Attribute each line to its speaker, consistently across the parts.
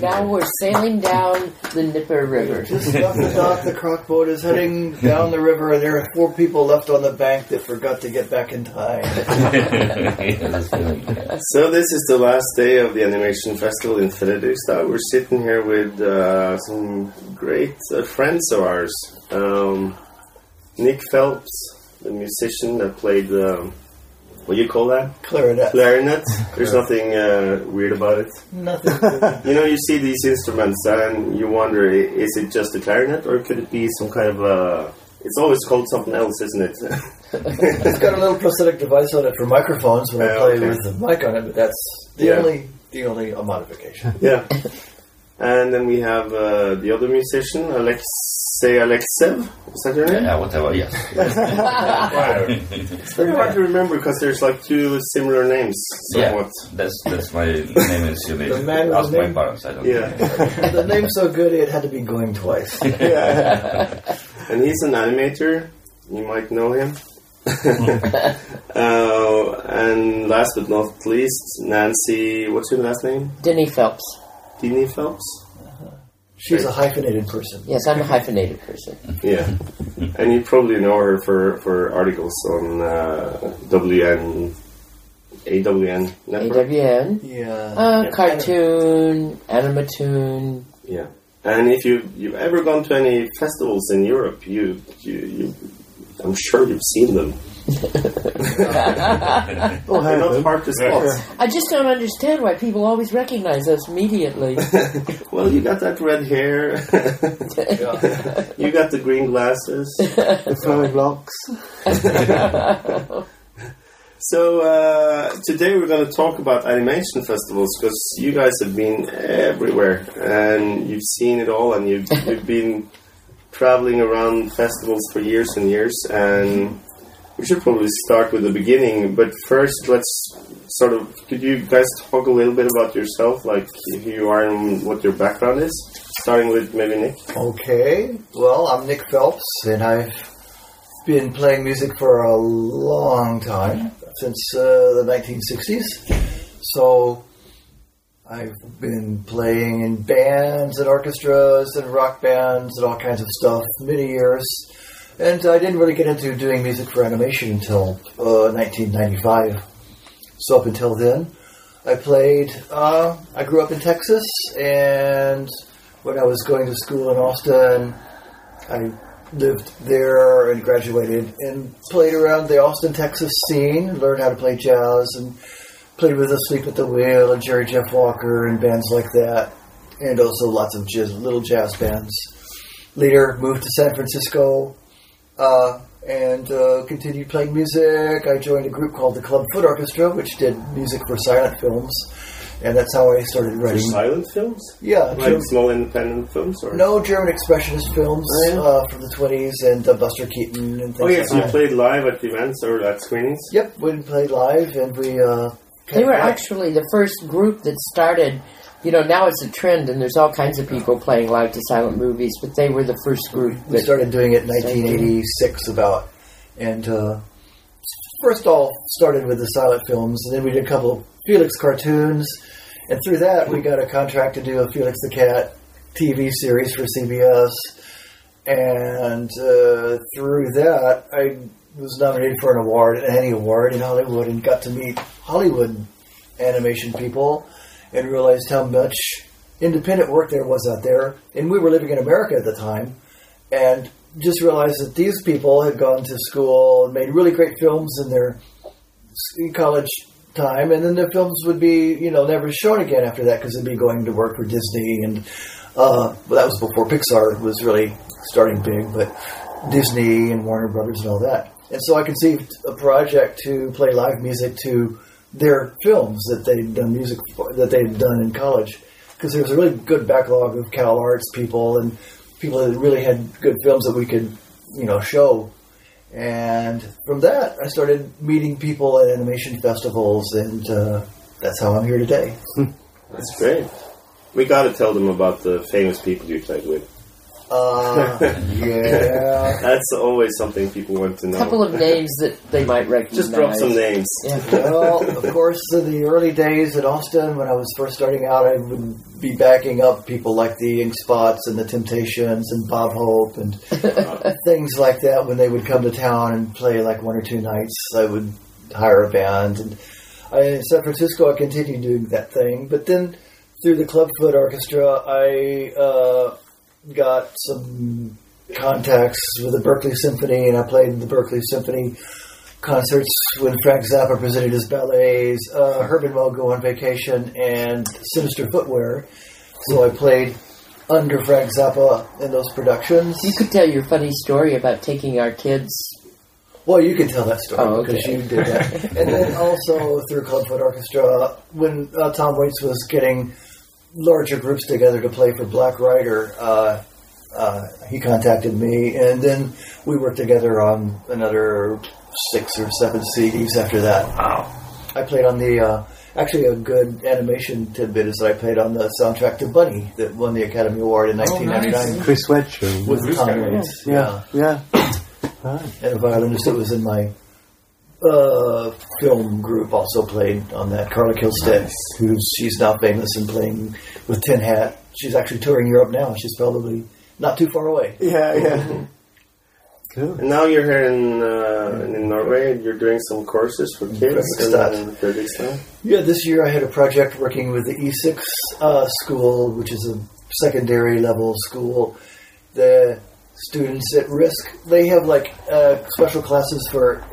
Speaker 1: Now we're sailing down the Nipper River.
Speaker 2: Just off the dock, the crock boat is heading down the river, and there are four people left on the bank that forgot to get back in time.
Speaker 3: So this is the last day of the animation festival in Fredrikstad. We're sitting here with uh, some great uh, friends of ours. Um, Nick Phelps, the musician that played um, what do you call that
Speaker 2: Clarinet.
Speaker 3: clarinet. There's nothing uh, weird about it.
Speaker 2: Nothing.
Speaker 3: You know, you see these instruments and you wonder, i- is it just a clarinet or could it be some kind of a? It's always called something else, isn't it?
Speaker 2: It's got a little prosthetic device on it for microphones when I
Speaker 3: Yeah,
Speaker 2: play
Speaker 3: okay.
Speaker 2: with the mic on it, but that's the
Speaker 3: Yeah.
Speaker 2: only the only uh, modification.
Speaker 3: yeah. And then we have uh, the other musician, Alexey Alexev. Is that your name?
Speaker 4: Yeah, whatever, yes.
Speaker 3: It's very hard to remember because there's like two similar names.
Speaker 4: yeah,
Speaker 3: Somewhat.
Speaker 4: that's, that's my name is Yuri.
Speaker 2: The man with
Speaker 4: Ask
Speaker 2: the
Speaker 4: my
Speaker 2: name?
Speaker 4: parents, I don't
Speaker 3: Yeah.
Speaker 4: know.
Speaker 2: the name's so good it had to be going twice.
Speaker 3: and he's an animator. You might know him. uh, and last but not least, Nancy. What's your last name?
Speaker 1: Denny Phelps.
Speaker 3: Dini Phelps.
Speaker 2: She's a hyphenated person.
Speaker 1: Yes, I'm a hyphenated person.
Speaker 3: Yeah. and you probably know her for for articles on uh, WN. AWN network.
Speaker 1: AWN.
Speaker 2: Yeah.
Speaker 1: Uh,
Speaker 3: Yeah.
Speaker 1: cartoon, animatoon.
Speaker 3: Yeah. And if you you've ever gone to any festivals in Europe, you you, you I'm sure you've seen them.
Speaker 2: Oh,
Speaker 3: They're not hard to spot.
Speaker 1: I just don't understand why people always recognize us immediately.
Speaker 3: Well, you got that red hair. you got the green glasses.
Speaker 2: the flowing locks.
Speaker 3: So uh, today we're going to talk about animation festivals because you guys have been everywhere and you've seen it all, and you've, you've been traveling around festivals for years and years. And we should probably start with the beginning, but first let's sort of could you guys talk a little bit about yourself, like who you are and what your background is, starting with maybe Nick.
Speaker 2: Okay, well, I'm Nick Phelps, and I've been playing music for a long time, since uh, the 1960s. So I've been playing in bands and orchestras and rock bands and all kinds of stuff many years. And I didn't really get into doing music for animation until uh, 1995. So up until then, I played. Uh, I grew up in Texas, and when I was going to school in Austin, I lived there and graduated and played around the Austin, Texas scene, learned how to play jazz, and played with Asleep at the Wheel and Jerry Jeff Walker and bands like that, and also lots of jazz, little jazz bands. Later, moved to San Francisco uh, and uh, continued playing music. I joined a group called the Club Foot Orchestra, which did music for silent films, and that's how I started writing.
Speaker 3: Silent films,
Speaker 2: Yeah,
Speaker 3: like
Speaker 2: Jim-
Speaker 3: small independent films, or
Speaker 2: no German expressionist films
Speaker 3: Oh, yeah?
Speaker 2: uh, from the twenties and uh, Buster Keaton and things
Speaker 3: Oh yes,
Speaker 2: like
Speaker 3: you
Speaker 2: that.
Speaker 3: played live at events or at screenings.
Speaker 2: Yep, we played live and we uh,
Speaker 1: They were actually the first group that started. You know, now it's a trend, and there's all kinds of people playing live to silent movies, but they were the first group
Speaker 2: We
Speaker 1: that
Speaker 2: started doing it in 1986 about, and uh, first all started with the silent films, and then we did a couple of Felix cartoons, and through that we got a contract to do a Felix the Cat TV series for CBS, and uh, through that I was nominated for an award, an Annie Award in Hollywood, and got to meet Hollywood animation people, and realized how much independent work there was out there, and we were living in America at the time and just realized that these people had gone to school and made really great films in their s- college time, and then their films would be, you know, never shown again after that because they'd be going to work for Disney, and uh, well, that was before Pixar was really starting big, but Disney and Warner Brothers and all that. And so I conceived a project to play live music to their films that they'd done music for, that they'd done in college because there was a really good backlog of Cal Arts people and people that really had good films that we could, you know, show. And from that, I started meeting people at animation festivals, and uh, that's how I'm here today.
Speaker 3: That's great. We gotta tell them about the famous people you played with.
Speaker 2: Uh, yeah.
Speaker 3: That's always something people want to know.
Speaker 1: couple of names that they might recognize.
Speaker 3: Just drop some names.
Speaker 1: Yeah.
Speaker 2: Well, of course, in the early days at Austin, when I was first starting out, I would be backing up people like the Ink Spots and the Temptations and Bob Hope and things like that when they would come to town and play like one or two nights. I would hire a band, and I, in San Francisco, I continued doing that thing. But then through the Clubfoot Orchestra, I uh, got some contacts with the Berkeley Symphony, and I played in the Berkeley Symphony concerts when Frank Zappa presented his ballets, uh, Herman Moe go on vacation, and Sinister Footwear. So I played under Frank Zappa in those productions.
Speaker 1: You could tell your funny story about taking our kids.
Speaker 2: Well, you can tell that story
Speaker 1: Oh, okay.
Speaker 2: because you did that. and then also through Clubfoot Orchestra, when uh, Tom Waits was getting larger groups together to play for Black Rider, uh, uh, he contacted me, and then we worked together on another six or seven CDs after that. Wow! I played on the uh, actually a good animation tidbit is that I played on the soundtrack to Bunny that won the Academy Award in 1999
Speaker 5: Chris Wedgwood.
Speaker 2: with Tom Waits. Yeah
Speaker 5: Yeah.
Speaker 2: and a violinist that was in my uh, film group also played on that. Carla Kilstead, who's she's now famous and playing with Tin Hat. She's actually touring Europe now. She's probably not too far away.
Speaker 5: Yeah, yeah. Cool.
Speaker 3: And now you're here in uh, in Norway and you're doing some courses for kids and
Speaker 2: Fredrikstad.
Speaker 3: and Fredrikstad.
Speaker 2: Yeah, this year I had a project working with the E6 uh, school, which is a secondary level school. The students at risk, they have like uh, special classes for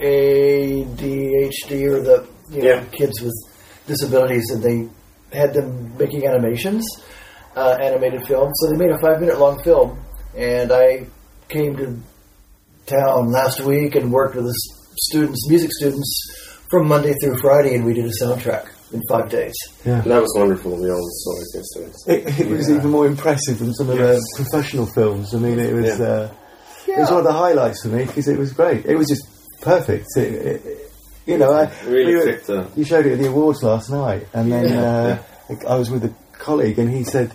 Speaker 2: ADHD or the you know,
Speaker 3: Yeah.
Speaker 2: kids with disabilities, and they had them making animations, uh, animated films. So they made a five minute long film, and I came to town last week and worked with the s- students, music students, from Monday through Friday, and we did a soundtrack in five days.
Speaker 3: That was wonderful. We all saw it yesterday.
Speaker 5: It, it was even more impressive than some of the professional films. I mean, it was
Speaker 3: Yeah.
Speaker 5: uh, it was one of the highlights for me because it was great. It was just perfect. It, it- it- you know, I,
Speaker 3: Really
Speaker 5: we were-
Speaker 3: fit the
Speaker 5: You showed it at the awards last night, and then uh, I was with a colleague, and he said,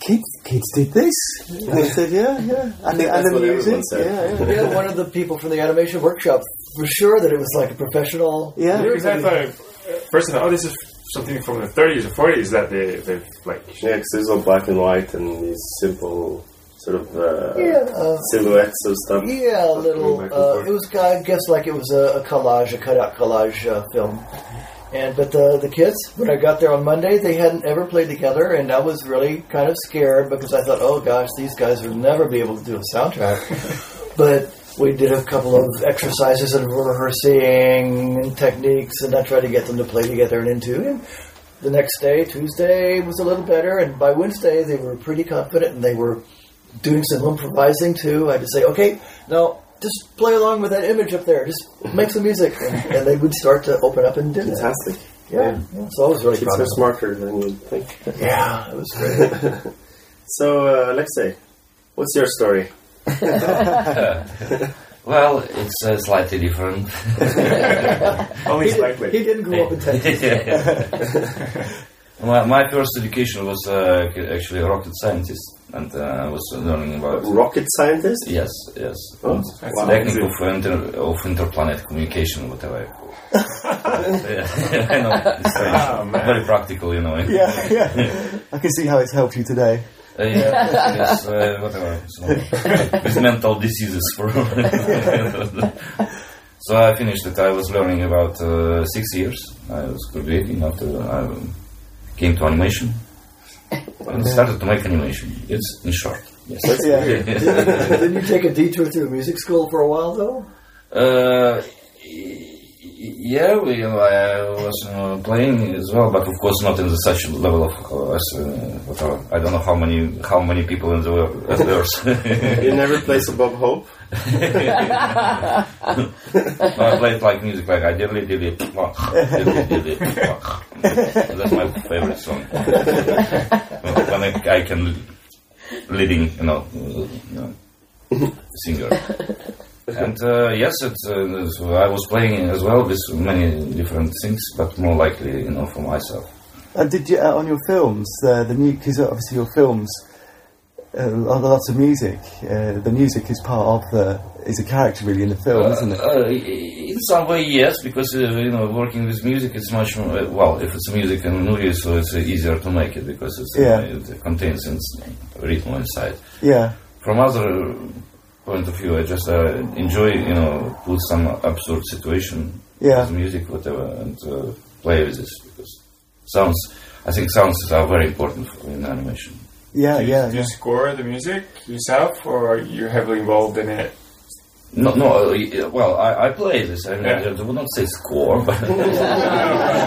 Speaker 5: "Kids, kids did this." And I said, "Yeah, yeah," and the, and
Speaker 3: That's
Speaker 5: the
Speaker 3: what
Speaker 5: music,
Speaker 3: everyone said.
Speaker 5: yeah, yeah.
Speaker 2: Yeah, one of the people from the animation workshop for sure that it was like a professional.
Speaker 5: Yeah.
Speaker 6: Because I thought, at first I thought, oh, this is something from the 30s or 40s that they, they've, like,
Speaker 3: Yeah, 'cause it's all black and white and these simple sort of uh,
Speaker 2: Yeah.
Speaker 3: silhouettes of stuff.
Speaker 2: Yeah, a little.
Speaker 3: Going back and
Speaker 2: Uh,
Speaker 3: forth.
Speaker 2: it was, I guess, like it was a, a collage, a cutout collage uh, film. And but the the kids, when I got there on Monday, they hadn't ever played together, and I was really kind of scared because I thought, oh gosh, these guys would never be able to do a soundtrack. but we did a couple of exercises and rehearsing and techniques, and I tried to get them to play together and into. And the next day, Tuesday, was a little better, and by Wednesday, they were pretty confident and they were doing some improvising too. I'd just say, okay, now just play along with that image up there. Just make some music, and, and they would start to open up and do that.
Speaker 3: Fantastic.
Speaker 2: Yeah, yeah. So I was really
Speaker 3: Kids
Speaker 2: proud
Speaker 3: are
Speaker 2: of them.
Speaker 3: smarter than you think.
Speaker 2: Yeah, it was great.
Speaker 3: So, uh, Alexei, what's your story?
Speaker 4: Well, it's uh, slightly different.
Speaker 6: Only
Speaker 2: He
Speaker 6: slightly.
Speaker 2: didn't grow up in Texas.
Speaker 4: my, my first education was uh, ac- actually a rocket scientist, and uh, I was learning about
Speaker 3: Rocket scientist?
Speaker 4: yes, yes,
Speaker 3: Oh, wow.
Speaker 4: technique of, inter- of interplanet communication, whatever. I call it. yeah, I know, it's strange.
Speaker 6: Oh, man.
Speaker 4: Very practical, you know.
Speaker 5: Yeah, yeah. I can see how it's helped you today.
Speaker 4: Uh, yeah, yes, uh, whatever. So, it's mental diseases for. so I finished it. I was learning about uh, six years. I was graduating after I came to animation. And started to make animation. It's in short. Yes.
Speaker 5: Yeah.
Speaker 2: Didn't you take a detour through music school for a while, though?
Speaker 4: Uh, y- yeah, we, I was uh, playing as well, but of course not in the such level of uh, as, uh, whatever. I don't know how many how many people in the world as there
Speaker 3: You never play some Bob Hope?
Speaker 4: I played like music like I diddly diddly plonk, diddly diddly plonk. That's my favorite song. when I, I can leading, you know, uh, you know, singer. And uh, yes, it, uh, so I was playing as well with many different things, but more likely, you know, for myself.
Speaker 5: And did you uh, on your films uh, the new? Because obviously your films uh, are lots of music. Uh, the music is part of the is a character really in the film, isn't it?
Speaker 4: Uh, in some way, yes, because uh, you know, working with music is much more, uh, well. If it's music and movie, so it's uh, easier to make it because it's,
Speaker 5: Yeah.
Speaker 4: uh, it contains ins- rhythm inside.
Speaker 5: Yeah,
Speaker 4: From other point of view, I just uh, enjoy, you know, put some absurd situation
Speaker 5: Yeah.
Speaker 4: with music, whatever, and uh, play with this because sounds. I think sounds are very important for, in animation.
Speaker 5: yeah, yeah,
Speaker 6: Do
Speaker 5: yeah.
Speaker 6: you score the music yourself, or you're heavily involved in it?
Speaker 4: No, no. Uh, y- well, I, I play this. I, mean,
Speaker 6: Yeah.
Speaker 4: I would not say score, but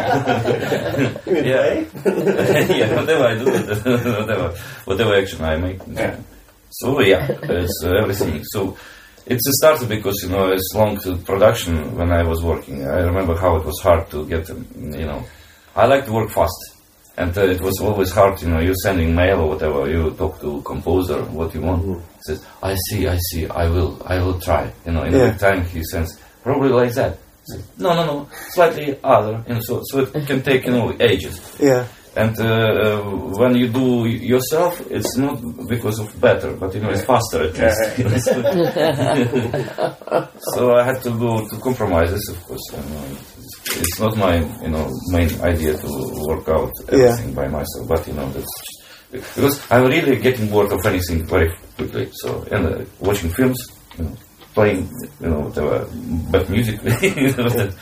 Speaker 4: yeah, yeah. Whatever I do, whatever, whatever action I make.
Speaker 6: Yeah.
Speaker 4: So yeah, it's uh, everything. So it's a started because you know it's long to production when I was working. I remember how it was hard to get. um, You know, I like to work fast. And uh, it was always hard, you know. You're sending mail or whatever. You talk to composer, what you want. Says, I see, I see. I will, I will try. You know, in
Speaker 5: Yeah.
Speaker 4: a big time he sends probably like that. Says, no, no, no, slightly other. And so, so it can take you know ages.
Speaker 5: yeah.
Speaker 4: And uh, uh, when you do yourself, it's not because of better, but you know it's faster at least. so I had to go to compromises, of course. And, uh, it's- it's not my you know main idea to work out everything by myself, but you know that's because I'm really getting bored of anything very quickly. So and uh, watching films, you know, playing, you know, whatever, but music. you know, that-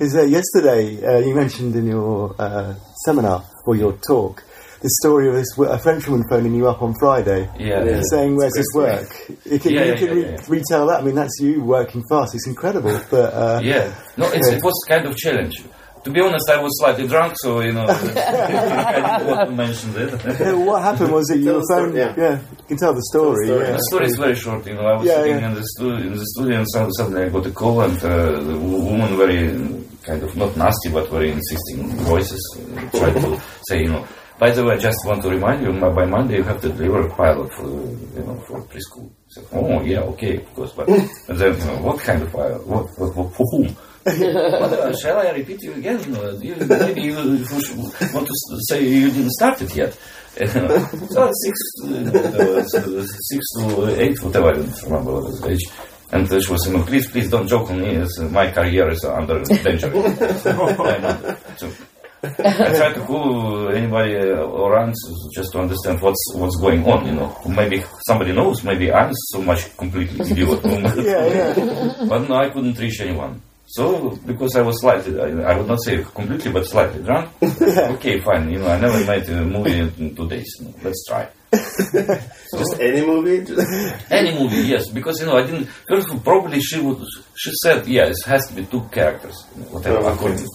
Speaker 5: Is that yesterday uh, you mentioned in your uh, seminar or your talk the story of this w- a Frenchwoman phoning you up on Friday
Speaker 4: yeah,
Speaker 5: and saying where's this work? You can,
Speaker 4: Yeah,
Speaker 5: you
Speaker 4: yeah,
Speaker 5: can
Speaker 4: yeah,
Speaker 5: re-
Speaker 4: yeah, yeah.
Speaker 5: retell that. I mean that's you working fast. It's incredible, but uh,
Speaker 4: Yeah, no, it's,
Speaker 5: Yeah.
Speaker 4: it was kind of challenge. To be honest, I was slightly drunk, so you know, I didn't want to mention that.
Speaker 5: yeah, what happened was that you
Speaker 3: Tell
Speaker 5: were
Speaker 3: the story,
Speaker 5: phoned.
Speaker 3: yeah.
Speaker 5: yeah, you can tell the story.
Speaker 3: story.
Speaker 5: yeah.
Speaker 4: The story is very short. You know, I was
Speaker 5: Yeah,
Speaker 4: sitting
Speaker 5: yeah.
Speaker 4: in the studio, in the studio, and sud- suddenly I got a call, and uh, the wo- woman, very uh, kind of not nasty, but very insisting voices, uh, tried to say, you know, by the way, I just want to remind you, mo- by Monday you have to deliver a pilot for, the, you know, for preschool. I said, oh yeah, okay, of course, but and then you know, what kind of pilot? What, what, what for whom? But, uh, shall I repeat you again? Uh, you, maybe you want to s- say you didn't start it yet. so six, uh, six to eight, whatever, I don't remember what was the age. And uh, she was saying, please, please don't joke on me, it's, uh, my career is under danger. And, so, I try to call anybody uh, around s- just to understand what's what's going on, you know. Maybe somebody knows, maybe I'm so much completely idiot.
Speaker 5: Yeah, yeah.
Speaker 4: But no, I couldn't reach anyone. So, because I was slightly, I, I would not say completely, but slightly drunk, okay, fine, you know, I never made a movie in two days, you know, let's try.
Speaker 3: Just any movie? Just-
Speaker 4: Any movie, yes, because, you know, I didn't, first of all, probably she would, she said, yeah, it has to be two characters, you know, whatever,
Speaker 3: Oh, okay.
Speaker 4: according.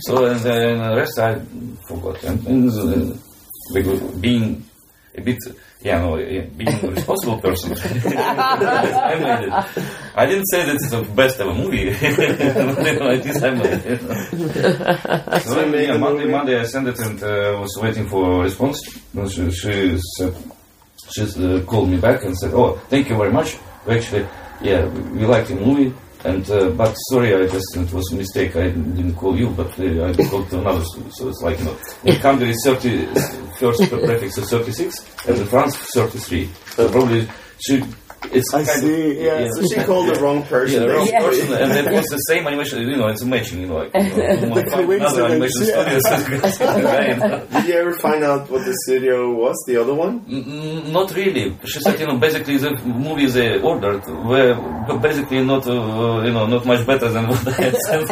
Speaker 4: So, and then the rest I forgot. And, and uh, because being a bit, yeah, no, yeah, being a responsible person, I made it. I didn't say that it's the best of a movie. I just I made it. So
Speaker 3: you made
Speaker 4: yeah,
Speaker 3: the
Speaker 4: Monday,
Speaker 3: movie?
Speaker 4: Monday I sent it and uh, was waiting for a response. No, she, she said, she uh, called me back and said, "Oh, thank you very much. We actually yeah, we, we liked the movie. And uh, but sorry, I just it was a mistake. I didn't call you, but uh, I called to another studio. So it's like you know, in Hungary, is 30 first prefix is thirty six, and in France thirty three. So probably should it's
Speaker 5: I
Speaker 4: kind
Speaker 5: see,
Speaker 4: Of,
Speaker 5: yeah.
Speaker 3: So she called the wrong person.
Speaker 4: yeah, the wrong
Speaker 3: basically.
Speaker 4: person, and it was the same animation. You know, it's a matching. You know, like you know,
Speaker 5: coincidence,
Speaker 4: another animation
Speaker 5: yeah.
Speaker 4: studio. right?
Speaker 3: Did you ever find out what the studio was? The other one?
Speaker 4: Mm, not really. She said, you know, basically the movies they ordered were basically not, uh, you know, not much better than what I had sent.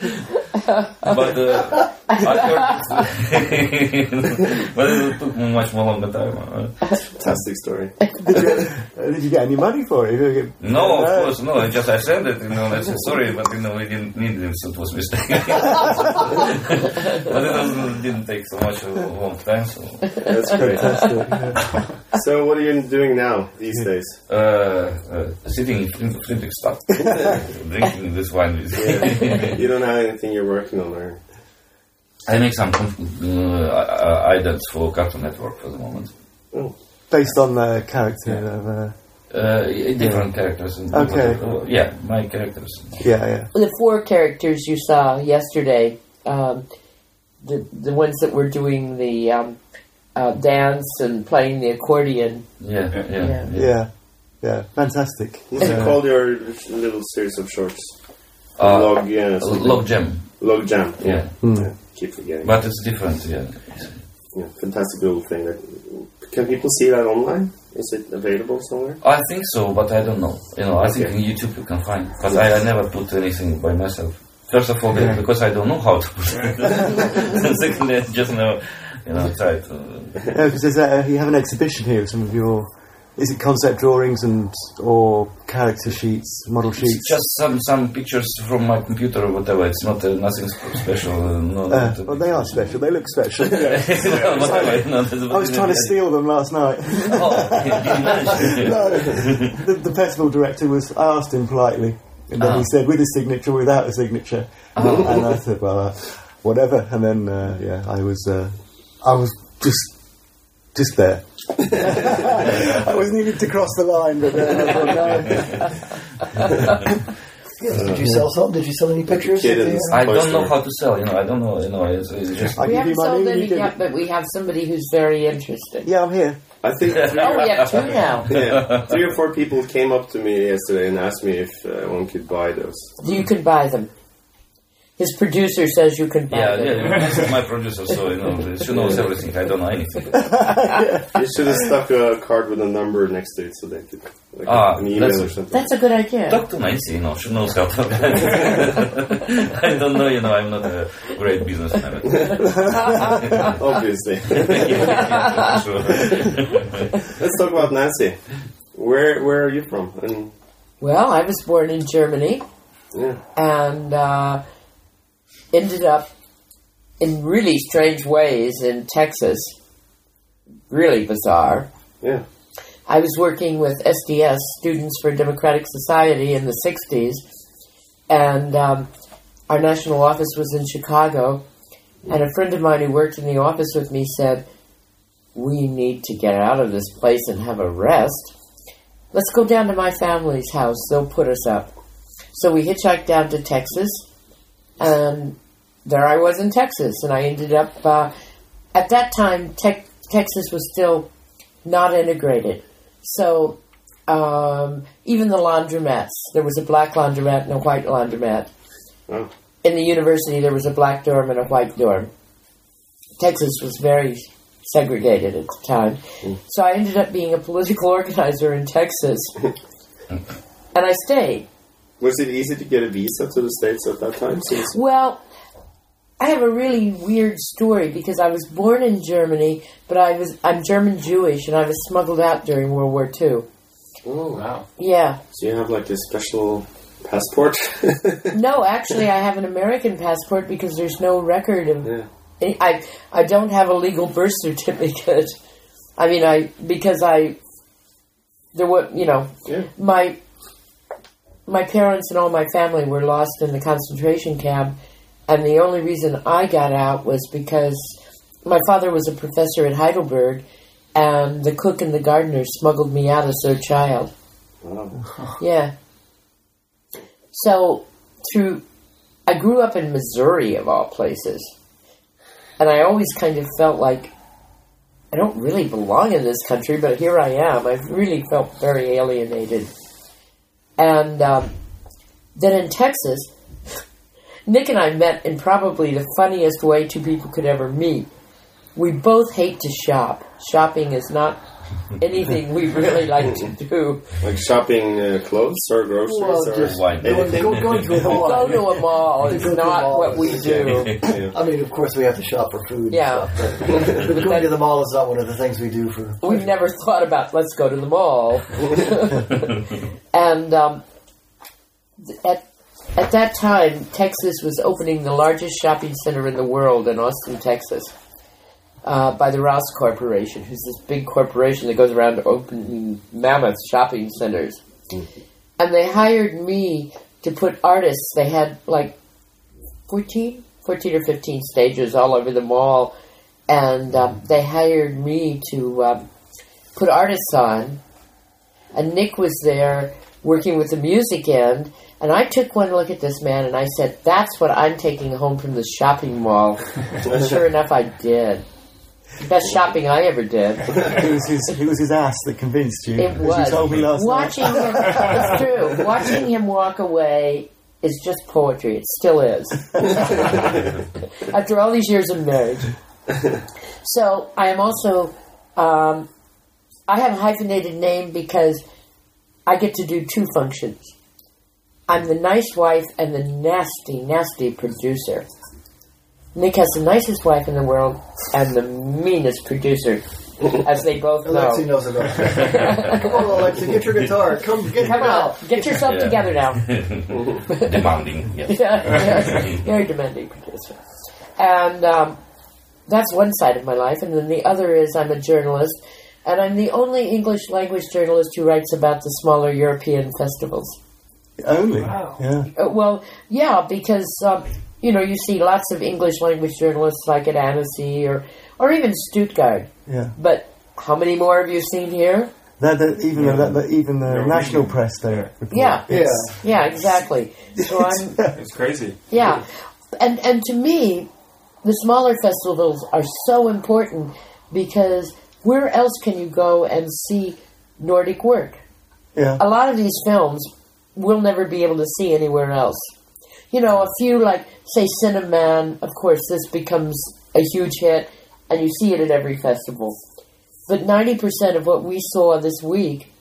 Speaker 4: but uh, I heard, but it took much more longer time. uh.
Speaker 3: Fantastic story.
Speaker 5: Uh, Did you get any money for it? Did you get-
Speaker 4: No, of
Speaker 5: Uh,
Speaker 4: course, no. I just I sent it, you know. I said sorry, but you know we didn't need it, so it was mistake. but it doesn't, didn't take so much a long time. So.
Speaker 3: That's great. so what are you doing now these days?
Speaker 4: uh, uh, sitting in front of Friedrich Stadt, drinking this wine. With
Speaker 3: You don't have anything you're working on, or
Speaker 4: I make some com- uh, items for Cartoon Network for the moment.
Speaker 5: Based on the character of. Uh,
Speaker 4: Uh, y- different characters. And
Speaker 5: Okay.
Speaker 4: uh, yeah, my characters.
Speaker 5: yeah, yeah.
Speaker 1: the four characters you saw yesterday, um, the the ones that were doing the um, uh, dance and playing the accordion.
Speaker 4: Yeah, yeah,
Speaker 1: Yeah.
Speaker 4: yeah.
Speaker 5: Yeah, yeah, fantastic.
Speaker 3: what's it
Speaker 5: Uh,
Speaker 3: called? Your little series of shorts.
Speaker 4: Uh,
Speaker 3: log, yeah, something.
Speaker 4: Log Jam.
Speaker 3: log jam.
Speaker 4: Yeah,
Speaker 5: Hmm.
Speaker 3: Keep forgetting.
Speaker 4: but it's different. Yeah,
Speaker 3: yeah, fantastic little thing. That, can people see that online? Is it available somewhere?
Speaker 4: I think so, but I don't know. You know, I think in YouTube you can find, but I, I never put anything by myself. First of all, because I don't know how to put it. and secondly, I just never, you know, try to.
Speaker 5: because there's a, uh, you have an exhibition here of some of your. Is it concept drawings and or character sheets, model sheets?
Speaker 4: It's just some some pictures from my computer or whatever. It's not uh, nothing sp- special. Uh, no,
Speaker 5: Uh,
Speaker 4: not, uh,
Speaker 5: well, they are special. They look special. I
Speaker 4: Well, whatever, you know, that's what
Speaker 5: was
Speaker 4: it
Speaker 5: trying to
Speaker 4: is.
Speaker 5: steal them last night.
Speaker 4: Oh, you managed.
Speaker 5: No, the, the festival director was. I asked him politely, and
Speaker 4: Ah.
Speaker 5: then he said, "With a signature, without a signature,"
Speaker 4: Oh.
Speaker 5: and I said, "Well, uh, whatever." And then, uh, yeah, I was, uh, I was just, just there. I wasn't even to cross the line, but uh, then I thought, no.
Speaker 2: Yeah, Did you sell something? Did you sell any pictures?
Speaker 3: Kid in the
Speaker 4: I
Speaker 3: Toy
Speaker 4: don't know
Speaker 3: Story.
Speaker 4: how to sell. You know, I don't know. You know, it's, it's just.
Speaker 5: I
Speaker 1: We
Speaker 5: give
Speaker 1: haven't
Speaker 5: you my
Speaker 1: sold
Speaker 5: name, you
Speaker 1: any
Speaker 5: give
Speaker 1: yet, but we have somebody who's very interested.
Speaker 5: Yeah, I'm here.
Speaker 3: I think three,
Speaker 1: Oh, we have two now.
Speaker 3: yeah, three or four people came up to me yesterday and asked me if uh, one could buy those.
Speaker 1: You can buy them. His producer says you can buy
Speaker 4: Yeah,
Speaker 1: them.
Speaker 4: yeah, yeah, this is my producer, so you know, she knows everything. I don't know anything.
Speaker 3: You should have stuck a card with a number next to it so they could like
Speaker 4: Ah,
Speaker 3: an email
Speaker 4: that's-
Speaker 3: or something.
Speaker 1: That's a good idea.
Speaker 4: Talk to Nancy, you know, she knows how to. I don't know, you know, I'm not a great businessman.
Speaker 3: Obviously.
Speaker 4: Sure.
Speaker 3: Let's talk about Nancy. Where where are you from? And
Speaker 1: Well, I was born in Germany
Speaker 3: yeah,
Speaker 1: and uh, ended up in really strange ways in Texas. Really bizarre.
Speaker 3: yeah.
Speaker 1: I was working with SDS, Students for Democratic Society, in the 60s, and um, our national office was in Chicago. And a friend of mine who worked in the office with me said, We need to get out of this place and have a rest. Let's go down to my family's house, they'll put us up. So we hitchhiked down to Texas, and there I was in Texas, and I ended up. Uh, at that time, Tex Texas was still not integrated. So um, even the laundromats, there was a black laundromat and a white laundromat.
Speaker 3: Oh.
Speaker 1: In the university, there was a black dorm and a white dorm. Texas was very segregated at the time.
Speaker 6: Hmm.
Speaker 1: So I ended up being a political organizer in Texas. and I stayed.
Speaker 3: Was it easy to get a visa to the States at that time? Since
Speaker 1: Well, I have a really weird story because I was born in Germany, but I was I'm German Jewish and I was smuggled out during World War II.
Speaker 6: Oh, wow.
Speaker 1: Yeah.
Speaker 3: so you have like a special passport?
Speaker 1: No, actually I have an American passport because there's no record of
Speaker 3: yeah.
Speaker 1: any, I I don't have a legal birth certificate. I mean I because I there were you know
Speaker 3: Yeah.
Speaker 1: my my parents and all my family were lost in the concentration camp, and the only reason I got out was because my father was a professor at Heidelberg, and the cook and the gardener smuggled me out as their child. Yeah. So through, I grew up in Missouri of all places, and I always kind of felt like I don't really belong in this country, but here I am. I really felt very alienated, and um, then in Texas, Nick and I met in probably the funniest way two people could ever meet. We both hate to shop. Shopping is not anything we really like to do.
Speaker 3: Like shopping uh, clothes or groceries
Speaker 2: Well,
Speaker 3: or
Speaker 2: just-
Speaker 4: Why
Speaker 2: Going
Speaker 4: not?
Speaker 2: going to a mall.
Speaker 1: Go to a mall. It's
Speaker 2: Go to a
Speaker 1: not
Speaker 2: mall.
Speaker 1: what we do.
Speaker 3: Yeah.
Speaker 2: I mean, of course, we have to shop for food. and
Speaker 1: Yeah.
Speaker 2: stuff, but but going to the mall is not one of the things we do for.
Speaker 1: We've never thought about let's go to the mall. and um, th- at at that time, Texas was opening the largest shopping center in the world in Austin, Texas, uh, by the Rouse Corporation, who's this big corporation that goes around opening mammoth shopping centers. And they hired me to put artists. They had like 14, 14 or 15 stages all over the mall. And um, they hired me to um, put artists on. And Nick was there working with the music end. And I took one look at this man and I said, That's what I'm taking home from the shopping mall. and sure enough, I did. Best shopping I ever did.
Speaker 5: It was his, it was his ass that convinced you.
Speaker 1: It
Speaker 5: as
Speaker 1: was.
Speaker 5: You told me last
Speaker 1: Watching
Speaker 5: night.
Speaker 1: him, it's true. Watching him walk away is just poetry. It still is. After all these years of marriage. So I am also, um, I have a hyphenated name because I get to do two functions. I'm the nice wife and the nasty, nasty producer. Nick has the nicest wife in the world and the meanest producer, as they both know.
Speaker 2: Alexi knows about. Come on, Alexi, get your guitar. Come, get
Speaker 1: Come on, get yourself
Speaker 4: Yeah.
Speaker 1: together now.
Speaker 4: Demanding. Yes.
Speaker 1: Very demanding producer. And um, that's one side of my life. And then the other is I'm a journalist, and I'm the only English language journalist who writes about the smaller European festivals.
Speaker 5: Only. Yeah.
Speaker 1: Uh, well, yeah, because um, you know you see lots of English language journalists like at Annecy or or even Stuttgart.
Speaker 5: Yeah.
Speaker 1: But how many more have you seen here?
Speaker 5: That, that, even the, that, that, even the national press they report.
Speaker 1: Yeah.
Speaker 2: Yeah.
Speaker 1: Yeah, exactly. So I'm
Speaker 6: It's crazy.
Speaker 1: Yeah, and and to me, the smaller festivals are so important because where else can you go and see Nordic work?
Speaker 5: Yeah.
Speaker 1: A lot of these films we'll never be able to see anywhere else. You know, a few like say Cinnamon. Of course, this becomes a huge hit, and you see it at every festival. But ninety percent of what we saw this week,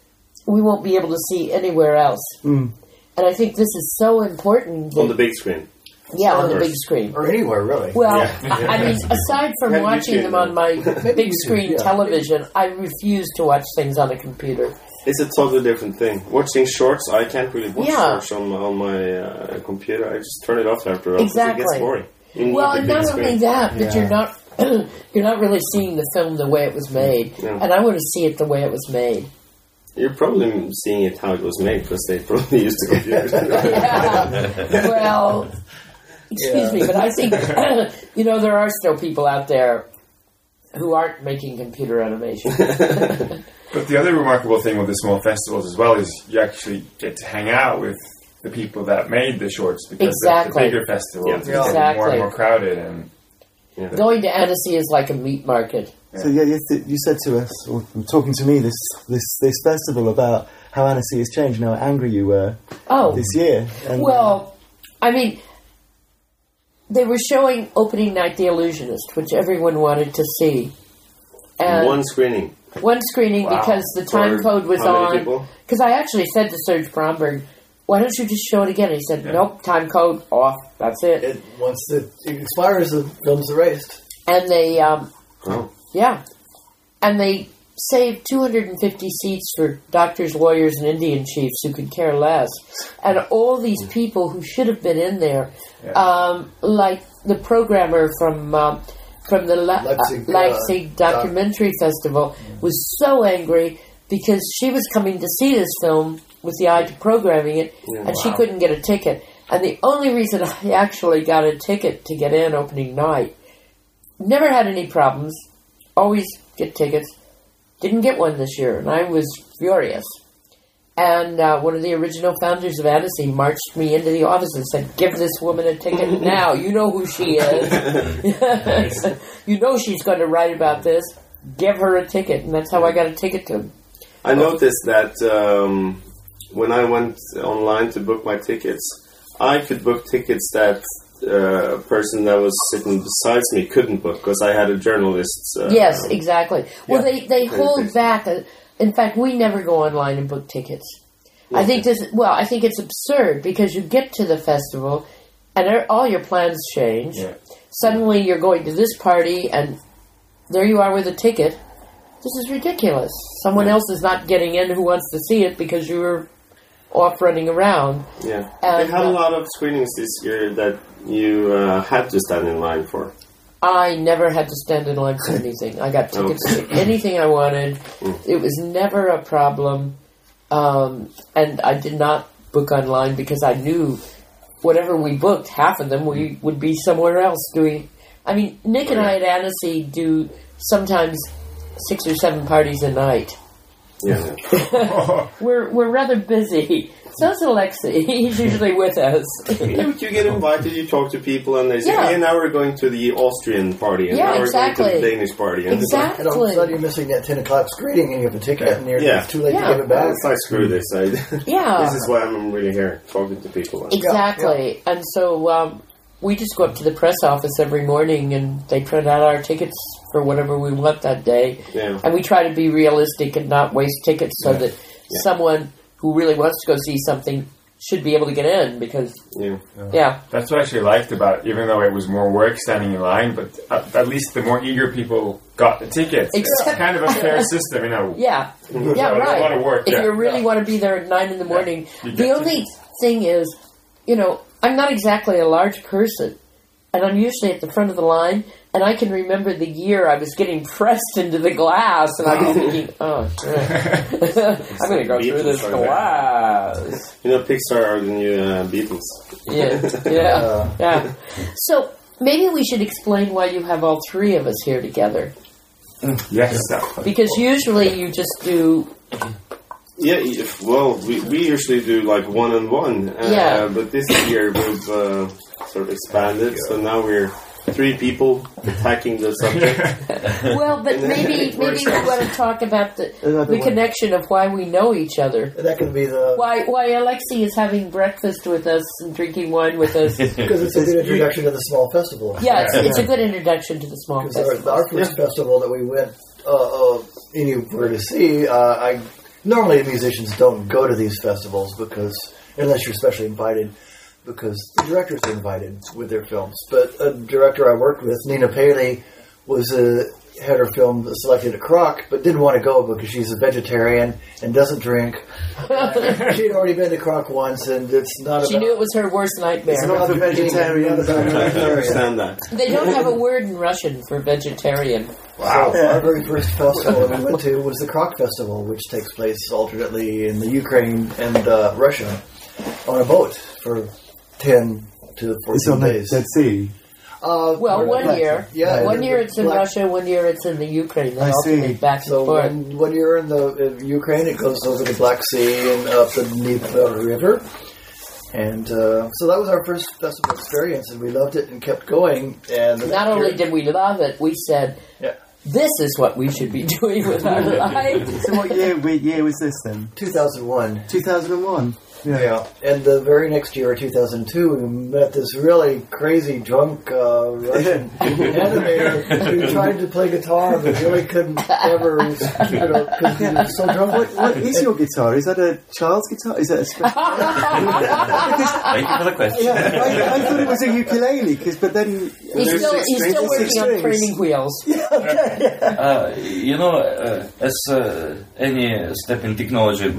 Speaker 1: we won't be able to see anywhere else. And I think this is so important. that-
Speaker 3: On the big screen.
Speaker 1: yeah, on the big screen.
Speaker 2: Or anywhere, really.
Speaker 1: Well, I I mean, aside from
Speaker 3: Have you
Speaker 1: watching
Speaker 3: seen
Speaker 1: them on
Speaker 3: them?
Speaker 1: my big screen
Speaker 2: Yeah.
Speaker 1: television, I refuse to watch things on a computer.
Speaker 3: It's a totally different thing. Watching shorts, I can't really watch
Speaker 1: Yeah.
Speaker 3: shorts on, on my uh, computer. I just turn it off after a while 'cause
Speaker 1: Exactly.
Speaker 3: it gets boring. You need
Speaker 1: Well,
Speaker 3: the
Speaker 1: and
Speaker 3: big
Speaker 1: not only
Speaker 3: screen.
Speaker 1: that, but you're not you're not really seeing the film the way it was made,
Speaker 3: Yeah.
Speaker 1: and I want to see it the way it was made.
Speaker 3: You're probably seeing it how it was made because they probably used the computer.
Speaker 1: well, excuse me, but I think you know there are still people out there who aren't making computer animation.
Speaker 6: But the other remarkable thing with the small festivals as well is you actually get to hang out with the people that made the shorts because
Speaker 1: Exactly.
Speaker 6: the bigger festivals
Speaker 3: Yeah.
Speaker 6: it's getting more
Speaker 1: Exactly.
Speaker 6: and more crowded and
Speaker 1: Going to Annecy is like a meat market.
Speaker 5: So yeah, you, th- you said to us, or talking to me this this this festival about how Annecy has changed and how angry you were
Speaker 1: Oh,
Speaker 5: this year. And,
Speaker 1: Well, I mean, they were showing opening night The Illusionist, which everyone wanted to see. And
Speaker 3: One screening.
Speaker 1: one screening
Speaker 6: Wow.
Speaker 1: because the time
Speaker 3: For
Speaker 1: code was
Speaker 3: how many
Speaker 1: on.
Speaker 3: people?
Speaker 1: Because I actually said to Serge Bromberg, why don't you just show it again? He said, nope, time code off. That's it.
Speaker 2: it, once it expires, the film's erased.
Speaker 1: and they, um,
Speaker 3: Oh.
Speaker 1: yeah. And they saved 250 seats for doctors, lawyers, and Indian chiefs who could care less. And all these people who should have been in there
Speaker 6: yeah.
Speaker 1: um, like the programmer from um, from the Le-
Speaker 2: Leipzig,
Speaker 1: uh, Leipzig
Speaker 2: uh,
Speaker 1: documentary festival was so angry because she was coming to see this film with the eye to programming it, and she couldn't get a ticket. And the only reason I actually got a ticket to get in opening night, never had any problems, always get tickets. Didn't get one this year, and I was furious. And uh, one of the original founders of Annecy marched me into the office and said, Give this woman a ticket now. You know who she is. you know she's going to write about this. Give her a ticket. And that's how I got a ticket to him. Oh.
Speaker 3: I noticed that um, when I went online to book my tickets, I could book tickets that uh, person that was sitting besides me couldn't book because I had a journalist. Uh,
Speaker 1: Yes, exactly. Well, they, they
Speaker 3: They-
Speaker 1: hold
Speaker 3: they-
Speaker 1: back. uh, In fact, we never go online and book tickets. I think this. Well, I think it's absurd because you get to the festival, and er- all your plans change.
Speaker 6: Yeah.
Speaker 1: Suddenly, you're going to this party, and there you are with a ticket. This is ridiculous. Someone else is not getting in who wants to see it because you were off running around.
Speaker 3: Yeah,
Speaker 1: And,
Speaker 3: they had
Speaker 1: uh,
Speaker 3: a lot of screenings this year that you uh, had to stand in line for.
Speaker 1: I never had to stand in line for anything. I got tickets to anything I wanted.
Speaker 3: Mm.
Speaker 1: It was never a problem. Um, and I did not book online because I knew whatever we booked, half of them
Speaker 3: Mm.
Speaker 1: we would be somewhere else doing. I mean, Nick
Speaker 3: Oh,
Speaker 1: and I at Annecy do sometimes six or seven parties a night.
Speaker 3: Yeah,
Speaker 1: We're we're rather busy. So's Alexi. He's usually with us.
Speaker 3: yeah but you get invited, you talk to people, and they say,
Speaker 1: Yeah.
Speaker 3: "Yeah, now we're going to the Austrian party, and
Speaker 1: Yeah,
Speaker 3: now we're going to
Speaker 1: exactly.
Speaker 3: the Danish party." And it's like,
Speaker 2: And all of a
Speaker 1: Exactly.
Speaker 2: sudden you're missing that 10 o'clock screening and you have a ticket and you're,
Speaker 3: Yeah.
Speaker 2: it's too late
Speaker 1: Yeah.
Speaker 2: to give it
Speaker 3: "Ah,
Speaker 2: back.
Speaker 3: it's like screw this. I,
Speaker 1: Yeah.
Speaker 3: this is why I'm really here, talking to people.
Speaker 1: Exactly. And so um, we just go up to the press office every morning and they print out our tickets for whatever we want that day.
Speaker 3: Yeah.
Speaker 1: And we try to be realistic and not waste tickets so that someone who really wants to go see something should be able to get in because,
Speaker 3: Yeah.
Speaker 1: yeah.
Speaker 6: That's what I actually liked about, it, even though it was more work standing in line, but at, at least the more eager people got the tickets.
Speaker 1: Except-
Speaker 6: it's kind of a fair system, you know.
Speaker 1: Yeah, yeah,
Speaker 6: a
Speaker 1: right.
Speaker 6: lot of work,
Speaker 1: if
Speaker 6: yeah,
Speaker 1: you really
Speaker 6: yeah.
Speaker 1: want to be there at nine in the morning,
Speaker 6: You
Speaker 1: the
Speaker 6: get to-
Speaker 1: only thing is, you know, I'm not exactly a large person, and I'm usually at the front of the line. And I can remember the year I was getting pressed into the glass, and I was thinking, "Oh, shit. I'm going to go through
Speaker 3: Beatles
Speaker 1: this
Speaker 3: are there.
Speaker 1: glass."
Speaker 3: You know, Pixar are the new uh, Beatles.
Speaker 1: Yeah, yeah, yeah. So maybe we should explain why you have all three of us here together,
Speaker 6: Yes, that-
Speaker 1: because usually you just do
Speaker 3: Yeah, if, well, we, we usually do like one on one. Uh,
Speaker 1: Yeah.
Speaker 3: But this year we've uh, sort of expanded, so now we're three people attacking the subject.
Speaker 1: Well, but maybe
Speaker 3: It
Speaker 1: maybe
Speaker 3: works
Speaker 1: we
Speaker 3: out.
Speaker 1: want to talk about the,
Speaker 5: Another
Speaker 1: the
Speaker 5: one.
Speaker 1: connection of why we know each other.
Speaker 2: And that could be the,
Speaker 1: Why why Alexei is having breakfast with us and drinking wine with us. yeah,
Speaker 2: because it's a good introduction to the small festival.
Speaker 1: it's, it's a good introduction to the small
Speaker 2: Because our-
Speaker 1: festival.
Speaker 2: our, first festival that we went uh, uh, anywhere to see, uh, I normally musicians don't go to these festivals because unless you're specially invited, because the directors are invited with their films. But a director I worked with, Nina Paley, was uh, had her film selected at Croc, but didn't want to go because she's a vegetarian and doesn't drink. She'd already been to Croc once, and it's not
Speaker 1: She
Speaker 2: about.
Speaker 1: knew it was her worst nightmare.
Speaker 2: not a vegetarian. not about
Speaker 3: I can
Speaker 2: vegetarian.
Speaker 3: understand that.
Speaker 1: They don't have a word in Russian for vegetarian.
Speaker 2: Wow. Our very first festival that we went to was the Croc Festival, which takes place alternately in the Ukraine and uh, Russia on a boat for 10 to 14
Speaker 5: It's on the
Speaker 2: days.
Speaker 5: Dead Sea.
Speaker 2: Uh,
Speaker 1: Well, one year,
Speaker 2: Yeah,
Speaker 1: one year it's in
Speaker 2: black-
Speaker 1: Russia, one year it's in the Ukraine. They
Speaker 5: I see.
Speaker 1: alternate back and
Speaker 2: So
Speaker 1: forth.
Speaker 2: when, when you're in the in Ukraine, it goes over the Black Sea and up the Dnieper River. And uh, so that was our first festival experience, and we loved it and kept going. And the
Speaker 1: Not
Speaker 2: next
Speaker 1: only
Speaker 2: year-
Speaker 1: did we love it, we said
Speaker 2: Yeah.
Speaker 1: this is what we should be doing with our lives.
Speaker 5: So what year, what year was this then?
Speaker 2: 2001.
Speaker 5: 2001.
Speaker 2: Yeah, and the very next year, 2002, we met this really crazy drunk uh, Russian animator who tried to play guitar but really couldn't ever, you know, because he was so drunk.
Speaker 5: What, what is your guitar? Is that a child's guitar? Is that a special?
Speaker 4: Thank you for the question.
Speaker 5: Yeah, I, I thought it was a ukulele, 'cause- but then
Speaker 1: He's
Speaker 5: There's
Speaker 1: still,
Speaker 5: six
Speaker 1: he's
Speaker 5: strings,
Speaker 1: still
Speaker 5: six
Speaker 1: working on
Speaker 5: strings.
Speaker 1: training wheels.
Speaker 4: Uh, you know, uh, as uh, any step in technology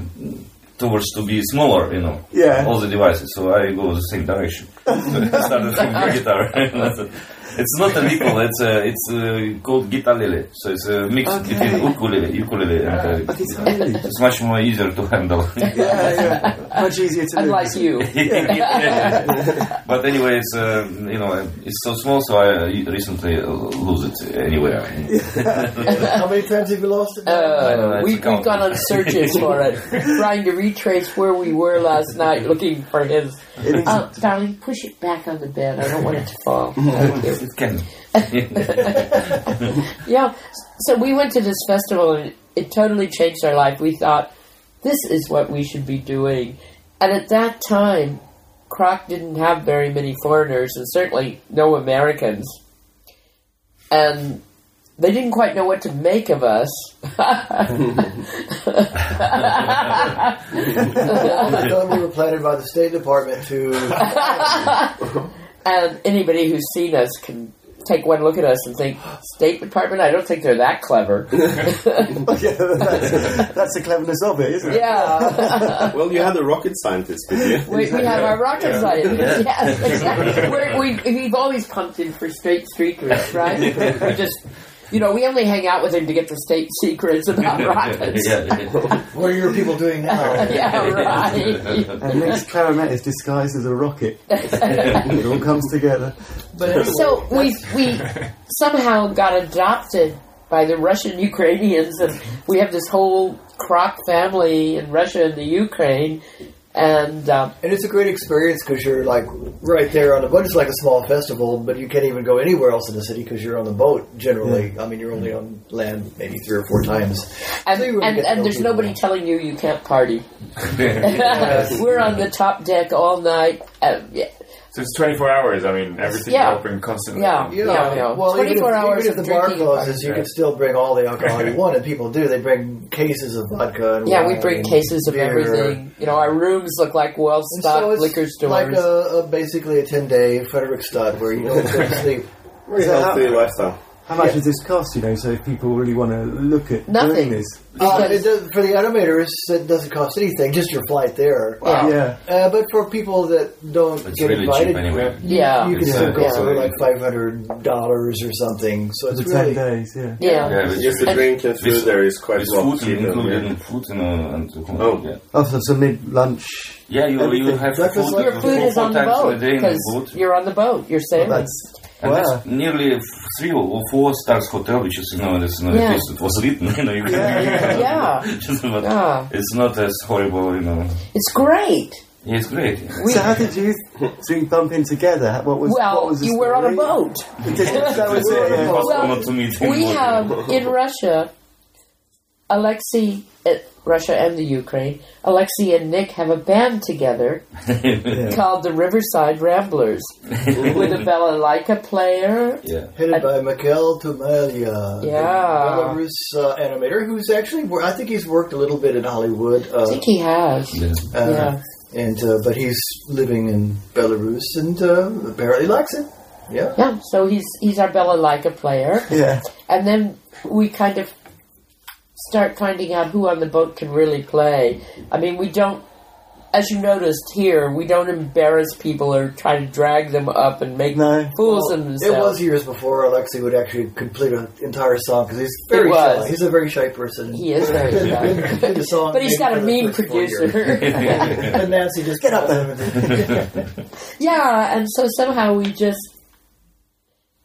Speaker 4: towards to be smaller, you know,
Speaker 5: Yeah.
Speaker 4: all the devices. So I go the same direction. So I started from guitar. It's not an equal. It's uh, it's uh, called guitarlele. So it's a mix
Speaker 1: Okay.
Speaker 4: between ukulele, ukulele, and uh,
Speaker 5: But it's really
Speaker 4: it's much more easier to handle.
Speaker 5: yeah, yeah. much easier to live.
Speaker 1: Unlike you.
Speaker 4: but anyway, it's uh, you know it's so small, so I uh, recently uh, lose it anywhere.
Speaker 2: How many times have you lost it?
Speaker 4: know,
Speaker 1: Uh,
Speaker 4: that's
Speaker 1: we, we've
Speaker 4: gone.
Speaker 1: gone on searches for it, trying to retrace where we were last night looking for his. Oh, darling, push it back on the bed. I don't want it to fall. Thank you.
Speaker 4: It can.
Speaker 1: Yeah. So we went to this festival and it totally changed our life. We thought, this is what we should be doing. And at that time, Croc didn't have very many foreigners and certainly no Americans. And they didn't quite know what to make of us.
Speaker 2: I thought we were planted by the State Department to.
Speaker 1: And anybody who's seen us can take one look at us and think, State Department, I don't think they're that clever.
Speaker 5: yeah, that's, that's the cleverness of it, isn't it?
Speaker 1: yeah.
Speaker 3: Well, you had a rocket scientist with you.
Speaker 1: We, we have our rocket scientists. Yes, exactly. We're, we, we've always pumped him for state secrets, right? we just, you know, we only hang out with him to get the state secrets about rockets. yeah.
Speaker 4: yeah.
Speaker 2: What are your people doing now?
Speaker 1: right.
Speaker 5: And next clarinet is disguised as a rocket. it all comes together.
Speaker 2: But anyway,
Speaker 1: So we we somehow got adopted by the Russian Ukrainians, and we have this whole croc family in Russia and the Ukraine, and. Um,
Speaker 2: and it's a great experience because you're like right there on the boat. It's like a small festival, but you can't even go anywhere else in the city because you're on the boat. Generally, I mean, you're only on land maybe three or four times.
Speaker 1: And,
Speaker 2: So you really
Speaker 1: and,
Speaker 2: get to
Speaker 1: and
Speaker 2: know
Speaker 1: there's
Speaker 2: people.
Speaker 1: nobody telling you you can't party. We're on the top deck all night. Uh, yeah,
Speaker 6: So it's 24 hours. I mean, everything's
Speaker 1: Yeah.
Speaker 6: open constantly.
Speaker 1: yeah,
Speaker 2: You know,
Speaker 1: yeah, yeah.
Speaker 2: well, even if-
Speaker 1: 24 hours
Speaker 2: even if
Speaker 1: of
Speaker 2: the bar
Speaker 1: drinking.
Speaker 2: closes, you can still bring all the alcohol you want, and people do. They bring cases of vodka. And
Speaker 1: yeah, we
Speaker 2: wine
Speaker 1: bring
Speaker 2: and
Speaker 1: cases of
Speaker 2: beer.
Speaker 1: everything. You know, our rooms look like
Speaker 2: And so
Speaker 1: well-stocked
Speaker 2: it's
Speaker 1: liquor stores.
Speaker 2: like a, a basically a ten day Frederickstad where you don't go to sleep.
Speaker 3: Very
Speaker 5: So how-
Speaker 3: healthy lifestyle.
Speaker 5: How much does this cost, you know, so if people really want to look at
Speaker 1: Nothing.
Speaker 5: doing this?
Speaker 2: Uh,
Speaker 1: Because-
Speaker 2: it does, for the animators, it doesn't cost anything, just your flight there.
Speaker 1: yeah.
Speaker 5: Yeah.
Speaker 2: Uh, but for people that don't
Speaker 4: It's
Speaker 2: get
Speaker 4: really
Speaker 2: invited,
Speaker 4: cheap anyway. uh,
Speaker 1: Yeah.
Speaker 2: you can
Speaker 4: Yeah.
Speaker 2: still go
Speaker 1: Yeah.
Speaker 2: for like five hundred dollars or something. So it's
Speaker 5: For
Speaker 2: really
Speaker 5: 10 days, yeah.
Speaker 1: yeah,
Speaker 4: Yeah, it's
Speaker 3: Just the
Speaker 4: really-
Speaker 3: drink and food
Speaker 4: With-
Speaker 3: there is quite
Speaker 4: With
Speaker 3: well.
Speaker 4: food and included in food and, uh, and
Speaker 3: Oh.
Speaker 4: yeah.
Speaker 5: Also, some mid lunch.
Speaker 4: yeah, you you have
Speaker 2: Breakfast,
Speaker 4: food,
Speaker 2: lunch,
Speaker 1: Your food
Speaker 4: four,
Speaker 1: is
Speaker 4: four
Speaker 1: on the
Speaker 4: times a
Speaker 1: boat
Speaker 4: day in the boat.
Speaker 1: because you're on the boat. You're sailing.
Speaker 5: That's
Speaker 4: And
Speaker 5: Wow.
Speaker 4: that's nearly f- three or four stars hotel, which is you know, this, you know
Speaker 1: Yeah.
Speaker 4: at least it was written, you know, you can
Speaker 1: Yeah.
Speaker 4: Just, but
Speaker 1: Yeah.
Speaker 4: it's not as horrible, you know.
Speaker 1: it's great.
Speaker 4: Yeah, it's great.
Speaker 5: so. How did you three bump in together? What was what
Speaker 1: Well,
Speaker 5: was the
Speaker 1: you were on a
Speaker 5: story?
Speaker 1: boat.
Speaker 5: that was it. yeah.
Speaker 4: Impossible
Speaker 1: Well,
Speaker 4: not to meet
Speaker 1: we
Speaker 4: him.
Speaker 1: have in Russia, Alexei, uh, Russia and the Ukraine, Alexei and Nick have a band together called the Riverside Ramblers with a balalaika player.
Speaker 4: yeah.
Speaker 2: headed by Mikhail Tumalia, the
Speaker 1: Yeah.
Speaker 2: Belarus uh, animator, who's actually wor- I think he's worked a little bit in Hollywood. Uh,
Speaker 1: I think he has.
Speaker 4: yeah.
Speaker 2: uh,
Speaker 1: yeah.
Speaker 2: and uh, but he's living in Belarus and uh, apparently likes it. Yeah.
Speaker 1: Yeah, so he's he's our balalaika player.
Speaker 5: Yeah.
Speaker 1: And then we kind of start finding out who on the boat can really play. I mean, we don't, as you noticed here, we don't embarrass people or try to drag them up and make
Speaker 5: No.
Speaker 1: fools
Speaker 2: Well,
Speaker 1: of themselves.
Speaker 2: It was years before Alexei would actually complete an entire song because he's very
Speaker 1: It was.
Speaker 2: shy. He's a very shy person.
Speaker 1: He is very shy.
Speaker 2: Did the song
Speaker 1: But he's
Speaker 2: maybe
Speaker 1: got a
Speaker 2: for the
Speaker 1: mean
Speaker 2: first four years.
Speaker 1: producer.
Speaker 2: and Nancy just get up there.
Speaker 1: yeah, and so somehow we just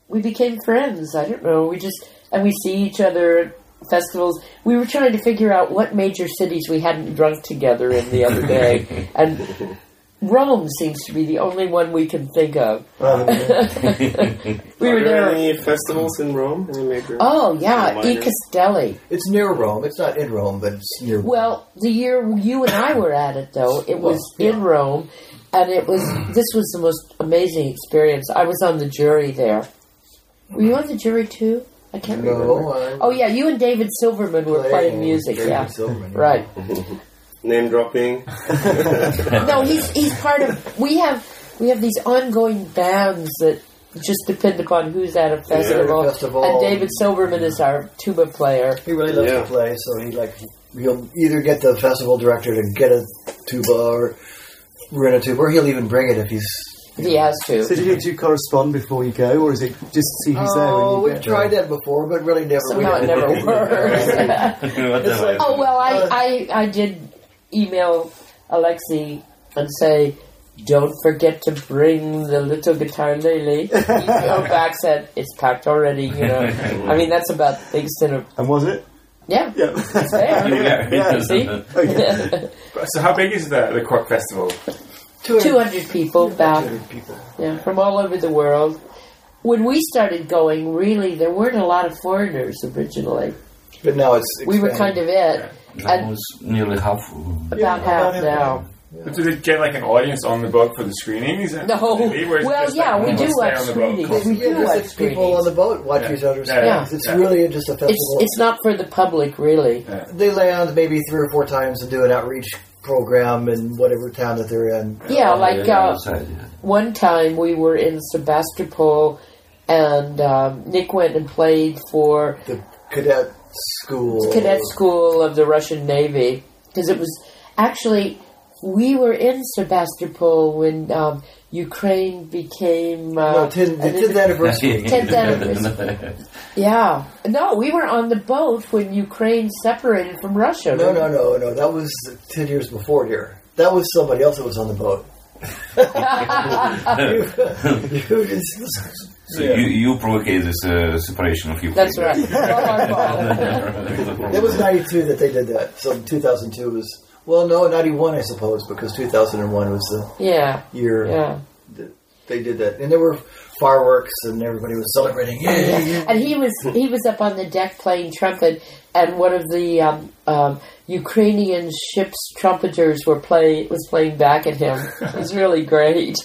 Speaker 1: we became friends. I don't know. We just and we see each other at festivals. We were trying to figure out what major cities we hadn't drunk together in the other day, and Rome seems to be the only one we can think of.
Speaker 5: Rather than-
Speaker 1: We
Speaker 3: Are
Speaker 1: were
Speaker 3: there
Speaker 1: there.
Speaker 3: any festivals in Rome? Any major?
Speaker 1: Oh yeah,
Speaker 3: Minor.
Speaker 1: E. Castelli.
Speaker 2: it's near Rome. It's not in Rome, but it's near.
Speaker 1: Well, the year you and I were at it, though, it was
Speaker 2: Well, yeah.
Speaker 1: in Rome, and it was this was the most amazing experience. I was on the jury there. Were you on the jury too? I can't remember.
Speaker 2: no. I-
Speaker 1: Oh yeah, you and David Silverman were playing music.
Speaker 2: David
Speaker 1: Yeah,
Speaker 2: Silverman.
Speaker 1: right.
Speaker 3: Name dropping.
Speaker 1: No, he's he's part of. We have we have these ongoing bands that just depend upon who's at a festival.
Speaker 2: festival.
Speaker 1: And David Silverman is our tuba player.
Speaker 2: He really loves
Speaker 3: Yeah.
Speaker 2: to play, so he like he'll either get the festival director to get a tuba or rent a tuba, or he'll even bring it if he's
Speaker 1: He has to.
Speaker 5: So do you, do you correspond before you go, or is it just see who's there when
Speaker 2: Oh,
Speaker 5: you
Speaker 2: we've
Speaker 5: get
Speaker 2: tried that before, but really never.
Speaker 1: Somehow it
Speaker 2: really-
Speaker 1: never works.
Speaker 4: Whatever.
Speaker 1: oh well,
Speaker 5: Uh,
Speaker 1: I, I I did email Alexi and say, don't forget to bring the little guitar lily. He came back said it's packed already. You know, I mean that's about the extent of
Speaker 5: there? And was it?
Speaker 1: yeah.
Speaker 5: Yeah.
Speaker 1: It's there.
Speaker 6: Yeah.
Speaker 1: Yeah, see?
Speaker 5: Okay.
Speaker 6: So how big is the the Cork Festival?
Speaker 1: 200 people back
Speaker 2: people.
Speaker 1: yeah, from all over the world. When we started going, really, there weren't a lot of foreigners originally.
Speaker 2: But now it's
Speaker 1: We were kind of it.
Speaker 4: That was nearly half.
Speaker 1: About
Speaker 2: Yeah,
Speaker 1: half
Speaker 2: about
Speaker 1: now.
Speaker 6: But do they get like an audience on the boat for the screenings?
Speaker 1: No.
Speaker 6: Really? Or is it
Speaker 1: Well,
Speaker 6: just,
Speaker 1: yeah,
Speaker 6: like,
Speaker 1: we
Speaker 6: what's
Speaker 1: do
Speaker 6: there
Speaker 1: watch
Speaker 6: on the boat?
Speaker 1: screenings. We
Speaker 2: Yeah,
Speaker 1: do
Speaker 2: there's
Speaker 1: watch
Speaker 2: like people on
Speaker 1: screenings.
Speaker 2: the boat watch
Speaker 6: Yeah.
Speaker 2: each other's
Speaker 6: Yeah.
Speaker 2: yeah. It's
Speaker 6: Yeah.
Speaker 2: really just a festival.
Speaker 1: It's, it's not for the public, really.
Speaker 2: they land maybe three or four times and do an outreach program in whatever town that they're in.
Speaker 1: Yeah, like
Speaker 4: yeah,
Speaker 1: uh,
Speaker 4: outside, yeah.
Speaker 1: one time we were in Sebastopol and um, Nick went and played for
Speaker 2: The cadet school.
Speaker 1: cadet school of the Russian Navy because it was actually we were in Sebastopol when um, Ukraine became uh,
Speaker 2: No, 10th
Speaker 1: an
Speaker 2: tenth
Speaker 1: independent-
Speaker 2: anniversary.
Speaker 1: Tenth Yeah, no, we were on the boat when Ukraine separated from Russia.
Speaker 2: No, no, no, no. That was ten years before here. That was somebody else that was on the boat. You just-
Speaker 4: so you, you provocate this uh, separation of Ukraine.
Speaker 1: That's right. It's all our fault.
Speaker 2: It was 92 that they did that. So 2002 was, well, no, 91, I suppose, because 2001 was
Speaker 1: yeah,
Speaker 2: the year
Speaker 1: yeah.
Speaker 2: that they did that. And there were fireworks and everybody was celebrating. Yeah, yeah, yeah.
Speaker 1: And he was he was up on the deck playing trumpet, and one of the um, um, Ukrainian ship's trumpeters were play was playing back at him. It was really great.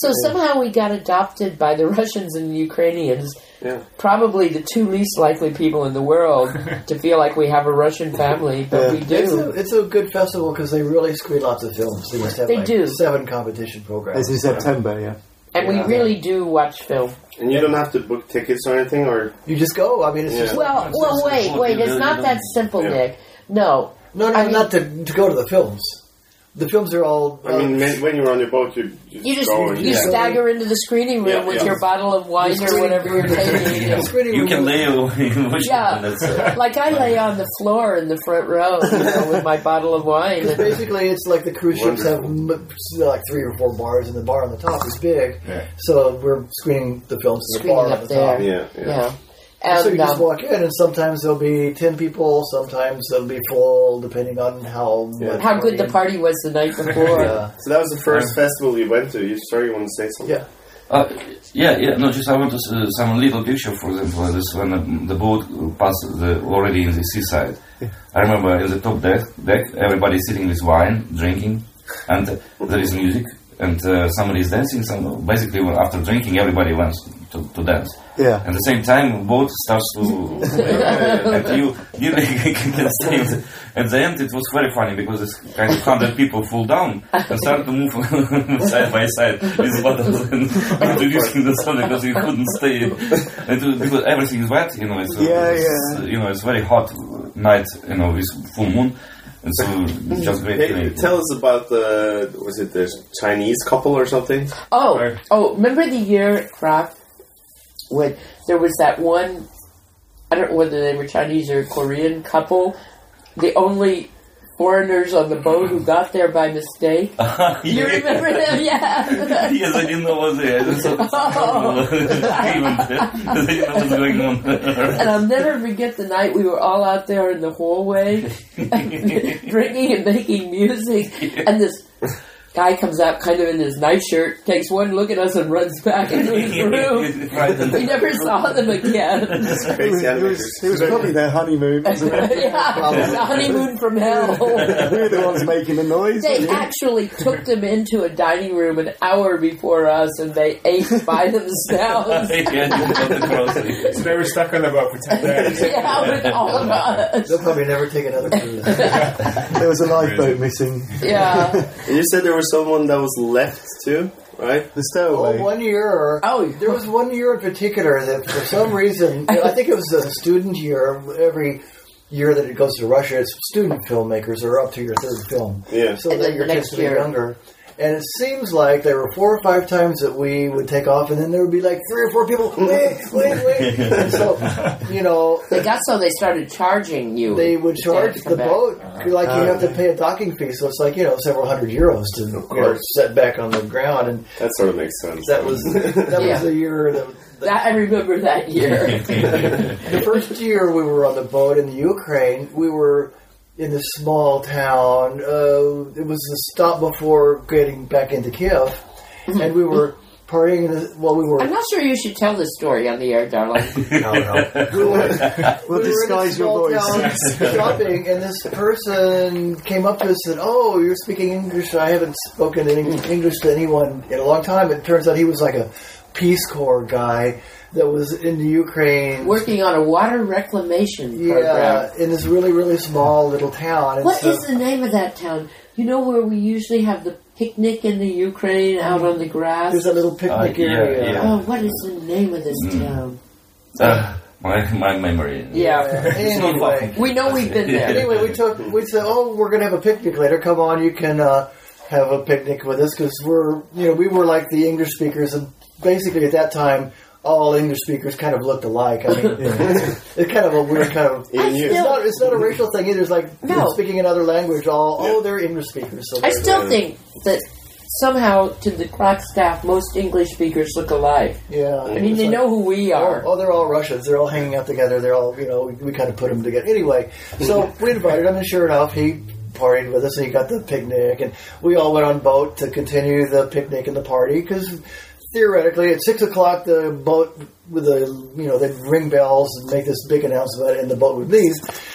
Speaker 1: So somehow we got adopted by the Russians and Ukrainians,
Speaker 3: Yeah.
Speaker 1: probably the two least likely people in the world to feel like we have a Russian family, but we
Speaker 2: It's a,
Speaker 1: do.
Speaker 2: it's a good festival because they really screen lots of films. They must have
Speaker 1: They
Speaker 2: like
Speaker 1: do.
Speaker 2: seven competition programs.
Speaker 5: It's in September, yeah.
Speaker 1: And we really do watch film.
Speaker 3: And you don't have to book tickets or anything, or
Speaker 2: You just go. I mean, it's
Speaker 3: Yeah.
Speaker 2: just
Speaker 1: Well, well, wait, wait. It's not that simple, Nick. No,
Speaker 2: no, no,
Speaker 1: I mean-
Speaker 2: not to, to go to the films. The films are all. uh,
Speaker 3: I mean, when when you're on your boat, you you
Speaker 1: You just
Speaker 3: go and-
Speaker 1: you
Speaker 3: yeah.
Speaker 1: stagger into the screening room
Speaker 3: Yeah,
Speaker 1: with
Speaker 3: yeah.
Speaker 1: your bottle of wine or whatever you're taking.
Speaker 2: It's pretty
Speaker 4: You can lay away in which
Speaker 1: Yeah.
Speaker 4: that's, uh,
Speaker 1: Like I lay on the floor in the front row you know, with my bottle of wine. And,
Speaker 2: Basically, it's like the cruise ships have m- like three or four bars, and the bar on the top is big.
Speaker 6: Yeah.
Speaker 2: So we're screening the films in the
Speaker 1: Screening up
Speaker 2: bar on the
Speaker 1: there.
Speaker 2: top.
Speaker 3: Yeah, yeah.
Speaker 1: yeah,
Speaker 2: so you
Speaker 1: and
Speaker 2: just
Speaker 1: um,
Speaker 2: walk in, and sometimes there'll be ten people, sometimes there'll be full, depending on how much uh,
Speaker 1: how good the
Speaker 2: party-
Speaker 1: party was the night before.
Speaker 2: Yeah.
Speaker 3: So that was the first festival you went to. You sorry, you want to say something?
Speaker 2: Yeah.
Speaker 4: Uh, yeah, yeah. No, just I want to s- uh, some little picture for them for this when um, the boat passed the, already in the seaside. I remember in the top deck, deck everybody sitting with wine, drinking, and there is music, and uh, somebody is dancing. Some basically well, after drinking, everybody wants to, to dance.
Speaker 5: Yeah.
Speaker 4: At the same time, boat starts to, and you nearly can see it. At the end, it was very funny because this kind of hundred people fall down and start to move side by side with bottles and introducing the sun because you couldn't stay. And it was- because everything is wet, you know. It's,
Speaker 5: Yeah,
Speaker 4: it's, You know, it's very hot night, you know, with full moon, and so it's just great.
Speaker 3: Hey, tell us about the was it the Chinese couple or something?
Speaker 1: Oh,
Speaker 6: Or-
Speaker 1: oh! Remember the year Croc when there was that one? I don't know whether they were Chinese or Korean couple. The only foreigners on the boat who got there by mistake. You remember them? Yeah. Oh.
Speaker 4: Yes, I didn't know what they. I just thought even I didn't know what's going on.
Speaker 1: And I'll never forget the night we were all out there in the hallway, drinking and making music, and this guy comes out kind of in his nightshirt, takes one look at us, and runs back into his room. We never saw them again.
Speaker 3: It's
Speaker 5: It was,
Speaker 3: crazy.
Speaker 5: it was, it was probably their honeymoon. wasn't it?
Speaker 1: yeah, the honeymoon from hell.
Speaker 5: they were the ones making the noise.
Speaker 1: They
Speaker 5: weren't they?
Speaker 1: actually took them into a dining room an hour before us, and they ate by themselves.
Speaker 6: So they were stuck on the boat for 10 days.
Speaker 1: yeah, with all of us.
Speaker 2: They'll probably never take another cruise.
Speaker 5: There was a lifeboat missing.
Speaker 1: Yeah.
Speaker 3: And you said there was someone that was left too, right?
Speaker 5: The
Speaker 2: well,
Speaker 5: stowaway.
Speaker 2: Oh, one year.
Speaker 1: Oh,
Speaker 2: There was one year in particular that, for some reason, I think it was a student year. Every year that it goes to Russia, it's student filmmakers are up to your third film.
Speaker 3: Yeah.
Speaker 2: So
Speaker 1: And
Speaker 2: that
Speaker 1: then
Speaker 2: you're
Speaker 1: the next
Speaker 2: considered
Speaker 1: year.
Speaker 2: younger. And it seems like there were four or five times that we would take off, and then there would be like three or four people, wait, wait, wait. And so, you know,
Speaker 1: They got so they started charging you.
Speaker 2: they would
Speaker 1: to stand
Speaker 2: charge
Speaker 1: to come
Speaker 2: the
Speaker 1: back. Uh-huh.
Speaker 2: boat like you
Speaker 3: Uh,
Speaker 2: have to pay a docking fee, so it's like you know several hundred euros to you know, set back on the ground, and
Speaker 3: That sort of makes sense.
Speaker 2: that was that
Speaker 1: Yeah.
Speaker 2: was the year that.
Speaker 1: That I remember that year.
Speaker 2: The first year we were on the boat in the Ukraine, we were in this small town. Uh, it was the stop before getting back into Kiev, and we were partying. In the, well, we were.
Speaker 1: I'm not sure you should tell this story on the air, darling.
Speaker 2: No, no. We were,
Speaker 5: We'll
Speaker 2: we were in a
Speaker 5: disguise
Speaker 2: small
Speaker 5: your voice.
Speaker 2: town shopping, and this person came up to us and said, "Oh, you're speaking English. I haven't spoken in Eng- English to anyone in a long time." It turns out he was like a Peace Corps guy that was in the Ukraine.
Speaker 1: Working on a water reclamation program.
Speaker 2: yeah, in this really, really small little town. And
Speaker 1: What
Speaker 2: so-
Speaker 1: is the name of that town? You know where we usually have the picnic in the Ukraine out on the grass?
Speaker 2: Mm-hmm. There's a little picnic
Speaker 4: Uh, yeah,
Speaker 2: area.
Speaker 4: yeah.
Speaker 1: Oh, what is the name of this town?
Speaker 4: Ah, my, my memory.
Speaker 1: Yeah.
Speaker 2: Anyway,
Speaker 1: We know we've been there.
Speaker 2: anyway, we took we said, oh, we're gonna have a picnic later. Come on, you can uh, have a picnic with us because we're you know we were like the English speakers, and basically at that time. All English speakers kind of looked alike. I mean, it's kind of a weird kind of.
Speaker 1: I
Speaker 2: It's
Speaker 1: still-
Speaker 2: not, it's not a racial thing either. It's like
Speaker 1: No.
Speaker 2: speaking another language. All oh, they're English speakers. So
Speaker 1: I
Speaker 2: they're-
Speaker 1: still think that somehow to the crack staff, most English speakers look alike.
Speaker 2: yeah.
Speaker 1: I mean, they know who we
Speaker 2: Oh,
Speaker 1: are.
Speaker 2: oh, they're all Russians. They're all hanging out together. They're all, you know, we, we kind of put them together. Anyway, so we invited him, and sure enough, he partied with us, and he got the picnic, and we all went on boat to continue the picnic and the party because theoretically, at six o'clock, the boat with the, you know, they'd ring bells and make this big announcement, and the boat would leave.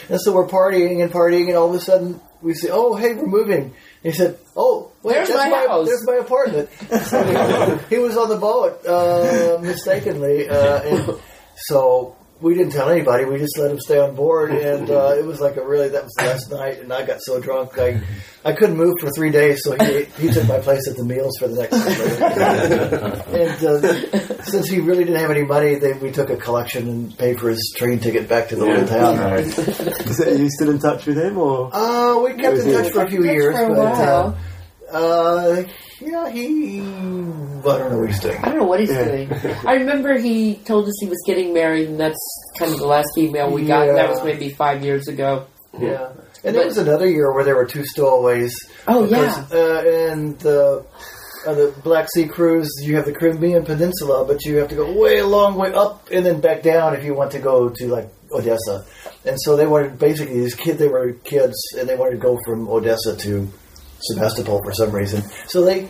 Speaker 2: And so we're partying and partying, and all of a sudden we say, "Oh, hey, we're moving." He said, "Oh, wait,
Speaker 1: There's
Speaker 2: that's
Speaker 1: my house."
Speaker 2: There's my apartment." So he was on the boat uh, mistakenly, uh, and so we didn't tell anybody. We just let him stay on board, and uh, it was like a really that was the last night, and I got so drunk I I couldn't move for three days. So he he took my place at the meals for the next. and uh, since he really didn't have any money, they, we took a collection and paid for his train ticket back to the little town.
Speaker 5: So are you still in touch with him, or
Speaker 2: Uh, we kept in touch for a few
Speaker 1: That's
Speaker 2: years,
Speaker 1: for a
Speaker 2: but
Speaker 1: while.
Speaker 2: uh, uh, yeah, he. I don't know what he's doing.
Speaker 1: I don't know what he's
Speaker 5: Yeah.
Speaker 1: doing. I remember he told us he was getting married, and that's kind of the last email we got. and That
Speaker 2: Yeah.
Speaker 1: was maybe five years ago.
Speaker 2: Yeah, and there was another year where there were two stowaways.
Speaker 1: Oh, yeah.
Speaker 2: Because, uh, and the on the Black Sea cruise, you have the Crimean Peninsula, but you have to go way a long way up and then back down if you want to go to like Odessa. And so they wanted basically these kids. They were kids, and they wanted to go from Odessa to Sebastopol for some reason. So they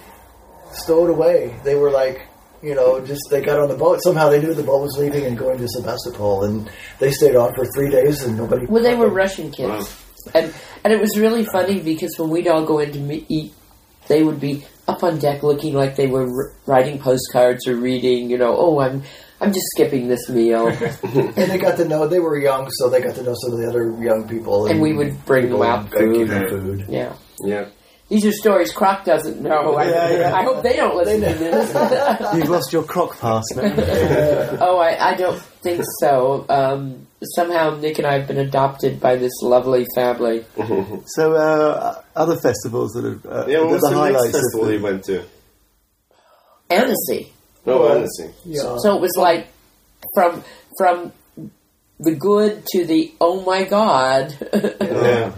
Speaker 2: stowed away. They were like, you know, just they got on the boat. Somehow they knew the boat was leaving and going to Sebastopol, and they stayed on for three days, and nobody.
Speaker 1: Well, they were Russian kids, and and it was really funny because when we'd all go in to me- eat, they would be up on deck looking like they were r- writing postcards or reading. You know, oh, I'm I'm just skipping this meal,
Speaker 2: and they got to know they were young, so they got to know some of the other young people.
Speaker 1: and we would bring them out
Speaker 2: and
Speaker 1: food.
Speaker 2: give them food.
Speaker 1: Yeah.
Speaker 3: Yeah.
Speaker 1: These are stories Croc doesn't know. I,
Speaker 5: Oh, Yeah, yeah.
Speaker 1: I hope they don't listen to this.
Speaker 5: you've lost your croc pass now?
Speaker 1: Oh, I, I don't think so. Um, somehow Nick and I have been adopted by this lovely family.
Speaker 5: so uh, other festivals that have uh,
Speaker 3: Yeah, what
Speaker 5: the,
Speaker 3: was
Speaker 5: the
Speaker 3: the,
Speaker 5: highlights
Speaker 3: next
Speaker 5: of
Speaker 3: festival
Speaker 5: the-
Speaker 3: you went to?
Speaker 1: Annecy.
Speaker 3: No, I didn't see.
Speaker 2: Yeah.
Speaker 1: So it was like from from the good to the oh my god.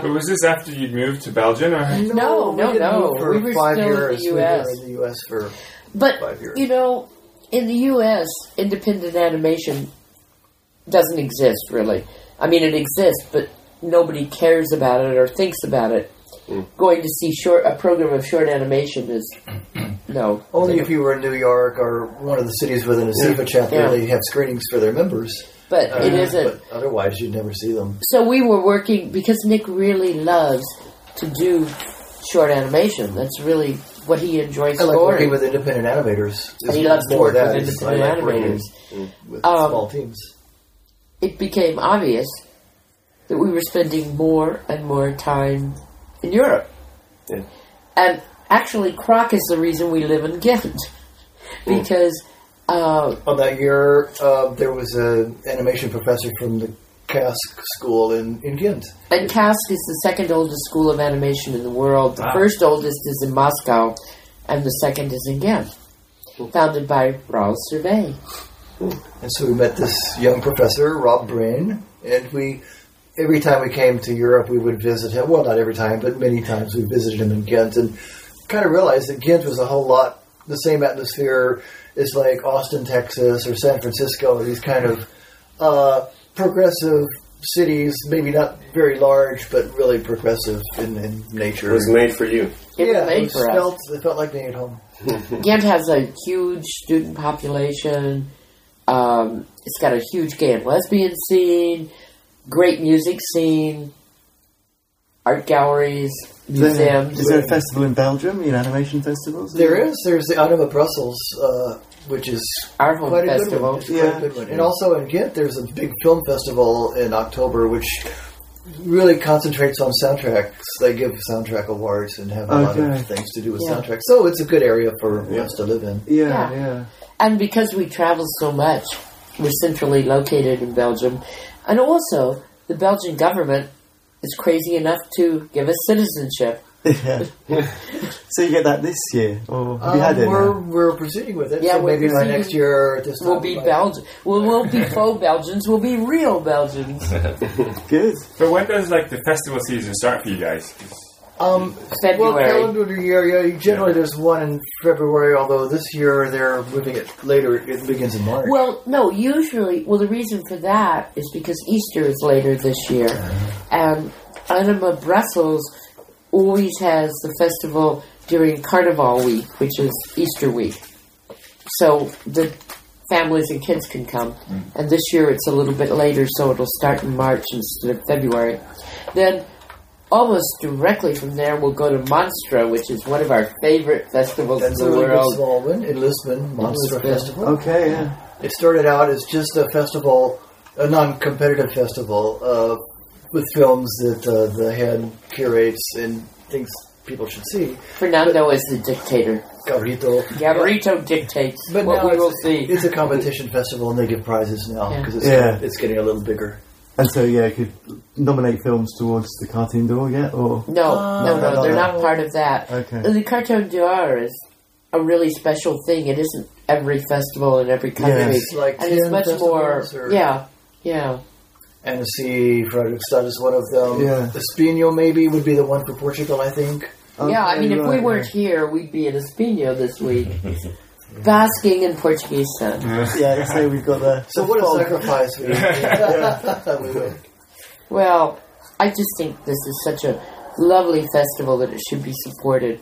Speaker 1: yeah.
Speaker 6: But was this after you'd moved to Belgium? Or?
Speaker 1: No, no,
Speaker 2: didn't
Speaker 1: no.
Speaker 2: move For
Speaker 1: We were
Speaker 2: five
Speaker 1: still in the US.
Speaker 2: years, We were in the U.S. for
Speaker 1: But
Speaker 2: Five years.
Speaker 1: you know, in the US, independent animation doesn't exist really. I mean it exists, but nobody cares about it or thinks about it.
Speaker 2: Hmm.
Speaker 1: Going to see short a program of short animation is no.
Speaker 2: only if you were in New York or one of the cities with an ASIFA chapter.
Speaker 1: Yeah.
Speaker 2: They have screenings for their members.
Speaker 1: But it isn't.
Speaker 2: Uh, But otherwise, you'd never see them.
Speaker 1: so we were working because Nick really loves to do short animation. That's really what he enjoys
Speaker 2: I like
Speaker 1: scoring.
Speaker 2: working with independent animators.
Speaker 1: and he loves to
Speaker 2: More
Speaker 1: work
Speaker 2: of that
Speaker 1: with
Speaker 2: is- I
Speaker 1: independent
Speaker 2: like working
Speaker 1: animators.
Speaker 2: with
Speaker 1: Um,
Speaker 2: small teams.
Speaker 1: It became obvious that we were spending more and more time in Europe.
Speaker 3: Yeah.
Speaker 1: And actually, Croc is the reason we live in Ghent. Because uh,
Speaker 2: On that year, uh, there was an animation professor from the Kask School in, in Ghent.
Speaker 1: And Kask is the second oldest school of animation in the world. The first oldest is in Moscow, and the second is in Ghent, founded by Raoul Servais.
Speaker 2: And so we met this young professor, Rob Brain, and we, every time we came to Europe, we would visit him. Well, not every time, but many times we visited him in Ghent and kind of realized that Ghent was a whole lot the same atmosphere as like Austin, Texas or San Francisco, these kind of uh, progressive cities, maybe not very large, but really progressive in, in nature.
Speaker 3: It was made for you.
Speaker 1: It
Speaker 2: yeah,
Speaker 1: was made
Speaker 2: it,
Speaker 1: for us.
Speaker 2: felt, it felt like being at home.
Speaker 1: Ghent has a huge student population. Um, it's got a huge gay and lesbian scene, great music scene, art galleries,
Speaker 5: Is there,
Speaker 1: museums.
Speaker 5: is there a festival in Belgium? You know, animation festivals?
Speaker 2: There is. There's the Autumn of Brussels, uh, which is
Speaker 1: Our home
Speaker 2: quite a good
Speaker 1: festival.
Speaker 2: one. It's quite
Speaker 5: Yeah.
Speaker 2: a good one. And also in Ghent, there's a big film festival in October, which really concentrates on soundtracks. They give soundtrack awards and have a lot
Speaker 5: Okay.
Speaker 2: of things to do with
Speaker 1: Yeah.
Speaker 2: soundtracks. So it's a good area for us to live in.
Speaker 5: Yeah,
Speaker 1: Yeah.
Speaker 5: yeah.
Speaker 1: And because we travel so much, we're centrally located in Belgium. And also, the Belgian government is crazy enough to give us citizenship.
Speaker 5: yeah. so you get that this year, or have you
Speaker 1: Uh,
Speaker 5: had
Speaker 2: Um,
Speaker 5: it?
Speaker 2: we're,
Speaker 5: now?
Speaker 2: we're proceeding with it.
Speaker 1: Yeah,
Speaker 2: so
Speaker 1: we're
Speaker 2: maybe by
Speaker 1: proceeding.
Speaker 2: next year, at this time
Speaker 1: We'll be
Speaker 2: we might-
Speaker 1: Belgian. We'll, we'll be faux Belgians. We'll be real Belgians.
Speaker 5: Good.
Speaker 6: But when does like the festival season start for you guys?
Speaker 2: Um, Well,
Speaker 1: February.
Speaker 2: calendar year, yeah. Generally, there's one in February. Although this year they're moving it later. It begins in March.
Speaker 1: Well, no, usually, well, the reason for that is because Easter is later this year.
Speaker 2: Uh-huh.
Speaker 1: And Anima Brussels always has the festival during Carnival week, which is Easter week. So the families and kids can come.
Speaker 2: Mm.
Speaker 1: And this year it's a little bit later, so it'll start in March instead of February. Then, almost directly from there, we'll go to Monstro, which is one of our favorite festivals
Speaker 2: That's
Speaker 1: in
Speaker 2: a
Speaker 1: the
Speaker 2: really
Speaker 1: world.
Speaker 2: good small one in Lisbon, Monster
Speaker 1: Lisbon.
Speaker 2: Festival.
Speaker 5: Okay, yeah.
Speaker 2: It started out as just a festival, a non-competitive festival uh, with films that uh, the head curates and thinks people should see.
Speaker 1: Fernando is the dictator.
Speaker 2: Cabrito.
Speaker 1: Gabarito dictates
Speaker 2: But
Speaker 1: what
Speaker 2: now
Speaker 1: we will
Speaker 2: it's,
Speaker 1: see.
Speaker 2: it's a competition festival, and they give prizes now
Speaker 1: Yeah.
Speaker 2: because
Speaker 5: Yeah.
Speaker 2: it's, it's getting a little bigger.
Speaker 5: And so, yeah, you could nominate films towards the Cartoon Door yet, or
Speaker 1: No, no, no,
Speaker 5: no,
Speaker 1: they're
Speaker 5: no.
Speaker 1: not part of that.
Speaker 5: Okay.
Speaker 1: The Carton d'Or is a really special thing. It isn't every festival in every country.
Speaker 5: Yes.
Speaker 2: It's like
Speaker 1: and it's
Speaker 2: 10
Speaker 1: much more.
Speaker 2: festivals or-
Speaker 1: Yeah, yeah.
Speaker 2: Annecy, Frederickstad is one of them.
Speaker 5: Yeah.
Speaker 2: Espinho maybe would be the one for Portugal, I think.
Speaker 1: yeah, I mean,
Speaker 5: Okay,
Speaker 1: if we
Speaker 5: right,
Speaker 1: weren't here, we'd be in Espino this week, basking in Portuguese sun.
Speaker 5: yeah. yeah, so we've got the
Speaker 2: So
Speaker 5: the
Speaker 2: what a
Speaker 5: fog.
Speaker 2: sacrifice we we would.
Speaker 1: Well, I just think this is such a lovely festival that it should be supported.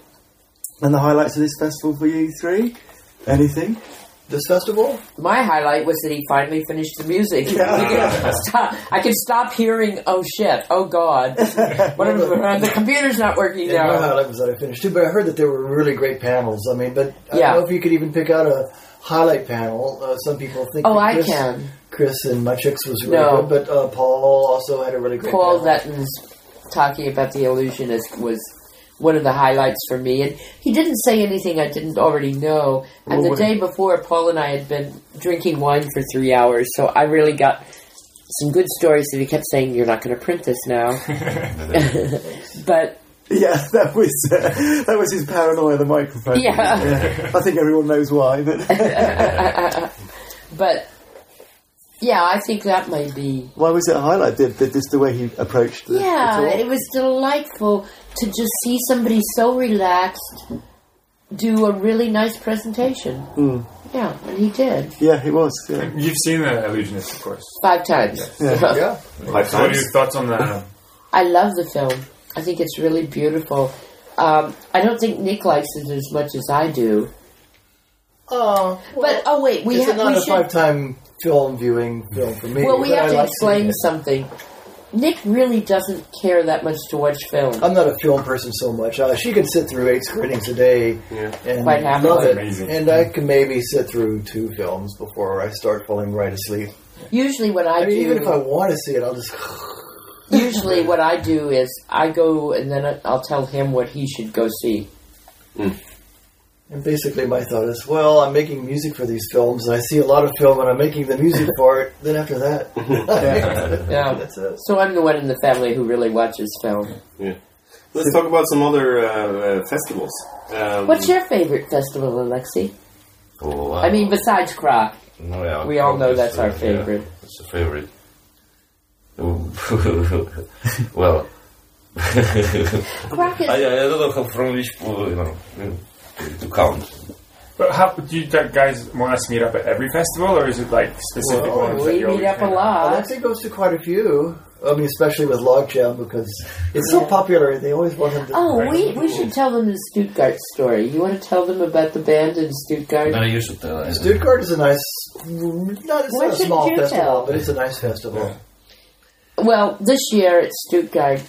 Speaker 5: and the highlights of this festival for you three. Anything?
Speaker 2: This festival?
Speaker 1: My highlight was that he finally finished the music. I, could stop, I could stop hearing, oh shit, oh god. What am- the computer's not working
Speaker 2: Yeah. I don't know
Speaker 1: now.
Speaker 2: how that was that I finished too, but I heard that there were really great panels. I mean, but I
Speaker 1: Yeah.
Speaker 2: don't know if you could even pick out a highlight panel. Uh, some people think.
Speaker 1: Oh,
Speaker 2: that
Speaker 1: I
Speaker 2: Chris,
Speaker 1: can.
Speaker 2: Chris and my chicks was really
Speaker 1: No.
Speaker 2: good, but uh, Paul also had a really great.
Speaker 1: Paul
Speaker 2: panel.
Speaker 1: Dutton's talking about the illusionist was one of the highlights for me. And he didn't say anything I didn't already know. And the
Speaker 5: Well,
Speaker 1: day before, Paul and I had been drinking wine for three hours, so I really got some good stories that he kept saying, You're not going to print this now. but
Speaker 5: Yeah, that was uh, that was his paranoia. The microphone.
Speaker 1: Yeah.
Speaker 5: I think everyone knows why, but
Speaker 1: But yeah, I think that might be.
Speaker 5: why was it a highlight? Did, did just the way he approached the, the
Speaker 1: Yeah,
Speaker 5: talk?
Speaker 1: it was delightful to just see somebody so relaxed do a really nice presentation. Yeah, and he did
Speaker 5: yeah, it was. Yeah.
Speaker 6: You've seen the Illusionist, of course.
Speaker 1: five times.
Speaker 5: Yeah.
Speaker 2: Yeah.
Speaker 6: So what are your thoughts on the?
Speaker 1: I love the film. I think it's really beautiful. Um, I don't think Nick likes it as much as I do.
Speaker 2: Oh,
Speaker 1: But oh wait, we
Speaker 2: it's
Speaker 1: have
Speaker 2: not
Speaker 1: we
Speaker 2: a
Speaker 1: should
Speaker 2: five-time film viewing film for me.
Speaker 1: well we
Speaker 2: but
Speaker 1: have
Speaker 2: I
Speaker 1: to
Speaker 2: like
Speaker 1: explain
Speaker 2: seeing it.
Speaker 1: something. Nick really doesn't care that much to watch film.
Speaker 2: I'm not a film person so much. Uh, she can sit through eight screenings a day and
Speaker 1: Quite happily.
Speaker 2: love it.
Speaker 6: Amazing.
Speaker 2: And I can maybe sit through two films before I start falling right asleep.
Speaker 1: Usually, what I,
Speaker 2: I mean,
Speaker 1: do,
Speaker 2: even if I want to see it, I'll just.
Speaker 1: usually what I do is I go and then I- I'll tell him what he should go see.
Speaker 2: And basically, my thought is, well, I'm making music for these films, and I see a lot of film, and I'm making the music for it. Then after that,
Speaker 1: Yeah.
Speaker 2: that's it.
Speaker 1: So I'm the one in the family who really watches film.
Speaker 3: Let's talk about some other uh, uh, festivals. Um,
Speaker 1: What's your favorite festival, Alexi?
Speaker 4: Oh, wow.
Speaker 1: I mean, besides Croc.
Speaker 4: No, yeah,
Speaker 1: We all know
Speaker 4: it's,
Speaker 1: that's our
Speaker 4: yeah,
Speaker 1: favorite.
Speaker 4: it's a favorite. well,
Speaker 1: Croc is.
Speaker 4: I, I don't know how, from which uh, you know to count.
Speaker 6: But how do you guys want us to meet up at every festival, or is it like specific
Speaker 2: Well,
Speaker 6: ones? that
Speaker 1: we
Speaker 6: you always
Speaker 1: meet up a
Speaker 6: hang out?
Speaker 1: lot.
Speaker 2: Alexei goes to quite a few. I mean, especially with Logjam because it's so popular. They always want him to.
Speaker 1: Oh, we, we should tell them the Stuttgart story. You want to tell them about the band in Stuttgart?
Speaker 4: No, you should tell. us.
Speaker 2: Stuttgart is a nice, not, it's
Speaker 1: Why
Speaker 2: not a
Speaker 1: shouldn't
Speaker 2: small
Speaker 1: you
Speaker 2: festival,
Speaker 1: tell?
Speaker 2: but it's a nice festival.
Speaker 1: Well, this year at Stuttgart,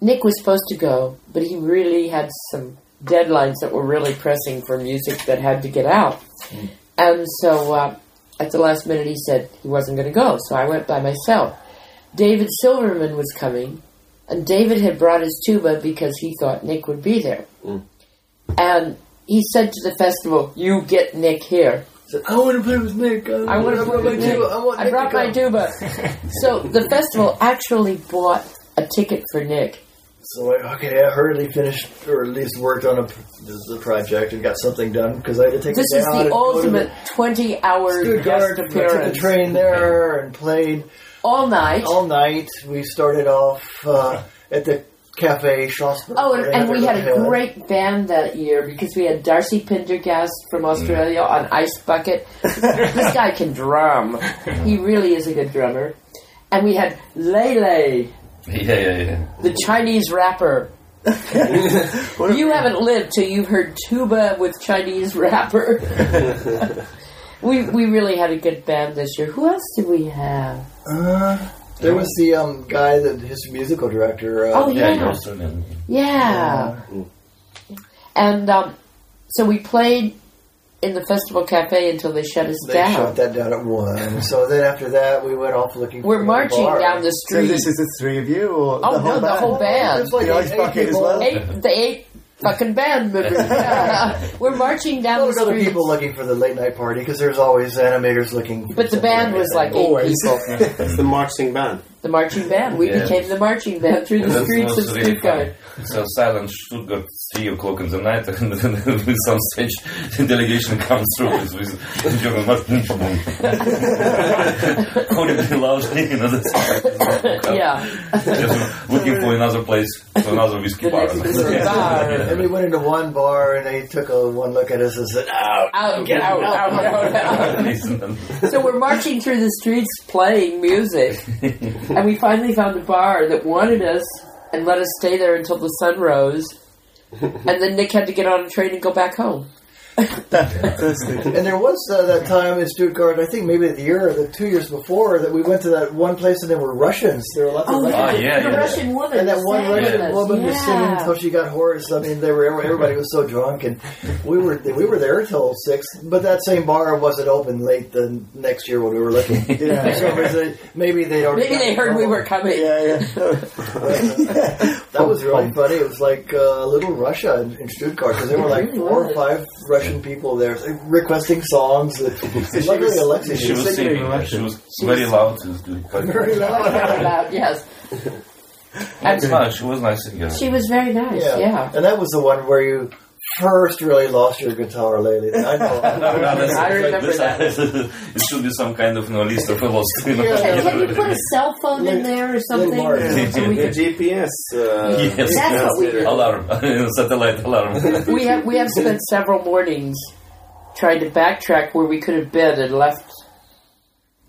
Speaker 1: Nick was supposed to go, but he really had some deadlines that were really pressing for music that had to get out. And so uh, at the last minute, he said he wasn't going to go, so I went by myself. David Silverman was coming, and David had brought his tuba because he thought Nick would be there. And he said to the festival, You get Nick here.
Speaker 2: Said, I want to play with Nick.
Speaker 1: I would have
Speaker 2: my tuba. I want
Speaker 1: I
Speaker 2: Nick
Speaker 1: brought
Speaker 2: to
Speaker 1: my
Speaker 2: come."
Speaker 1: tuba. so the festival actually bought a ticket for Nick.
Speaker 2: So I, okay, I hurriedly finished, or at least worked on a p- this is a project and got something done because I had to take
Speaker 1: This
Speaker 2: it
Speaker 1: is
Speaker 2: down.
Speaker 1: the
Speaker 2: and go to
Speaker 1: ultimate twenty-hour guest
Speaker 2: Stuttgart. I took the
Speaker 1: appearance.
Speaker 2: train there and played
Speaker 1: All night.
Speaker 2: all night. We started off uh, at the cafe Schlossberg.
Speaker 1: Oh, and,
Speaker 2: They
Speaker 1: and we
Speaker 2: their
Speaker 1: had a
Speaker 2: little
Speaker 1: great band that year because we had Darcy Pendergast from Australia
Speaker 2: Mm.
Speaker 1: on Ice Bucket. this guy can drum. He really is a good drummer. And we had Lele,
Speaker 4: Yeah, yeah, yeah.
Speaker 1: the Chinese rapper. you haven't lived till you've heard tuba with Chinese rapper. we we really had a good band this year. Who else did we have?
Speaker 2: Uh, there was the um, guy that his musical director. Uh,
Speaker 1: Oh
Speaker 4: Yeah,
Speaker 1: yeah,
Speaker 4: you're
Speaker 1: yeah.
Speaker 4: Australian.
Speaker 1: And um, so we played in the festival cafe until they shut us
Speaker 2: They
Speaker 1: down.
Speaker 2: shut that down at one. So then after that, we went off looking.
Speaker 1: We're marching down the
Speaker 5: So
Speaker 1: street.
Speaker 5: this is the three of you, or
Speaker 1: Oh,
Speaker 5: the whole
Speaker 1: no, the
Speaker 5: band?
Speaker 1: whole band.
Speaker 2: like
Speaker 5: The ice
Speaker 2: eight
Speaker 5: bucket as
Speaker 2: people.
Speaker 5: well?
Speaker 1: eight, the eight fucking band members. Yeah. We're marching down the
Speaker 2: There's other
Speaker 1: street.
Speaker 2: people looking for the late night party because there's always animators looking. for
Speaker 1: But the
Speaker 2: something
Speaker 1: band was like eight
Speaker 5: Always.
Speaker 1: people.
Speaker 3: It's the marching band.
Speaker 1: The marching band. We
Speaker 4: Yeah.
Speaker 1: became the marching band through the
Speaker 4: That
Speaker 1: streets of
Speaker 4: was really
Speaker 1: Stuttgart.
Speaker 4: funny. So silent Stuttgart, three o'clock in the night, and then some stage delegation comes through with, with German Martin boom, calling me loudly, you know, that's
Speaker 1: yeah.
Speaker 4: just looking for another place, for another whiskey
Speaker 1: The
Speaker 4: bar.
Speaker 1: next is the
Speaker 2: And
Speaker 1: bar.
Speaker 2: then we went into one bar and they took a one look at us and said, "Out,
Speaker 1: Out, get out, out, out, out. So we're marching through the streets playing music. And we finally found a bar that wanted us and let us stay there until the sun rose. And then Nick had to get on a train and go back home.
Speaker 2: And there was uh, that time in Stuttgart, I think maybe the year or the two years before, that we went to that one place and there were Russians. There were lots
Speaker 1: Oh,
Speaker 2: of Russians.
Speaker 4: yeah. yeah,
Speaker 1: the
Speaker 4: yeah.
Speaker 1: Russian woman.
Speaker 2: And that one
Speaker 1: sang
Speaker 2: Russian
Speaker 1: with us.
Speaker 2: woman was singing
Speaker 1: Yeah.
Speaker 2: until she got hoarse. I mean, they were everybody was so drunk, and we were we were there till six. But that same bar wasn't open late the next year when we were looking.
Speaker 5: Yeah.
Speaker 2: So it was a- maybe they already
Speaker 1: Maybe
Speaker 2: got
Speaker 1: they
Speaker 2: in
Speaker 1: heard we
Speaker 2: trouble.
Speaker 1: were coming.
Speaker 5: Yeah, yeah.
Speaker 2: That was really funny. It was like uh, Little Russia in, in Stuttgart because there were like four or five Russian people there like, requesting songs. Luckily, Alexei
Speaker 4: She was
Speaker 5: Singing
Speaker 4: singing,
Speaker 5: Russian.
Speaker 4: she was very loud. She was doing quite
Speaker 2: very loud.
Speaker 1: About- yes.
Speaker 4: It's fun, she was nice singer.
Speaker 1: She was very nice,
Speaker 2: Yeah.
Speaker 1: yeah.
Speaker 2: and that was the one where you first really lost your guitar, lady. I know.
Speaker 4: No, that's-
Speaker 1: I remember
Speaker 4: this- it should be some kind of you know, list of a lost. You know,
Speaker 1: Can, can you put a cell phone in
Speaker 2: Link-
Speaker 1: there or something?
Speaker 2: Mark.
Speaker 1: So we
Speaker 3: The
Speaker 1: could
Speaker 3: GPS. Uh,
Speaker 4: Yes.
Speaker 1: That's what we
Speaker 3: transmitter.
Speaker 1: did.
Speaker 4: alarm, satellite alarm.
Speaker 1: we have we have spent several mornings trying to backtrack where we could have been and left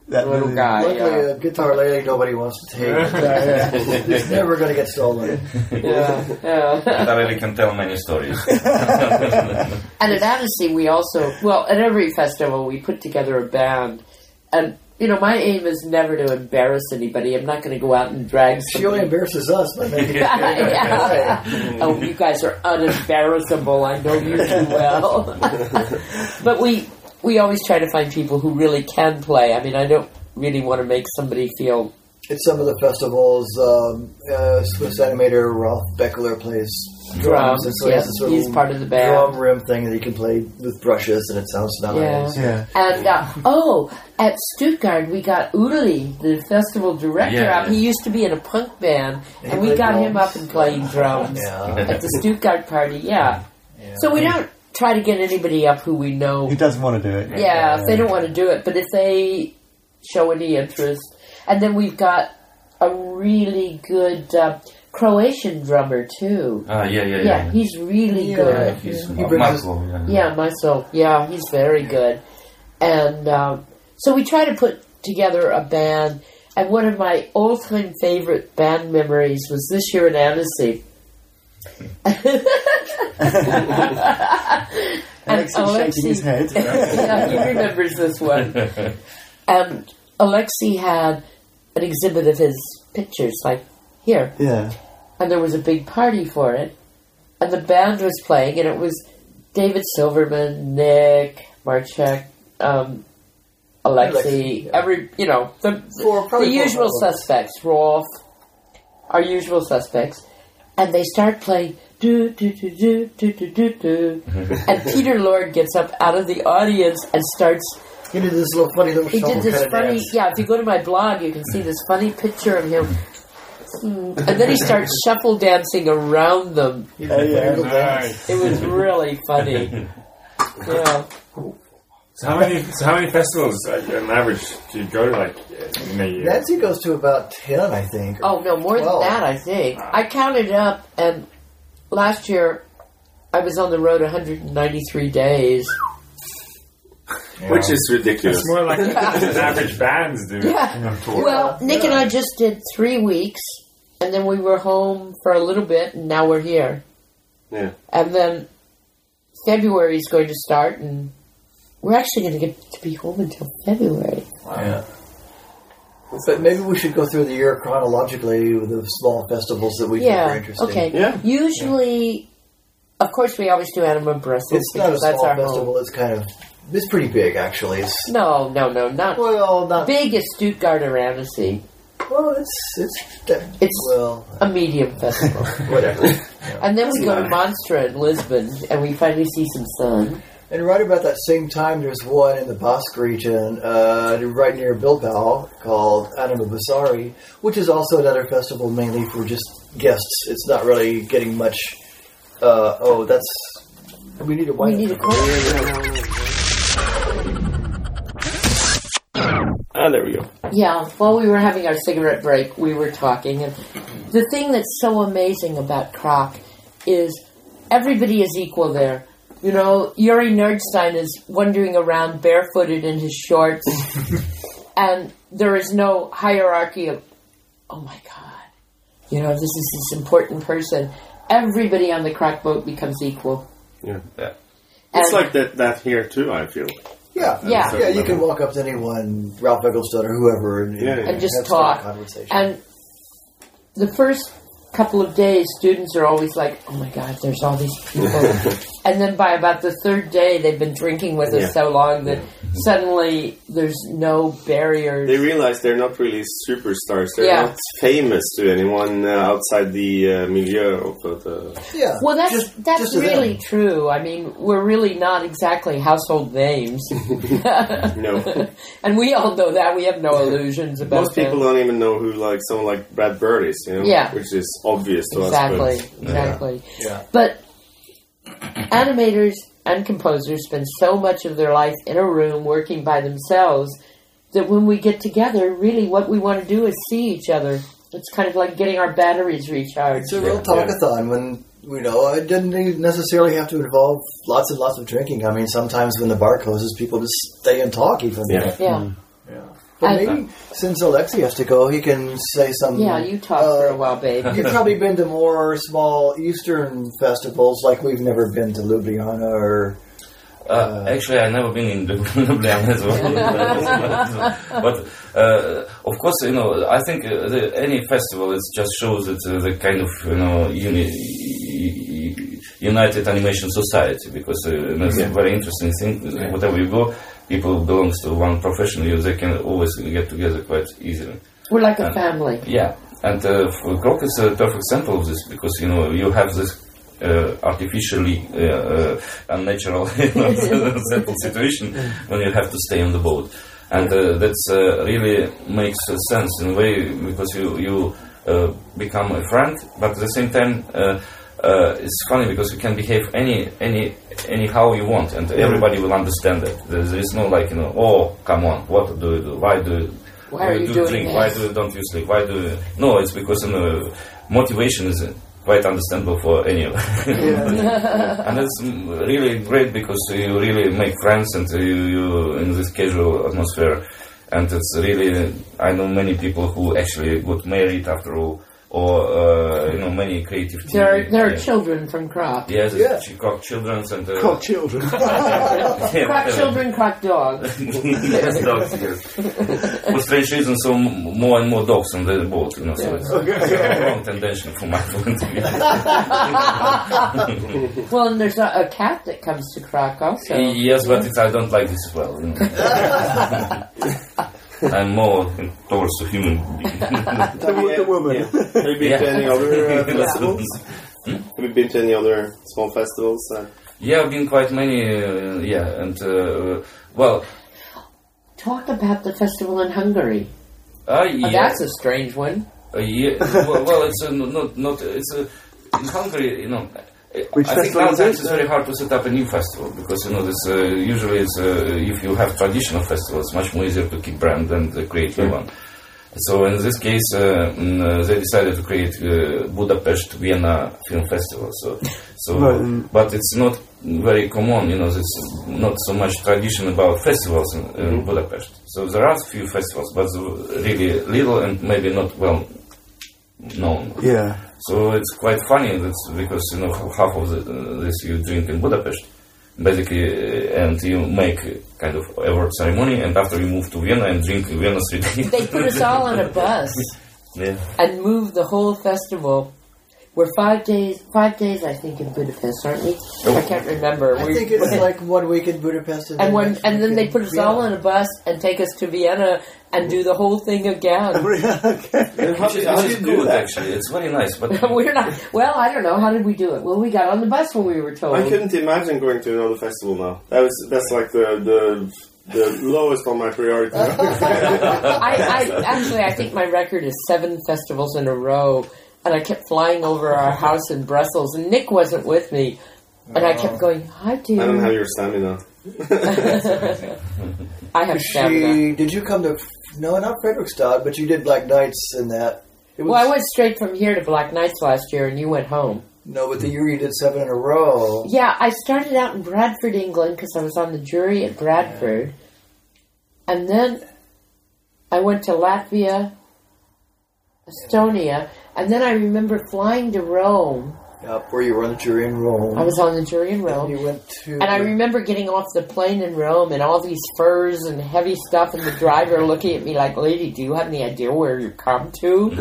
Speaker 5: That
Speaker 1: the little
Speaker 5: little-
Speaker 1: guy.
Speaker 2: Luckily,
Speaker 1: Yeah.
Speaker 2: a guitar lady nobody wants to take.
Speaker 5: Yeah, yeah.
Speaker 2: It's never going to get stolen.
Speaker 1: Yeah, yeah.
Speaker 4: I really can tell many stories.
Speaker 1: And at Annecy, we also well at every festival we put together a band, and you know my aim is never to embarrass anybody. I'm not going to go out and drag.
Speaker 2: She only
Speaker 1: somebody.
Speaker 2: embarrasses us by making
Speaker 1: Yeah. Oh, you guys are unembarrassable. I know you too well. but we we always try to find people who really can play. I mean, I don't really want to make somebody feel
Speaker 2: At some of the festivals, um, uh, Swiss animator Ralph Beckler plays
Speaker 1: Drums,
Speaker 2: and so he
Speaker 1: yes,
Speaker 2: has this little
Speaker 1: he's part of the band.
Speaker 2: drum rim thing that he can play with brushes, and it sounds nice.
Speaker 5: Yeah.
Speaker 1: And uh, oh, at Stuttgart we got Uli, the festival director,
Speaker 4: Yeah,
Speaker 1: up.
Speaker 4: yeah.
Speaker 1: He used to be in a punk band,
Speaker 2: And he
Speaker 1: and we
Speaker 2: played
Speaker 1: got him up
Speaker 2: drums.
Speaker 1: and playing drums
Speaker 2: Yeah.
Speaker 1: at the Stuttgart party. Yeah. So we don't try to get anybody up who we know.
Speaker 5: Who doesn't want to do it?
Speaker 1: Yeah, if they don't want to do it, but if they show any interest, and then we've got a really good uh, Croatian drummer too.
Speaker 4: Ah, yeah, yeah, yeah.
Speaker 1: Yeah, he's really
Speaker 4: Yeah,
Speaker 1: good.
Speaker 4: he's
Speaker 2: He brings us-
Speaker 4: Maslow, yeah.
Speaker 1: Yeah, myself. Yeah, he's very good. And um, so we try to put together a band. And one of my all time favorite band memories was this year in Annecy. and
Speaker 5: Alex is shaking his head.
Speaker 1: yeah, he remembers this one. And Alexei had an exhibit of his pictures, like here
Speaker 5: yeah.
Speaker 1: and there was a big party for it, and the band was playing, and it was David Silverman, Nick Marchek, um, Alexei,
Speaker 2: Alexei, yeah.
Speaker 1: every you know the
Speaker 2: Four-
Speaker 1: the
Speaker 2: probably four
Speaker 1: usual
Speaker 2: or five of us.
Speaker 1: suspects, Rolf, our usual suspects, and they start playing do do do do do do do do, and Peter Lord gets up out of the audience and starts
Speaker 2: He did this little funny little
Speaker 1: he
Speaker 2: shuffle
Speaker 1: did this
Speaker 2: kind of
Speaker 1: funny.
Speaker 2: dance.
Speaker 1: Yeah, if you go to my blog, you can see this funny picture of him. Hmm. And then he starts shuffle dancing around them.
Speaker 2: He did a
Speaker 5: Yeah,
Speaker 2: little dance.
Speaker 6: Nice.
Speaker 1: It was really funny. Yeah.
Speaker 6: So how many so how many festivals like, on average do you go to like in a year?
Speaker 2: Nancy goes to about ten, I think.
Speaker 1: Oh no, more than
Speaker 2: Well.
Speaker 1: that, I think. I counted up, and last year I was on the road 193 days.
Speaker 3: Which is ridiculous.
Speaker 6: It's more like an average bands do.
Speaker 1: Yeah.
Speaker 6: On tour.
Speaker 1: Well, Nick and I just did three weeks, and then we were home for a little bit, and now we're here.
Speaker 3: Yeah.
Speaker 1: And then February is going to start, and we're actually going to get to be home until February.
Speaker 2: Yeah. But maybe we should go through the year chronologically with the small festivals that we think are
Speaker 1: Yeah.
Speaker 2: interesting.
Speaker 1: Okay.
Speaker 3: Yeah.
Speaker 1: Usually, of course, we always do Anima Brussels
Speaker 2: It's not a
Speaker 1: because that's
Speaker 2: small
Speaker 1: our
Speaker 2: festival.
Speaker 1: home.
Speaker 2: It's kind of it's pretty big actually. It's
Speaker 1: No, no, no, not
Speaker 2: well, not
Speaker 1: big. Is Stuttgart or Annecy?
Speaker 2: Well, it's it's that-
Speaker 1: It's-
Speaker 2: well,
Speaker 1: A medium festival.
Speaker 2: whatever.
Speaker 1: and then we go to Monstra in Lisbon, and we finally see some sun.
Speaker 2: and right about that same time, there's one in the Basque region, uh, right near Bilbao, called Anima Basari, which is also another festival mainly for just guests. It's not really getting much. Uh, oh, that's we need a
Speaker 1: We
Speaker 2: wine.
Speaker 1: need a corner.
Speaker 3: Ah, there we go.
Speaker 1: Yeah, while we were having our cigarette break, we were talking, and the thing that's so amazing about Croc is everybody is equal there. You know, Yuri Nerdstein is wandering around barefooted in his shorts, and there is no hierarchy of, oh my God, you know, this is this important person. Everybody on the Croc boat becomes equal.
Speaker 3: Yeah.
Speaker 4: Yeah.
Speaker 3: It's
Speaker 1: And-
Speaker 3: like that, that here too, I feel.
Speaker 2: Yeah,
Speaker 1: Yeah.
Speaker 2: yeah. You can walk up to anyone, Ralph Eggleston or whoever, and,
Speaker 3: Yeah, yeah.
Speaker 1: and just
Speaker 2: have some
Speaker 1: talk.
Speaker 2: conversation.
Speaker 1: And the first couple of days, students are always like, "Oh my God, there's all these people," and then by about the third day, they've been drinking with us
Speaker 3: Yeah.
Speaker 1: so long that suddenly there's no barriers.
Speaker 3: They realize they're not really superstars. They're
Speaker 1: Yeah.
Speaker 3: not famous to anyone uh, outside the uh, milieu of uh, the.
Speaker 2: yeah,
Speaker 1: well, that's
Speaker 2: just-
Speaker 1: that's
Speaker 2: just to them.
Speaker 1: really true. I mean, we're really not exactly household names,
Speaker 3: No.
Speaker 1: and we all know that. We have no illusions about
Speaker 3: Most people
Speaker 1: them.
Speaker 3: don't even know who like someone like Brad Bird is, you know?
Speaker 1: Yeah.
Speaker 3: Which is obvious to
Speaker 1: Exactly,
Speaker 3: us. but-
Speaker 1: exactly.
Speaker 2: Yeah.
Speaker 1: But animators and composers spend so much of their life in a room working by themselves that when we get together, really what we want to do is see each other. It's kind of like getting our batteries recharged.
Speaker 2: It's a real talkathon when you know it doesn't even necessarily have to involve lots and lots of drinking. I mean, sometimes when the bar closes, people just stay and talk even.
Speaker 3: Yeah.
Speaker 1: Yeah,
Speaker 2: But
Speaker 1: I-
Speaker 2: maybe since Alexei has to go, he can say some.
Speaker 1: yeah. You talk for
Speaker 2: Uh,
Speaker 1: a while, babe.
Speaker 2: You've probably been to more small Eastern festivals, like we've never been to Ljubljana or
Speaker 4: Uh, actually, I've never been in Ljubljana as well. but uh, of course, you know, I think uh, the, any festival it just shows that uh, the kind of you know uni- u- u- united animation society because uh, you know, it's a very interesting thing. Whatever you go, people belongs to one profession. You they can always get together quite easily.
Speaker 1: We're like a family.
Speaker 4: Yeah, and uh, for Grok is a perfect example of this because you know you have this uh, artificially uh, uh, unnatural settled situation when you have to stay on the boat, and uh, that's uh, really makes uh, sense in a way because you you uh, become a friend, but at the same time. Uh, uh, it's funny because you can behave any any anyhow you want, and everybody will understand it. There, there is no like you know, oh come on, what do you do? Why do you,
Speaker 1: Why are you
Speaker 4: do
Speaker 1: doing
Speaker 4: drink?
Speaker 1: this?
Speaker 4: Why do you don't you sleep? Why do you, no? It's because you know, motivation is uh, quite understandable for anyone, and that's mm, really great because you really make friends and you, you in this casual atmosphere. And it's really, I know many people who actually got married after all, or uh, you know, many creative.
Speaker 1: There are
Speaker 4: team-
Speaker 1: there are
Speaker 4: yeah.
Speaker 1: children from Croc.
Speaker 4: Yes,
Speaker 2: Yeah.
Speaker 4: it's Cock Children's and uh,
Speaker 5: Cock children.
Speaker 4: yeah,
Speaker 1: Croc
Speaker 4: uh,
Speaker 1: children, Croc dogs.
Speaker 4: yes, dogs, yes. For strange reasons, so m- more and more dogs on the boat, you know, so it's a wrong tendency from my point of view.
Speaker 1: Well, and there's a, a cat that comes to Croc also.
Speaker 4: yes, but it's, I don't like this as well, you know. I'm more towards a human being.
Speaker 5: the, wo- the woman.
Speaker 3: Yeah. Have you been
Speaker 4: Yeah.
Speaker 3: to any other uh,
Speaker 4: Yeah.
Speaker 3: festivals? Have you been to any other small festivals? Uh,
Speaker 4: yeah, I've been quite many, uh, yeah, and, uh, well,
Speaker 1: Talk about the festival in Hungary.
Speaker 4: I,
Speaker 1: Oh,
Speaker 4: yeah.
Speaker 1: that's a strange one.
Speaker 4: Uh, yeah, well, well, it's uh, not not it's uh, in Hungary, you know. uh,
Speaker 5: Which
Speaker 4: I think
Speaker 5: festival is
Speaker 4: nowadays
Speaker 5: it?
Speaker 4: it's very hard to set up a new festival because you know this uh, usually it's, uh, if you have traditional festivals, it's much more easier to keep brand than to create new one. So in this case, uh, mm, uh, they decided to create uh, Budapest Vienna Film Festival. So, so
Speaker 5: Right, mm.
Speaker 4: but it's not very common, you know. There's not so much tradition about festivals in, in Budapest. So there are few festivals, but really little and maybe not well known.
Speaker 5: Yeah.
Speaker 4: So it's quite funny that's because you know half of the, uh, this you drink in Budapest, basically, uh, and you make kind of award ceremony, and after you move to Vienna and drink in Vienna three days.
Speaker 1: They put us all on a bus
Speaker 4: yeah.
Speaker 1: and moved the whole festival. We're five days, five days, I think, in Budapest, aren't we? I can't remember.
Speaker 2: I
Speaker 1: We-
Speaker 2: think it's like one week in Budapest, and,
Speaker 1: and
Speaker 2: then
Speaker 1: when, and then they put us all on
Speaker 2: in.
Speaker 1: a bus and take us to Vienna and do the whole thing again.
Speaker 4: Which is,
Speaker 6: how
Speaker 4: which
Speaker 6: do
Speaker 4: is
Speaker 6: you do
Speaker 4: good
Speaker 6: that?
Speaker 4: actually. It's very nice, but
Speaker 1: We're not. Well, I don't know. How did we do it? Well, we got on the bus when we were told.
Speaker 3: I couldn't imagine going to another festival now. That was that's like the the, the lowest on my priority.
Speaker 1: I, I actually, I think my record is seven festivals in a row, and I kept flying over our house in Brussels, and Nick wasn't with me, and I kept going, "Hi, dude."
Speaker 3: Oh. I don't have your stamina.
Speaker 1: I have stamina.
Speaker 2: She, did you come to no, not Frederickstad, but you did Black Nights and that. It was,
Speaker 1: Well, I went straight from here to Black Nights last year, and you went home.
Speaker 2: no, but the year you did seven in a row.
Speaker 1: Yeah, I started out in Bradford, England, because I was on the jury at Bradford, and then I went to Latvia, Estonia, and then I remember flying to Rome.
Speaker 2: Up where you were on the jury in Rome.
Speaker 1: I was on the jury in Rome.
Speaker 2: You went to.
Speaker 1: And I remember getting off the plane in Rome and all these furs and heavy stuff, and the driver looking at me like, Lady, do you have any idea where you come to?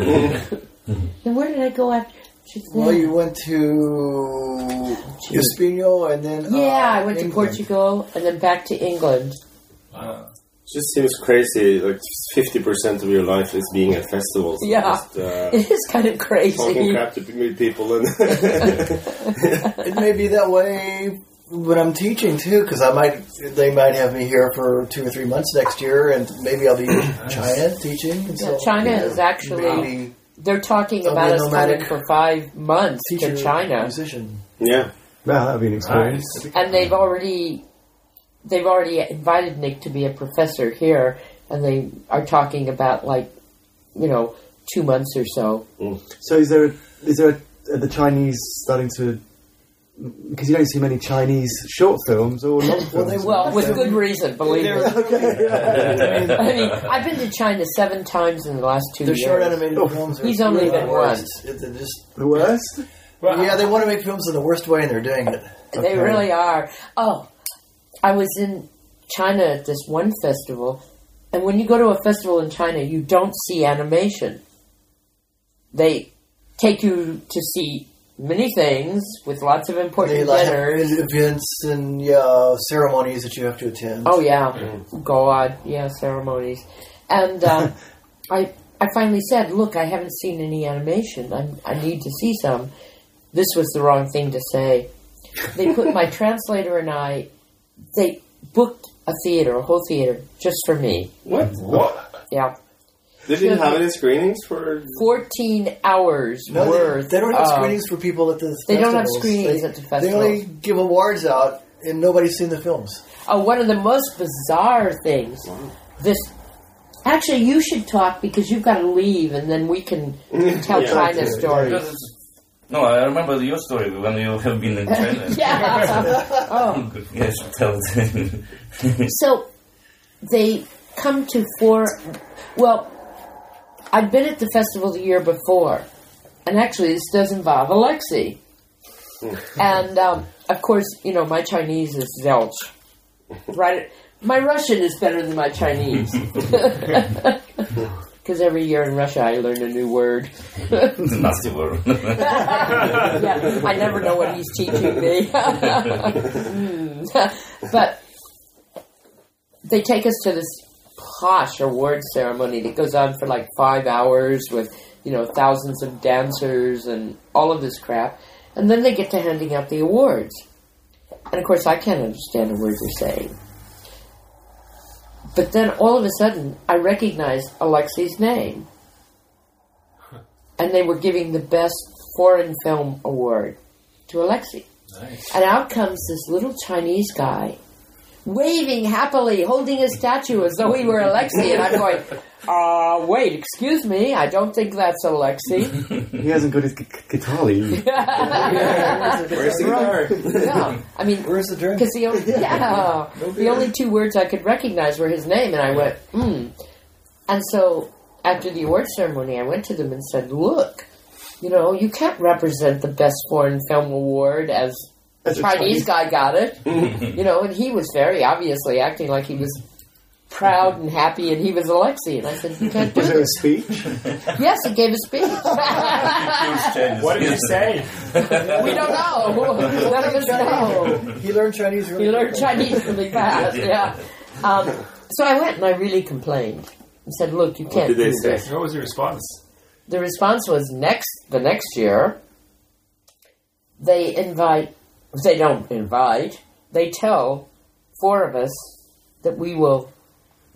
Speaker 1: and where did I go after? She said,
Speaker 2: Well, you went to Espino and then. uh,
Speaker 1: yeah, I went to
Speaker 2: England.
Speaker 1: Portugal and then back to England.
Speaker 3: just seems crazy. Like fifty percent of your life is being at festivals. and
Speaker 1: Yeah.
Speaker 3: just, uh,
Speaker 1: It is kind of
Speaker 3: talking
Speaker 1: crazy.
Speaker 3: crap to pe- people and
Speaker 2: It may be that way when I'm teaching too, because I might they might have me here for two or three months next year, and maybe I'll be in China teaching. And so
Speaker 1: China is actually,
Speaker 2: maybe
Speaker 1: they're talking
Speaker 2: They'll
Speaker 1: about
Speaker 2: be
Speaker 1: us coming
Speaker 2: nomadic.
Speaker 1: for five months
Speaker 2: teacher
Speaker 1: to China,
Speaker 2: musician.
Speaker 3: yeah.
Speaker 5: Now that'd be an experience.
Speaker 1: and they've already. They've already invited Nick to be a professor here, and they are talking about like, you know, two months or so.
Speaker 5: So is there a, is there a, are the Chinese starting to because you don't see many Chinese short films or long films.
Speaker 2: they-
Speaker 1: Well, with good reason, believe me.
Speaker 2: They're
Speaker 1: I mean, I've been to China seven times in the last 2 years.
Speaker 2: short animated films. are
Speaker 1: He's only been
Speaker 2: the worst.
Speaker 1: once.
Speaker 2: It- they're just-
Speaker 5: the worst.
Speaker 2: yeah, they want to make films in the worst way, and they're doing it.
Speaker 1: They really are. Oh, I was in China at this one festival, and when you go to a festival in China, you don't see animation. They take you to see many things with lots of
Speaker 2: They
Speaker 1: important
Speaker 2: like
Speaker 1: dinners.
Speaker 2: events and yeah, ceremonies that you have to attend.
Speaker 1: Oh yeah,
Speaker 2: Mm.
Speaker 1: God, yeah, ceremonies, and um, I I finally said, look, I haven't seen any animation. I I need to see some. this was the wrong thing to say. They put my translator and I, they booked a theater, a whole theater, just for me.
Speaker 3: What? What?
Speaker 1: Yeah.
Speaker 3: They didn't have any screenings for.
Speaker 1: 14 hours
Speaker 2: No,
Speaker 1: worth.
Speaker 2: they, they don't have
Speaker 1: of-
Speaker 2: screenings for people at the.
Speaker 1: Oh. They don't have
Speaker 2: festivals.
Speaker 1: screenings
Speaker 2: They-
Speaker 1: at the
Speaker 2: They only give awards out, and nobody's seen the films.
Speaker 1: Oh, one of the most bizarre things. This. Actually, you should talk because you've got to leave, and then we can tell
Speaker 3: Yeah.
Speaker 1: China's story.
Speaker 4: Because it's- No, I remember your story when you have been in China.
Speaker 1: Yeah. oh.
Speaker 4: Yes, tell it.
Speaker 1: So they come to four. Well, I'd been at the festival the year before, and actually, this does involve Alexei. and um, of course, you know my Chinese is zilch. Right, my Russian is better than my Chinese because every year in Russia I learn a new word.
Speaker 4: It's a nasty word.
Speaker 1: yeah, I never know what he's teaching me. Mm. but they take us to this posh award ceremony that goes on for like five hours with, you know, thousands of dancers and all of this crap. And then they get to handing out the awards. And of course, I can't understand a word they're saying. But then all of a sudden, I recognize Alexei's name and they were giving the best foreign film award to Alexei. And out comes this little Chinese guy waving happily, holding a statue as though he were Alexei. And I'm going, uh, wait, excuse me, I don't think that's Alexei.
Speaker 5: He hasn't got his gu- gu- guitar. either.
Speaker 3: Where's the guitar?
Speaker 1: No, I mean,
Speaker 2: Where's the drink?
Speaker 1: because the only yeah, the only two words I could recognize were his name, and I went hmm. And so after the award ceremony, I went to them and said, "Look, you know, you can't represent the best foreign film award as." The
Speaker 5: As a
Speaker 1: Chinese
Speaker 5: Chinese-
Speaker 1: guy got it, you know, and he was very obviously acting like he was proud and happy, and he was Alexei. And I said, "You can't do
Speaker 5: Was there a
Speaker 1: this."
Speaker 5: speech?
Speaker 1: Yes, he gave a speech.
Speaker 7: What did you say?
Speaker 1: we don't know. None of us know.
Speaker 2: He learned Chinese. Really
Speaker 1: You learn
Speaker 2: quick.
Speaker 1: Chinese really fast, yeah. Um, so I went and I really complained and said, "Look, you can't."
Speaker 3: Did they
Speaker 1: do
Speaker 3: say?
Speaker 1: this."
Speaker 7: What was your response?
Speaker 1: The response was next the next year. They invite. They don't invite. They tell four of us that we will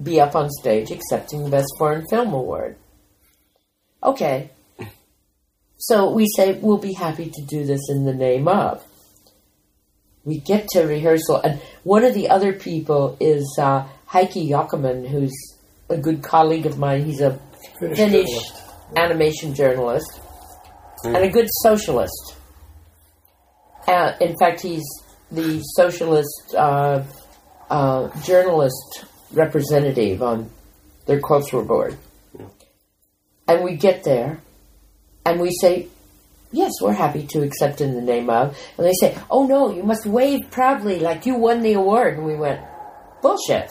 Speaker 1: be up on stage accepting the Best Foreign Film Award. Okay. So we say we'll be happy to do this in the name of. We get to rehearsal, and one of the other people is uh, Heike Yockman, who's a good colleague of mine. He's a Finnish, animation journalist and a good socialist. Uh, in fact, he's the socialist uh, uh, journalist representative on their cultural board. And we get there and we say, Yes, we're happy to accept in the name of. And they say, Oh no, you must wave proudly like you won the award. And we went, Bullshit.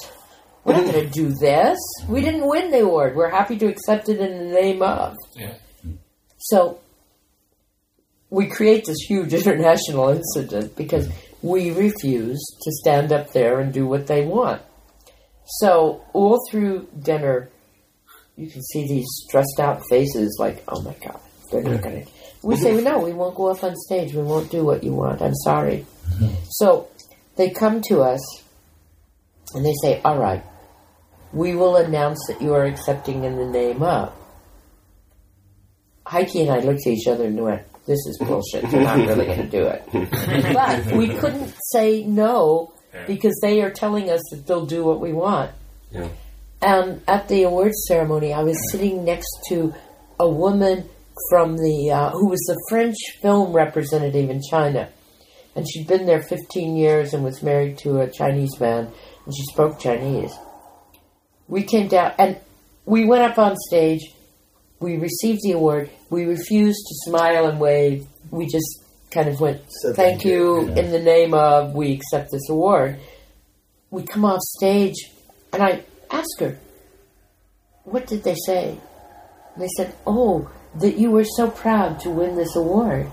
Speaker 1: We're not going to do this. We didn't win the award. We're happy to accept it in the name of.
Speaker 7: Yeah.
Speaker 1: So we create this huge international incident because we refuse to stand up there and do what they want. So all through dinner, you can see these stressed out faces like, oh my God, they're not going to. We say, no, we won't go up on stage. We won't do what you want. I'm sorry. So they come to us and they say, all right, we will announce that you are accepting in the name of. Heike and I looked at each other and went, this is bullshit. They're not really going to do it. But we couldn't say no because they are telling us that they'll do what we want.
Speaker 3: Yeah.
Speaker 1: And at the awards ceremony, I was sitting next to a woman from the uh, who was the French film representative in China, and she'd been there 15 years and was married to a Chinese man, and she spoke Chinese. We came down and we went up on stage. We received the award. We refused to smile and wave. We just kind of went,
Speaker 2: Said
Speaker 1: "Thank
Speaker 2: thank
Speaker 1: you," in the name of we accept this award. We come off stage, and I ask her, "What did they say?" And they said, "Oh, that you were so proud to win this award."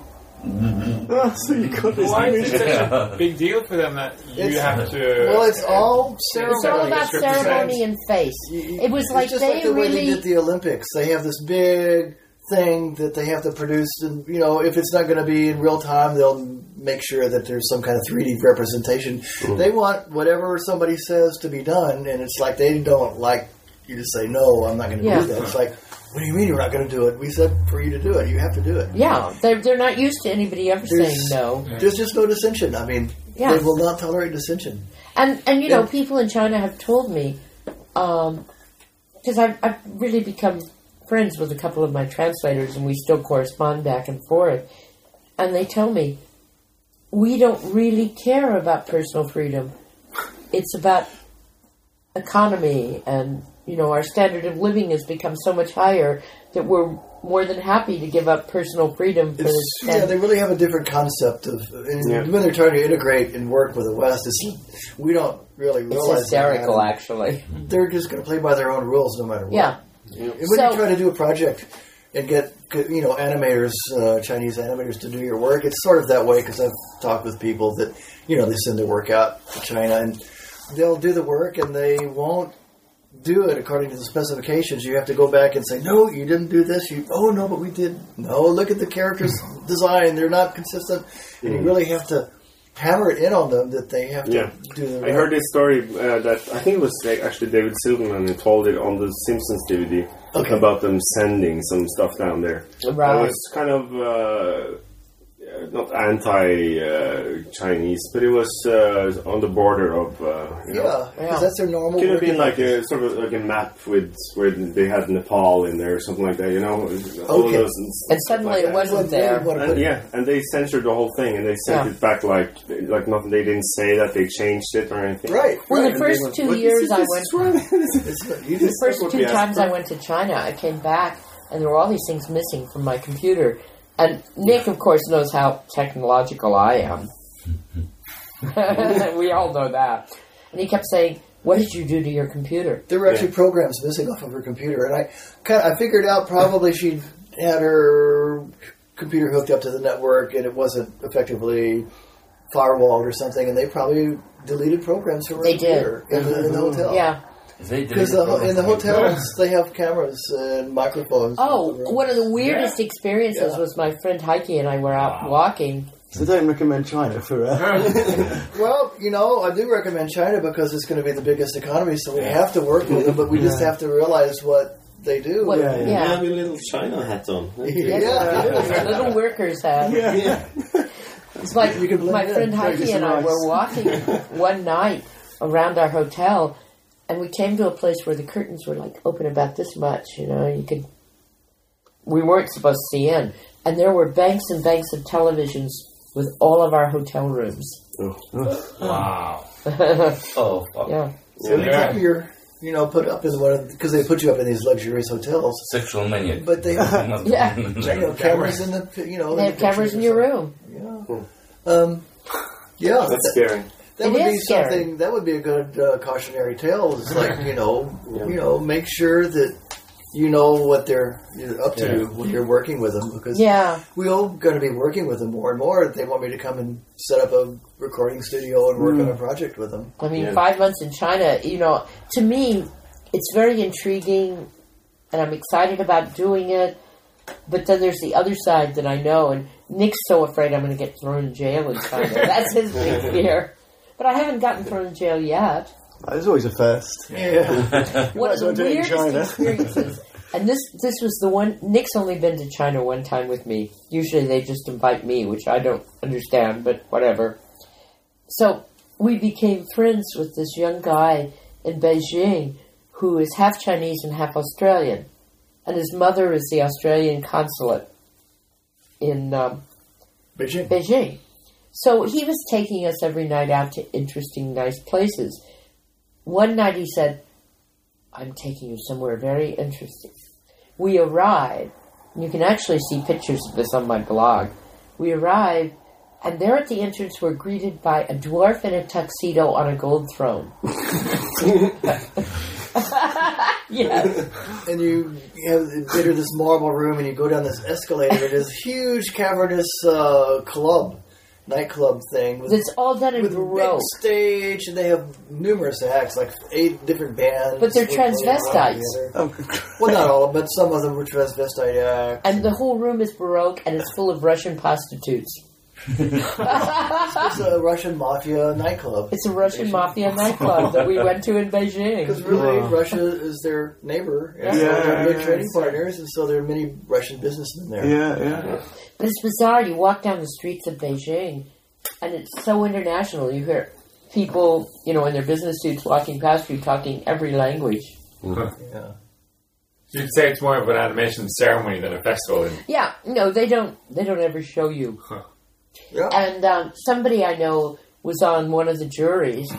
Speaker 5: Oh, so you got this
Speaker 7: Why
Speaker 5: image.
Speaker 7: is it such a big deal for them that you
Speaker 2: It's-
Speaker 7: have to?
Speaker 2: Well, it's all ceremony.
Speaker 1: It's all about
Speaker 7: It's represent-
Speaker 1: ceremony and face. It was
Speaker 2: It's
Speaker 1: like
Speaker 2: just
Speaker 1: they
Speaker 2: like the way
Speaker 1: really
Speaker 2: they did the Olympics. They have this big thing that they have to produce, and you know, if it's not going to be in real time, they'll make sure that there's some kind of 3D representation. They want whatever somebody says to be done, and it's like they don't like you to say no. I'm not going to
Speaker 1: Yeah.
Speaker 2: do that. It's like, what do you mean you're not going to do it? We said for you to do it. You have to do it.
Speaker 1: Yeah, they're, they're not used to anybody ever saying
Speaker 2: There's-
Speaker 1: no.
Speaker 2: There's just no dissension. I mean,
Speaker 1: Yeah.
Speaker 2: they will not tolerate dissension.
Speaker 1: And, and you know,
Speaker 2: Yeah.
Speaker 1: people in China have told me, because I've, I've really become friends with a couple of my translators and we still correspond back and forth. And they tell me, we don't really care about personal freedom. It's about economy and, you know, our standard of living has become so much higher that we're more than happy to give up personal freedom for
Speaker 2: It's,
Speaker 1: the
Speaker 2: yeah, they really have a different concept of and
Speaker 3: Yeah.
Speaker 2: when they're trying to integrate and work with the West. It's, we don't really
Speaker 1: It's
Speaker 2: realize that.
Speaker 1: hysterical, actually.
Speaker 2: They're just going to play by their own rules no matter what.
Speaker 1: Yeah.
Speaker 2: And when
Speaker 1: So-
Speaker 2: you try to do a project and get get, you know animators, uh, Chinese animators to do your work, it's sort of that way because I've talked with people that you know they send their work out to China and they'll do the work and they won't do it according to the specifications. You have to go back and say, no, you didn't do this. You oh no, but we did. No, look at the characters' design; they're not consistent. And you really have to hammer it in on them that they have to
Speaker 3: Mm. Yeah.
Speaker 2: do the.
Speaker 3: I heard this story uh, that I think it was like, actually David Silverman who told it on the Simpsons DVD
Speaker 2: Okay.
Speaker 3: about them sending some stuff down there. I
Speaker 1: Right.
Speaker 3: was kind of uh, uh, not anti-Chinese, but it was uh, on the border of uh, you
Speaker 2: Yeah,
Speaker 3: know,
Speaker 2: 'cause
Speaker 1: Yeah.
Speaker 2: that's their normal.
Speaker 3: could have
Speaker 2: working
Speaker 3: been like a sort of like a map with where they had Nepal in there or something like that, you know? All
Speaker 2: Okay.
Speaker 3: those
Speaker 1: And suddenly it
Speaker 3: was
Speaker 1: wasn't there.
Speaker 2: What-
Speaker 3: And, yeah, and they censored the whole thing, and they sent
Speaker 1: Yeah.
Speaker 3: it back like like nothing. They didn't say that they changed it or anything.
Speaker 2: Right.
Speaker 1: Well,
Speaker 2: right.
Speaker 1: the first two years I went,
Speaker 2: It's- you
Speaker 1: the
Speaker 2: just
Speaker 1: first
Speaker 3: what
Speaker 1: two
Speaker 3: we asked
Speaker 1: times I went to China, I came back and there were all these things missing from my computer. And Nick, of course, knows how technological I am. we all know that. And he kept saying, "What did you do to your computer?"
Speaker 2: There were actually programs missing off of her computer, and I kind of I figured out probably she had her computer hooked up to the network, and it wasn't effectively firewalled or something, and they probably deleted programs from her
Speaker 1: They did.
Speaker 2: computer In, the, in the hotel.
Speaker 1: Yeah.
Speaker 4: Mm-hmm. They
Speaker 2: Because
Speaker 4: deleted
Speaker 2: the, in the
Speaker 4: programs.
Speaker 2: hotels, they have cameras and microphones.
Speaker 1: Oh,
Speaker 2: in the room.
Speaker 1: one of the weirdest experiences
Speaker 2: Yeah.
Speaker 1: was my friend Heike and I were out walking.
Speaker 5: So don't recommend China for. Uh,
Speaker 2: Well, you know, I do recommend China because it's going to be the biggest economy, so we have to work with them, but we just
Speaker 5: Yeah.
Speaker 2: have to realize what they do.
Speaker 1: What-
Speaker 5: Yeah, yeah.
Speaker 3: I
Speaker 1: yeah.
Speaker 3: have a little China hat on.
Speaker 2: Yeah.
Speaker 1: Yes, the little workers have. It's like
Speaker 2: You can blend
Speaker 1: my
Speaker 2: it in.
Speaker 1: friend
Speaker 5: Try to
Speaker 1: Heike
Speaker 5: get
Speaker 1: and I
Speaker 5: some
Speaker 1: were walking one night around our hotel, and we came to a place where the curtains were like open about this much. You know, you could. We weren't supposed to see in, and there were banks and banks of televisions with all of our hotel rooms.
Speaker 7: Wow.
Speaker 4: Oh, fuck.
Speaker 1: Yeah,
Speaker 2: So every
Speaker 7: Yeah.
Speaker 2: time you're, you know, put up in one of because they put you up in these luxurious hotels,
Speaker 4: Sexual maniac.
Speaker 2: but they have
Speaker 1: Yeah.
Speaker 3: Mm-hmm.
Speaker 2: you know, cameras in the you know
Speaker 1: they
Speaker 2: in
Speaker 1: have
Speaker 2: the
Speaker 1: cameras in your room.
Speaker 2: room. Yeah. Um, yeah,
Speaker 3: That's
Speaker 2: that,
Speaker 3: scary.
Speaker 2: that
Speaker 1: It
Speaker 2: would be
Speaker 1: is scary.
Speaker 2: something. That would be a good uh, cautionary tale. It's like you know, you know, make sure that you know what they're you're up to when you're working with them because
Speaker 1: Yeah,
Speaker 2: we all going to be working with them more and more. They want me to come and set up a recording studio and work on
Speaker 3: Mm.
Speaker 2: a project with them.
Speaker 1: I mean,
Speaker 3: Yeah.
Speaker 1: five months in China, you know, to me, it's very intriguing and I'm excited about doing it. But then there's the other side that I know, and Nick's so afraid I'm going to get thrown in jail in China. That's his big fear. But I haven't gotten thrown in jail yet.
Speaker 5: it's always a first.
Speaker 2: Yeah,
Speaker 1: One of
Speaker 5: as well
Speaker 1: the
Speaker 5: do it in
Speaker 1: weirdest
Speaker 5: China.
Speaker 1: experiences, and this this was the one. Nick's only been to China one time with me. Usually they just invite me, which I don't understand, but whatever. So we became friends with this young guy in Beijing who is half Chinese and half Australian, and his mother is the Australian consulate in um,
Speaker 2: Beijing.
Speaker 1: Beijing. So he was taking us every night out to interesting, nice places. One night he said, I'm taking you somewhere very interesting. We arrive, and you can actually see pictures of this on my blog. We arrive, and there at the entrance we're greeted by a dwarf in a tuxedo on a gold throne. yes.
Speaker 2: and you have enter this marble room and you go down this escalator to this huge cavernous uh, club nightclub thing with,
Speaker 1: It's all done in
Speaker 2: with
Speaker 1: Baroque.
Speaker 2: big stage, and they have numerous acts, like eight different bands.
Speaker 1: But they're
Speaker 2: working around
Speaker 1: transvestites.
Speaker 2: together.
Speaker 5: Oh,
Speaker 2: Well, not all, but some of them were transvestite acts.
Speaker 1: And the whole room is Baroque and it's full of Russian prostitutes.
Speaker 2: It's a Russian mafia nightclub.
Speaker 1: Ah. It's a Russian mafia nightclub that we went to in Beijing.
Speaker 2: Because really, Russia is their neighbor. And
Speaker 5: Yeah.
Speaker 2: so they're
Speaker 5: Yeah.
Speaker 2: good trading partners, and so there are many Russian businessmen there.
Speaker 5: Yeah, yeah.
Speaker 1: But it's bizarre. You walk down the streets of Beijing and it's so international. You hear people, you know, in their business suits walking past you talking every language.
Speaker 2: Yeah.
Speaker 6: You'd say it's more of an animation ceremony than a festival. And
Speaker 1: Yeah, no, they don't. They don't ever show you.
Speaker 2: Yeah.
Speaker 1: And um, somebody I know was on one of the juries,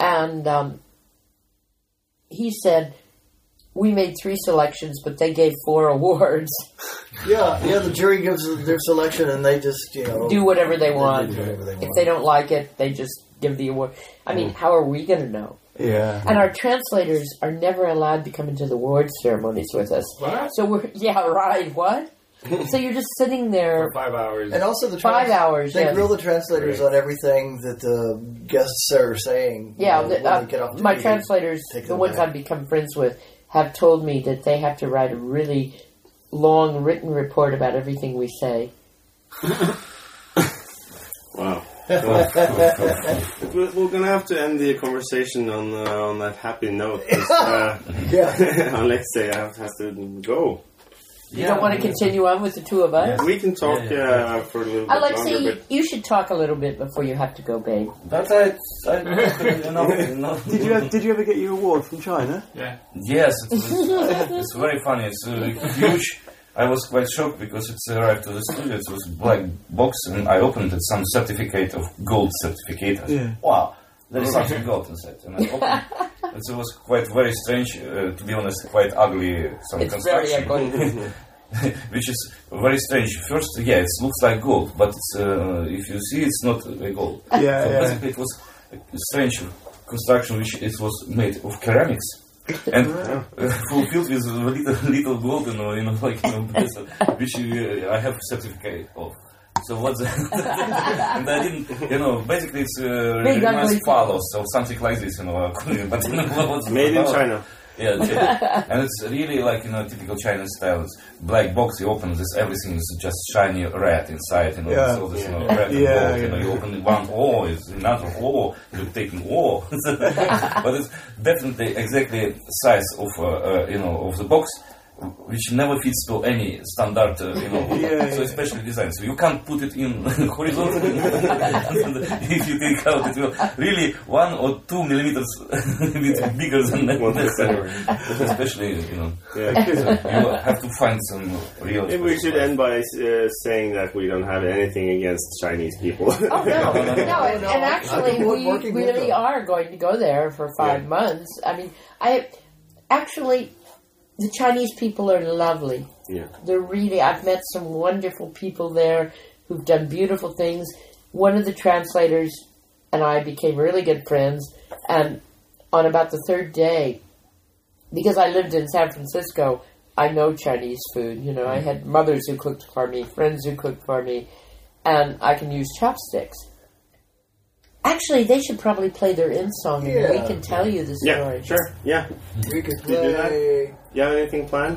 Speaker 1: and um, he said we made three selections, but they gave four awards.
Speaker 2: Yeah, yeah, the jury gives their selection and they just, you know.
Speaker 1: Do whatever they want.
Speaker 2: do whatever Oh, they
Speaker 1: If
Speaker 2: want. Hmm.
Speaker 1: they don't like it, they just give the award. I mean, how are we going to know?
Speaker 5: Yeah.
Speaker 1: And our translators are never allowed to come into the award ceremonies with us.
Speaker 6: What?
Speaker 1: So we're yeah, right? What? so you're just sitting there.
Speaker 6: five hours.
Speaker 2: And also the
Speaker 1: Five
Speaker 2: trans-
Speaker 1: hours,
Speaker 2: They
Speaker 1: yeah.
Speaker 2: grill the translators on everything that the guests are saying. you
Speaker 1: Yeah,
Speaker 2: know,
Speaker 1: the,
Speaker 2: when
Speaker 1: uh,
Speaker 2: they get off the
Speaker 1: my
Speaker 2: TV.
Speaker 1: translators,
Speaker 2: take
Speaker 1: the
Speaker 2: them
Speaker 1: ones
Speaker 2: back.
Speaker 1: I've become friends with, have told me that they have to write a really long written report about everything we say.
Speaker 3: Wow. We're, we're gonna have to end the conversation on uh, on that happy note. 'cause, Uh,
Speaker 2: Yeah.
Speaker 3: Alexei has has to go.
Speaker 1: You don't want to continue on with the two of us?
Speaker 4: Yes.
Speaker 3: We can talk Uh, for a little bit longer,
Speaker 1: Alexei,
Speaker 3: but
Speaker 1: you should talk a little bit before you have to go, babe.
Speaker 4: But I, I no, no.
Speaker 5: Did you, have, did you ever get your award from China?
Speaker 4: Yes, it's, it's, it's very funny. It's uh, huge. I was quite shocked because it arrived to the studio. It was black box, and I opened it. Some certificate of gold certificate. I said,
Speaker 5: Yeah.
Speaker 4: Wow, there is something gold inside. And I opened. it. And so it was quite very strange. Uh, to be honest, quite ugly. uh, Some
Speaker 1: It's very
Speaker 4: construction.
Speaker 1: ugly.
Speaker 4: which is very strange. First, yeah, it looks like gold, but it's, uh, if you see, it's not uh, gold.
Speaker 5: Yeah,
Speaker 4: so
Speaker 5: yeah.
Speaker 4: basically, it was a strange construction, which it was made of ceramics and uh, fulfilled with little, little gold, you know, you know like you know, this, uh, which uh, I have certificate of. So what's that? and I didn't, you know, basically it's uh,
Speaker 1: Big
Speaker 4: reminds
Speaker 1: ugly
Speaker 4: follows or something like this, you know. but you know, what's
Speaker 3: made in
Speaker 4: Pharos?
Speaker 3: China.
Speaker 4: Yeah, it's- and it's really like you know typical Chinese style. It's black box. You open this, everything is just shiny red inside. You know,
Speaker 5: Yeah.
Speaker 4: it's all this you know, red and
Speaker 5: Yeah,
Speaker 4: gold. You know,
Speaker 5: yeah.
Speaker 4: you open one oh, it's another oh, you're taking oh. but it's definitely exactly size of uh, uh, you know of the box. Which never fits to any standard, uh, you know,
Speaker 5: Yeah,
Speaker 4: so
Speaker 5: yeah.
Speaker 4: especially design. So you can't put it in horizontal. and if you take out, it will really one or two millimeters a bit bigger than that.
Speaker 3: Well, that's better.
Speaker 4: Especially, you know,
Speaker 3: Yeah.
Speaker 4: you have to find some real.
Speaker 3: Maybe we should end by uh, saying that we don't have anything against Chinese people.
Speaker 1: Oh no, no, and,
Speaker 2: No,
Speaker 1: and
Speaker 2: I- I
Speaker 1: actually,
Speaker 2: think we're
Speaker 1: we
Speaker 2: working with
Speaker 1: really
Speaker 2: them.
Speaker 1: are going to go there for five
Speaker 3: Yeah.
Speaker 1: months. I mean, I actually, the Chinese people are lovely.
Speaker 3: yeah.
Speaker 1: They're really. I've met some wonderful people there who've done beautiful things. One of the translators and I became really good friends, and on about the third day, because I lived in San Francisco, I know Chinese food. You know, I had mothers who cooked for me, friends who cooked for me, and I can use chopsticks. Actually, they should probably play their in song, and we
Speaker 2: Yeah.
Speaker 1: can tell you the
Speaker 3: Yeah,
Speaker 1: story.
Speaker 3: sure. Yeah.
Speaker 2: We could
Speaker 3: You do that?
Speaker 2: play.
Speaker 3: You have anything planned?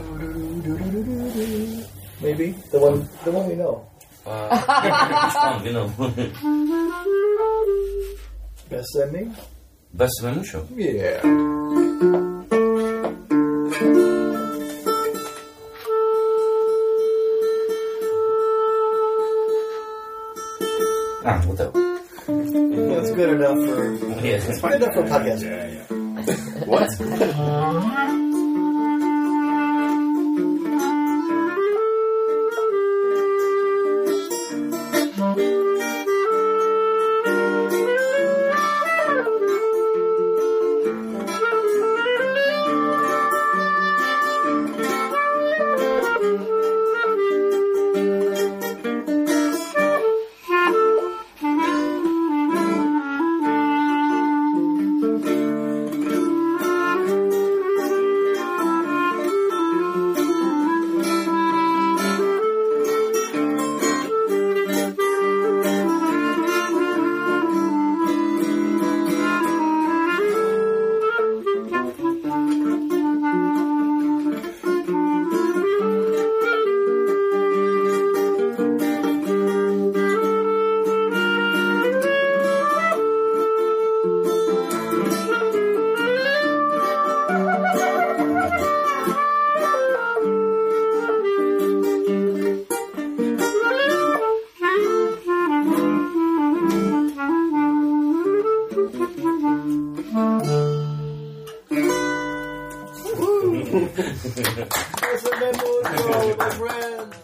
Speaker 2: Maybe the one, the one we know.
Speaker 4: you know,
Speaker 2: Best ending?
Speaker 4: best Venusha.
Speaker 2: Yeah.
Speaker 4: Ah, whatever.
Speaker 2: That's good enough for
Speaker 4: Yes.
Speaker 2: good enough for podcast.
Speaker 3: What?
Speaker 8: Thank
Speaker 2: It's a memorial, my friend.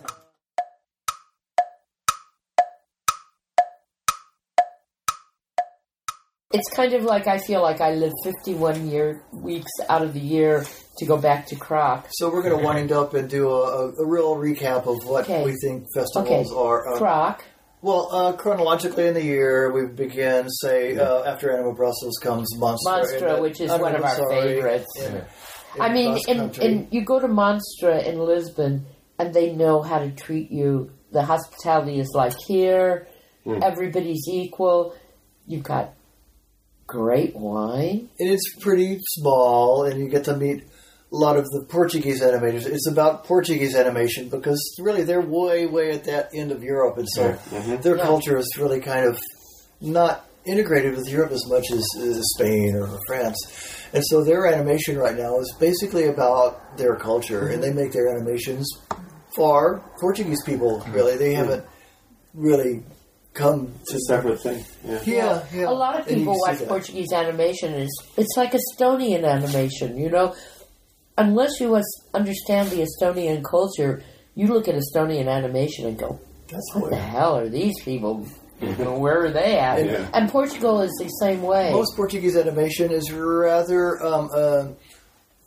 Speaker 1: It's kind of like I feel like I live 51 year weeks out of the year to go back to Croc.
Speaker 2: So we're going to wind up and do a, a, a real recap of what
Speaker 1: Okay.
Speaker 2: we think
Speaker 1: Okay,
Speaker 2: festivals are. Uh,
Speaker 1: Croc.
Speaker 2: well, uh, chronologically in the year, we begin, say, uh, after Animal Brussels comes Monster.
Speaker 1: Monstra,
Speaker 2: and, uh,
Speaker 1: which is
Speaker 2: I'm
Speaker 1: one of our
Speaker 2: sorry,
Speaker 1: favorites.
Speaker 2: in- in
Speaker 1: I mean,
Speaker 2: Basque
Speaker 1: in,
Speaker 2: Country.
Speaker 1: in, you go to Monstra in Lisbon, and they know how to treat you. The hospitality is like here.
Speaker 2: Hmm.
Speaker 1: Everybody's equal. You've got great wine.
Speaker 2: And it's pretty small, and you get to meet a lot of the Portuguese animators. It's about Portuguese animation because really they're way, way at that end of Europe, and so their
Speaker 1: Yeah.
Speaker 2: culture is really kind of not integrated with Europe as much as, as Spain or France. And so their animation right now is basically about their culture, and they make their animations for Portuguese people, really. They haven't really come
Speaker 3: It's a separate thing. Yeah.
Speaker 2: yeah, yeah.
Speaker 1: A lot of
Speaker 2: And you
Speaker 1: people
Speaker 2: see
Speaker 1: watch
Speaker 2: that.
Speaker 1: Portuguese animation. and It's, it's like Estonian animation, you know? Unless you us- understand the Estonian culture, you look at Estonian animation and go,
Speaker 2: That's
Speaker 1: what the
Speaker 2: weird.
Speaker 1: hell are these people? Where are they at?
Speaker 3: Yeah.
Speaker 1: And Portugal is the same way.
Speaker 2: Most Portuguese animation is rather, um, uh,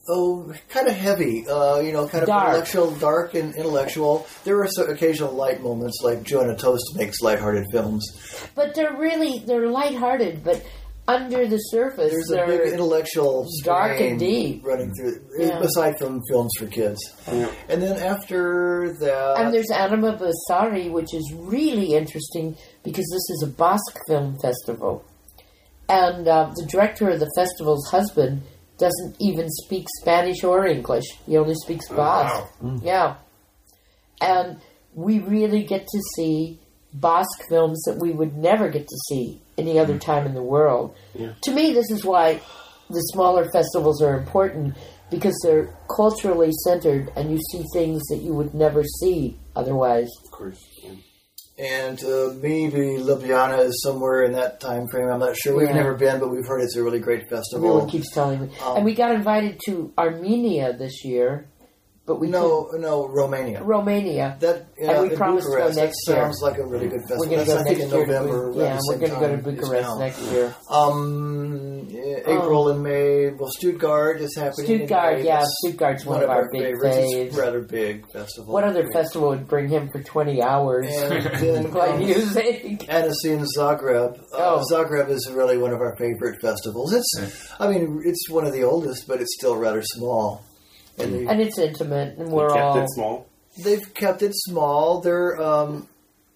Speaker 2: oh, kind of heavy. Uh, you know, kind of
Speaker 1: Dark.
Speaker 2: intellectual, dark and intellectual. There are so occasional light moments, like Joanna Toast makes lighthearted films.
Speaker 1: but they're really they're lighthearted, but under the surface
Speaker 2: There's a
Speaker 1: they're
Speaker 2: big intellectual
Speaker 1: dark
Speaker 2: strain
Speaker 1: and deep.
Speaker 2: running through. uh,
Speaker 1: Yeah.
Speaker 2: Aside from films for kids, and then after that,
Speaker 1: and there's Anima Basari, which is really interesting because this is a Basque film festival, and uh, the director of the festival's husband doesn't even speak Spanish or English. He only speaks Basque. Yeah, and we really get to see Basque films that we would never get to see any other time in the world. To me, this is why the smaller festivals are important because they're culturally centered and you see things that you would never see otherwise.
Speaker 2: and uh, maybe Ljubljana is somewhere in that time frame. I'm not sure. We've
Speaker 1: Yeah.
Speaker 2: never been, but we've heard it's a really great
Speaker 1: Everyone
Speaker 2: festival.
Speaker 1: keeps telling me.
Speaker 2: um,
Speaker 1: and we got invited to Armenia this year, but we
Speaker 2: No, no, Romania.
Speaker 1: couldn't- Romania.
Speaker 2: That
Speaker 1: And
Speaker 2: yeah,
Speaker 1: we
Speaker 2: in
Speaker 1: promised to go
Speaker 2: Bucharest, that
Speaker 1: next year.
Speaker 2: sounds like a really good festival.
Speaker 1: We're going to
Speaker 2: That's,
Speaker 1: go
Speaker 2: I think
Speaker 1: next
Speaker 2: in
Speaker 1: year. to
Speaker 2: November.
Speaker 1: Bu-
Speaker 2: around
Speaker 1: yeah,
Speaker 2: the
Speaker 1: we're
Speaker 2: same
Speaker 1: going to go to
Speaker 2: time as
Speaker 1: Bucharest
Speaker 2: now.
Speaker 1: next year.
Speaker 2: Um, eh, April and May. Well, Stuttgart is happening. in
Speaker 1: Stuttgart,
Speaker 2: May.
Speaker 1: yeah,
Speaker 2: That's
Speaker 1: Stuttgart's one
Speaker 2: one
Speaker 1: of our big
Speaker 2: favorites. It's
Speaker 1: faves.
Speaker 2: a rather big festival.
Speaker 1: What other festival would bring him for 20 hours?
Speaker 2: And then
Speaker 1: Play
Speaker 2: um,
Speaker 1: music.
Speaker 2: Annecy in Zagreb. Uh,
Speaker 1: Oh.
Speaker 2: Zagreb is really one of our favorite festivals. It's, I mean, it's one of the oldest, but it's still rather small. And they-
Speaker 1: And it's intimate, and
Speaker 3: We
Speaker 1: we're
Speaker 3: kept
Speaker 1: all.
Speaker 3: it small.
Speaker 2: they've kept it small. They're um,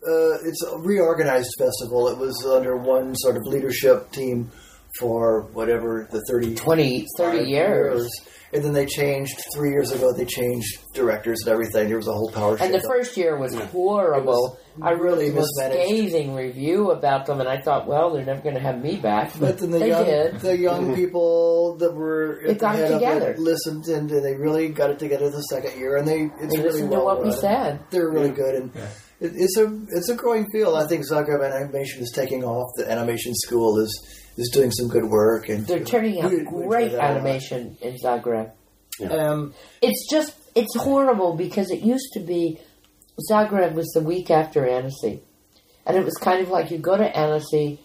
Speaker 2: uh, it's a reorganized festival. It was under one sort of leadership team for whatever the 30,
Speaker 1: 20, 30 years.
Speaker 2: and then they changed three years ago. They changed directors and everything. There was a whole power
Speaker 1: And the
Speaker 2: shakeup.
Speaker 1: first year was horrible. I really
Speaker 2: really
Speaker 1: was
Speaker 2: mismanaged.
Speaker 1: scathing review about them, and I thought, well, they're never going to have me back.
Speaker 2: But
Speaker 1: But,
Speaker 2: then the
Speaker 1: they
Speaker 2: young,
Speaker 1: did.
Speaker 2: the young people that were
Speaker 1: They got it
Speaker 2: head up and
Speaker 1: together.
Speaker 2: listened, and they really got it together the second year, and they it's
Speaker 1: They
Speaker 2: really
Speaker 1: listened to
Speaker 2: well uh,
Speaker 1: what we
Speaker 2: run.
Speaker 1: said.
Speaker 2: They're really good, and it, it's a it's a growing field. I think Zagreb Animation is taking off. The animation school is is doing some good work, and
Speaker 1: They're turning out
Speaker 2: We- we enjoy
Speaker 1: great
Speaker 2: that uh, a lot.
Speaker 1: animation in Zagreb.
Speaker 2: Um,
Speaker 1: It's just, it's horrible because it used to be Zagreb was the week after Annecy. And it was kind of like you go to Annecy,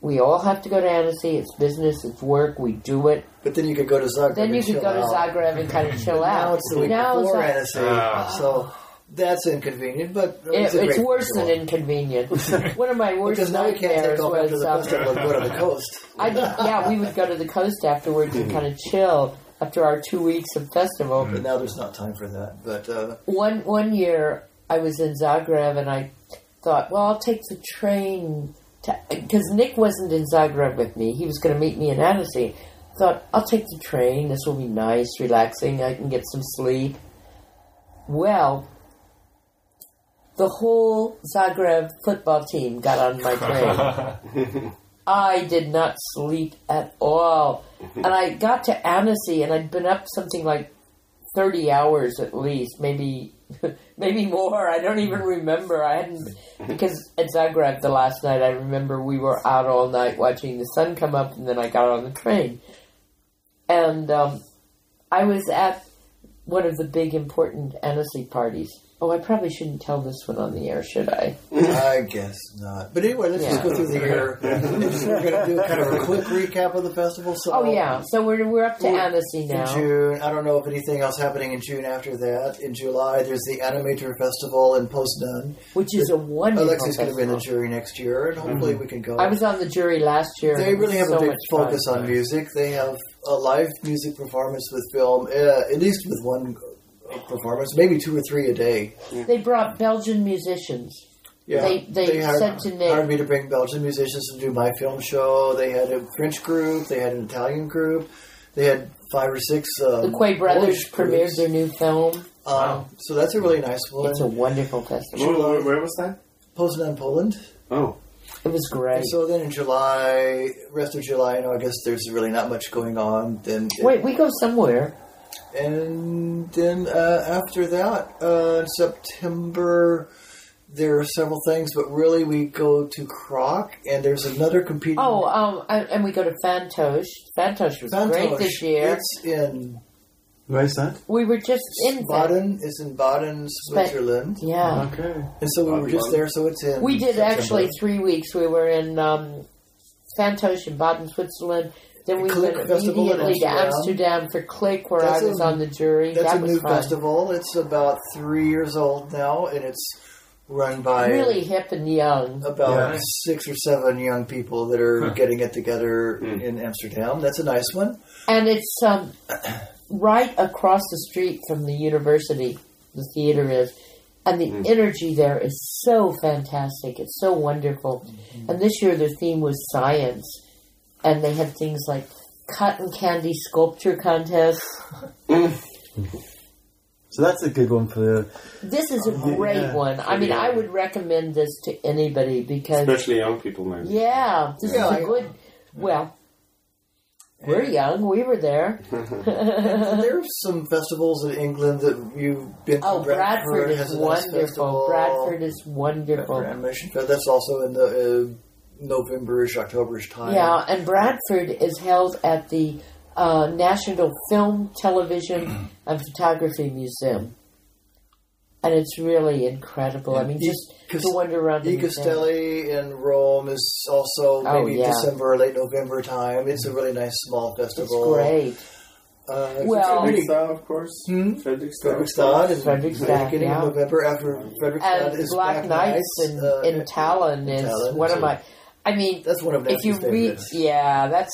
Speaker 1: we all have to go to Annecy, it's business, it's work, we do it.
Speaker 2: but then you could go to Zagreb.
Speaker 1: Then you
Speaker 2: and
Speaker 1: could
Speaker 2: chill
Speaker 1: go to
Speaker 2: out.
Speaker 1: Zagreb and kind of chill out.
Speaker 2: Now it's the week
Speaker 1: Now
Speaker 2: before
Speaker 1: Zag-
Speaker 2: Annecy, so that's inconvenient. But
Speaker 1: It,
Speaker 2: it's, a
Speaker 1: it's
Speaker 2: great
Speaker 1: worse
Speaker 2: festival.
Speaker 1: than inconvenient. One of my worst
Speaker 2: because now you can't
Speaker 1: nightmares
Speaker 2: take off after
Speaker 1: was
Speaker 2: the
Speaker 1: um,
Speaker 2: festival and go to the coast.
Speaker 1: I did, yeah, we would go to the coast afterwards and
Speaker 2: Hmm.
Speaker 1: kind of chill after our two weeks of festival.
Speaker 2: But now there's not time for that. But uh,
Speaker 1: One one year, I was in Zagreb and I thought, well, I'll take the train because Nick wasn't in Zagreb with me. He was going to meet me in Annecy. Thought I'll take the train. This will be nice, relaxing. I can get some sleep. Well, the whole Zagreb football team got on my train. I did not sleep at all. And I got to Annecy and I'd been up something like 30 hours at least, maybe maybe more. I don't even remember. I hadn't because at Zagreb the last night I remember we were out all night watching the sun come up and then I got on the train. And um, I was at one of the big important Annecy parties. Oh, I probably shouldn't tell this one on the air, should I?
Speaker 2: I guess not. But anyway, let's just
Speaker 1: Yeah.
Speaker 2: go through the year. We're going to do kind of a quick recap of the festival. So
Speaker 1: Oh, yeah. So we're, we're up to Annecy
Speaker 2: in
Speaker 1: now.
Speaker 2: June. I don't know if anything else happening in June after that. In July, there's the Animator Festival in Postdun.
Speaker 1: Which is a wonderful
Speaker 2: Alexi's going to be in
Speaker 1: Mm-hmm.
Speaker 2: the
Speaker 1: festival.
Speaker 2: jury next year, and hopefully we can go.
Speaker 1: I was on the jury last year. and
Speaker 2: they
Speaker 1: it was
Speaker 2: really have
Speaker 1: so
Speaker 2: a big
Speaker 1: much fun.
Speaker 2: focus on music. They have a live music performance with film, uh, at least with one performance, maybe two or three a day.
Speaker 1: They brought Belgian musicians. They- they
Speaker 2: hired,
Speaker 1: said to Nick-
Speaker 2: hired me to bring Belgian musicians to do my film show. They had a French group, they had an Italian group, they had five or six. Um,
Speaker 1: The Quay brothers
Speaker 2: Polish
Speaker 1: premiered
Speaker 2: groups.
Speaker 1: their new film.
Speaker 2: Um, so that's a really nice one.
Speaker 1: It's a wonderful festival.
Speaker 3: Where, where, where was that?
Speaker 2: Poznan, Poland.
Speaker 3: Oh,
Speaker 1: It was great.
Speaker 2: And so then in July, rest of July and August, there's really not much going on. Then
Speaker 1: Wait, we go somewhere.
Speaker 2: and then uh, after that, uh, September, there are several things, but really we go to Croc, and there's another competing.
Speaker 1: Oh, um, and and we go to Fantoche. Fantoche was
Speaker 2: Fantoche.
Speaker 1: great this year.
Speaker 2: It's in
Speaker 5: Where's that?
Speaker 1: we were just in Fan-
Speaker 2: Baden. It's in Baden, Switzerland,
Speaker 1: Yeah,
Speaker 5: Okay.
Speaker 2: and so we were just there. So it's in.
Speaker 1: we did
Speaker 2: Uh-huh. September.
Speaker 1: actually three weeks. We were in um, Fantoche in Baden, Switzerland. Then we
Speaker 2: Click
Speaker 1: went
Speaker 2: Festival in
Speaker 1: immediately to
Speaker 2: Amsterdam.
Speaker 1: Amsterdam for Click, where
Speaker 2: That's
Speaker 1: I was
Speaker 2: a-
Speaker 1: on the jury.
Speaker 2: That's
Speaker 1: that
Speaker 2: a
Speaker 1: was
Speaker 2: new
Speaker 1: fun.
Speaker 2: festival. It's about three years old now, and it's run by
Speaker 1: Really hip and young.
Speaker 2: about
Speaker 5: Yeah.
Speaker 2: six or seven young people that are getting it together in Amsterdam. That's a nice one.
Speaker 1: And it's um, right across the street from the university, the theater is. And the
Speaker 5: Mm.
Speaker 1: energy there is so fantastic. It's so wonderful.
Speaker 5: Mm-hmm.
Speaker 1: And this year their theme was science. And they had things like cotton candy sculpture contests.
Speaker 5: So that's a good one for uh, the.
Speaker 1: This is a great
Speaker 5: Oh, yeah.
Speaker 1: one. I mean, I would recommend this to anybody because,
Speaker 3: especially young people, maybe.
Speaker 1: yeah, this
Speaker 2: Yeah,
Speaker 1: is a
Speaker 2: I-
Speaker 1: good, well, we're young. We were there.
Speaker 2: there are some festivals in England that you've been to.
Speaker 1: Oh, Bradford
Speaker 2: has
Speaker 1: is
Speaker 2: a nice
Speaker 1: wonderful.
Speaker 2: festival.
Speaker 1: Bradford is
Speaker 2: Bradford
Speaker 1: wonderful.
Speaker 2: Animation Fest. That's also in the uh, Novemberish, Octoberish time.
Speaker 1: Yeah, and Bradford is held at the uh, National Film, Television, and Photography Museum. And it's really incredible. I mean,
Speaker 2: E-
Speaker 1: just
Speaker 2: Cos-
Speaker 1: to wander around the
Speaker 2: E.
Speaker 1: museum.
Speaker 2: Castelli in Rome is also
Speaker 1: Oh,
Speaker 2: maybe
Speaker 1: yeah.
Speaker 2: December or late November time. It's a really nice small
Speaker 1: It's
Speaker 2: festival.
Speaker 1: great.
Speaker 2: Uh,
Speaker 1: Well-
Speaker 2: it's really
Speaker 3: Fredrikstad, of course.
Speaker 2: Hmm?
Speaker 3: Fredrikstad.
Speaker 2: Fredrikstad and
Speaker 1: Fredrikstad,
Speaker 2: beginning
Speaker 1: yeah.
Speaker 2: of November after Fredrikstad
Speaker 1: And
Speaker 2: is
Speaker 1: Black Knights in,
Speaker 2: uh,
Speaker 1: in Talon is
Speaker 2: Tallinn,
Speaker 1: one of
Speaker 2: so
Speaker 1: my. I mean,
Speaker 2: That's one of
Speaker 1: if you
Speaker 2: Nancy's
Speaker 1: read,
Speaker 2: favorites.
Speaker 1: yeah, that's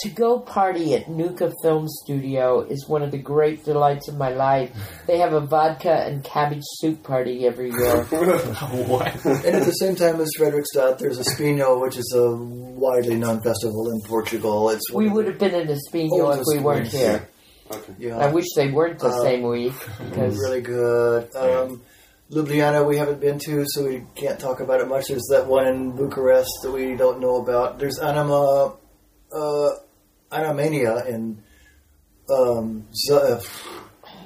Speaker 1: to go party at Nuka Film Studio is one of the great delights of my life. They have a vodka and cabbage soup party every year.
Speaker 2: and at the same time as Fredrikstad, there's Espinho, which is a widely known festival in Portugal. It's one
Speaker 1: we
Speaker 2: of
Speaker 1: would
Speaker 2: the-
Speaker 1: have been in Espino if
Speaker 2: Oldest
Speaker 1: we weren't
Speaker 2: place.
Speaker 1: here.
Speaker 2: yeah,
Speaker 1: I wish they weren't the
Speaker 2: Um,
Speaker 1: same week because
Speaker 2: really good. Um, Ljubljana, we haven't been to, so we can't talk about it much. There's that one in Bucharest that we don't know about. There's Anima, uh, Animania in um, Z- uh,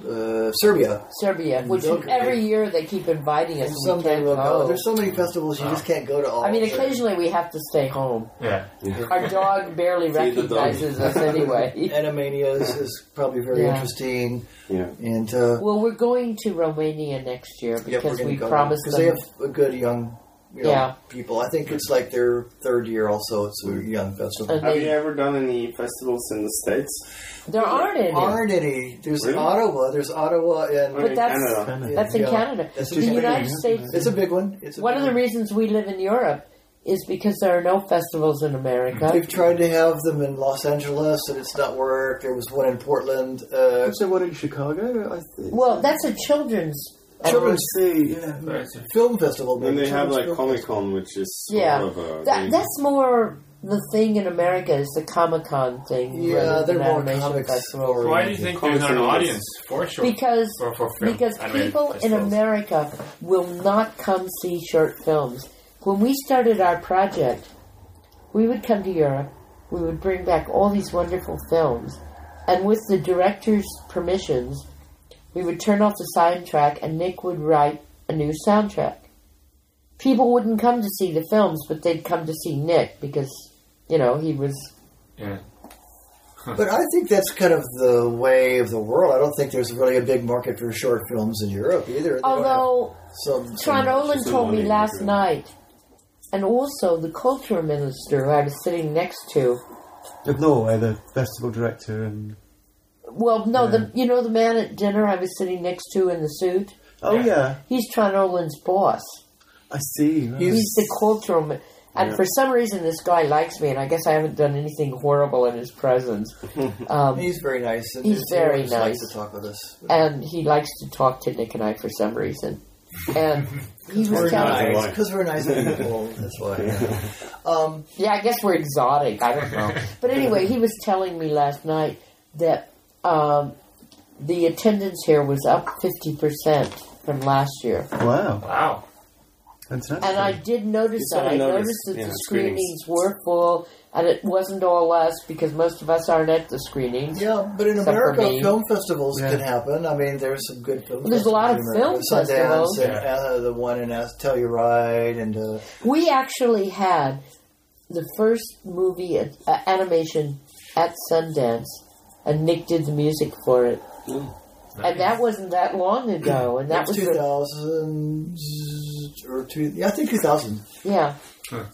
Speaker 2: uh, Serbia.
Speaker 1: Serbia, which
Speaker 2: Okay.
Speaker 1: every year they keep inviting us,
Speaker 2: And
Speaker 1: and we
Speaker 2: someday
Speaker 1: can't
Speaker 2: we'll go.
Speaker 1: go.
Speaker 2: There's so many festivals you just can't go to all.
Speaker 1: Oh. I mean,
Speaker 2: of them.
Speaker 1: occasionally we have to stay home.
Speaker 7: Yeah.
Speaker 1: Our dog barely
Speaker 3: See the dog.
Speaker 1: recognizes us anyway.
Speaker 2: Animania is, is probably very
Speaker 1: Yeah.
Speaker 2: interesting.
Speaker 3: Yeah.
Speaker 2: And uh,
Speaker 1: Well, we're going to Romania next year
Speaker 2: yeah,
Speaker 1: because
Speaker 2: we're
Speaker 1: we
Speaker 2: gonna go
Speaker 1: promised
Speaker 2: because
Speaker 1: them.
Speaker 2: they have a good young, you know,
Speaker 1: Yeah.
Speaker 2: people. I think it's like their third year also. It's a young festival.
Speaker 1: and
Speaker 3: Have
Speaker 1: they-
Speaker 3: you ever done any festivals in the states?
Speaker 1: there aren't any.
Speaker 2: aren't any. There's
Speaker 3: Really?
Speaker 2: Ottawa. There's Ottawa
Speaker 3: Or
Speaker 2: and
Speaker 1: But
Speaker 3: in
Speaker 1: that's-
Speaker 3: Canada?
Speaker 1: That's in
Speaker 2: yeah.
Speaker 1: Canada.
Speaker 2: That's
Speaker 1: the
Speaker 2: just
Speaker 1: United
Speaker 2: Canada.
Speaker 1: States.
Speaker 2: It's a big one. It's a
Speaker 1: one
Speaker 2: big
Speaker 1: of the
Speaker 2: one.
Speaker 1: reasons we live in Europe is because there are no festivals in America.
Speaker 2: They've tried to have them in Los Angeles, and it's not worked. There was one in Portland. Uh,
Speaker 5: Is there one in Chicago? I think.
Speaker 1: Well, that's a children's.
Speaker 2: Children's
Speaker 5: see. Yeah.
Speaker 2: film festival.
Speaker 3: And they
Speaker 2: Children's
Speaker 3: have like
Speaker 2: film
Speaker 3: Comic Con, which is sort
Speaker 1: Yeah.
Speaker 3: of uh, a
Speaker 1: That, that's more the thing in America is the Comic Con thing.
Speaker 2: Yeah,
Speaker 1: rather than
Speaker 2: they're more
Speaker 1: animation
Speaker 2: comics
Speaker 1: festivals.
Speaker 2: oriented.
Speaker 7: Why do you think there's not an audience for sure?
Speaker 1: Because
Speaker 7: for, for film,
Speaker 1: because
Speaker 7: animated
Speaker 1: people in
Speaker 7: festivals?
Speaker 1: America will not come see short films. When we started our project, we would come to Europe, we would bring back all these wonderful films, and with the director's permissions, we would turn off the soundtrack and Nick would write a new soundtrack. People wouldn't come to see the films, but they'd come to see Nick because, you know, he was
Speaker 7: Yeah.
Speaker 2: But I think that's kind of the way of the world. I don't think there's really a big market for short films in Europe either. They don't have
Speaker 1: Although
Speaker 2: some,
Speaker 1: Tron
Speaker 2: some
Speaker 1: Olin told me last night, and also the culture minister who I was sitting next to.
Speaker 5: Of Norway, the festival director and.
Speaker 1: Well, no, the you know the man at dinner I was sitting next to in the suit.
Speaker 5: Oh, yeah.
Speaker 1: He's Tron Olin's boss.
Speaker 5: I see. right.
Speaker 1: He's the cultural. mi- And for some reason, this guy likes me, and I guess I haven't done anything horrible in his presence. Um,
Speaker 2: he's very nice. And
Speaker 1: He's
Speaker 2: he
Speaker 1: very
Speaker 2: always
Speaker 1: nice.
Speaker 2: Likes to talk with us.
Speaker 1: and he likes to talk to Nick and I for some reason. And he
Speaker 2: We're
Speaker 1: was telling
Speaker 2: nice because we're nice people. That's why. Um,
Speaker 1: Yeah, I guess we're exotic. I don't know. but anyway, he was telling me last night that um, the attendance here was up 50% from last year.
Speaker 5: Wow.
Speaker 7: Wow.
Speaker 5: Fantastic.
Speaker 1: And I did notice
Speaker 3: Yes,
Speaker 1: that.
Speaker 3: I
Speaker 1: I
Speaker 3: noticed.
Speaker 1: Hmm. noticed that
Speaker 3: Yeah,
Speaker 1: the
Speaker 3: screenings.
Speaker 1: screenings were full, and it wasn't all us because most of us aren't at the screenings.
Speaker 2: yeah, but in
Speaker 1: Except for
Speaker 2: America,
Speaker 1: me.
Speaker 2: film festivals
Speaker 5: Yeah.
Speaker 2: can happen. I mean, there's some good film.
Speaker 1: There's a lot of
Speaker 2: festivals in
Speaker 1: film
Speaker 2: America.
Speaker 1: festivals.
Speaker 2: Sundance and uh, the one in uh, Telluride and uh,
Speaker 1: We actually had the first movie at, uh, animation at Sundance, and Nick did the music for it. And that wasn't that long ago, and that was
Speaker 2: two
Speaker 1: the,
Speaker 2: thousand or two. Yeah, I think two thousand.
Speaker 1: yeah.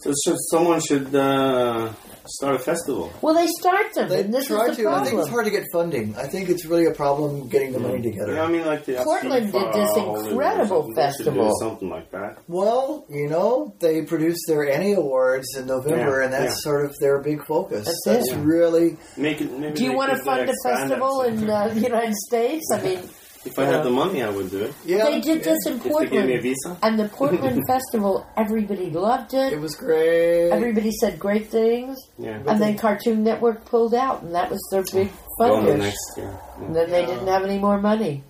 Speaker 3: So should, someone should uh, start a festival.
Speaker 1: Well, they start them,
Speaker 2: They
Speaker 1: and this
Speaker 2: try
Speaker 1: is the
Speaker 2: to. I think it's
Speaker 1: problem.
Speaker 2: hard to get funding. I think it's really a problem getting the money together.
Speaker 3: Yeah, I mean, like the
Speaker 1: Portland did
Speaker 3: Astrofa
Speaker 1: this
Speaker 3: Hollywood or
Speaker 1: incredible
Speaker 3: something. They should do
Speaker 1: festival.
Speaker 3: something like that.
Speaker 2: Well, you know, they produce their Annie Awards in November,
Speaker 3: Yeah,
Speaker 2: and that's sort of their big focus.
Speaker 1: That's it.
Speaker 2: that's really
Speaker 3: Make it. Maybe
Speaker 1: Do you
Speaker 3: they
Speaker 1: want to
Speaker 3: could, uh,
Speaker 1: fund a
Speaker 3: expand it.
Speaker 1: festival in uh, the United States? I mean,
Speaker 3: If I had the money, I would do it.
Speaker 2: yeah.
Speaker 1: they did this in
Speaker 3: If they give me a
Speaker 1: Portland,
Speaker 3: visa.
Speaker 1: and the Portland festival, everybody loved
Speaker 2: It, it
Speaker 1: it.
Speaker 2: was great.
Speaker 1: Everybody said great things,
Speaker 3: Yeah.
Speaker 1: and then Cartoon Network pulled out, and that was their big
Speaker 3: Go on the
Speaker 1: fundraiser.
Speaker 3: next. Yeah.
Speaker 1: And
Speaker 3: Yeah.
Speaker 1: then they didn't have any more money.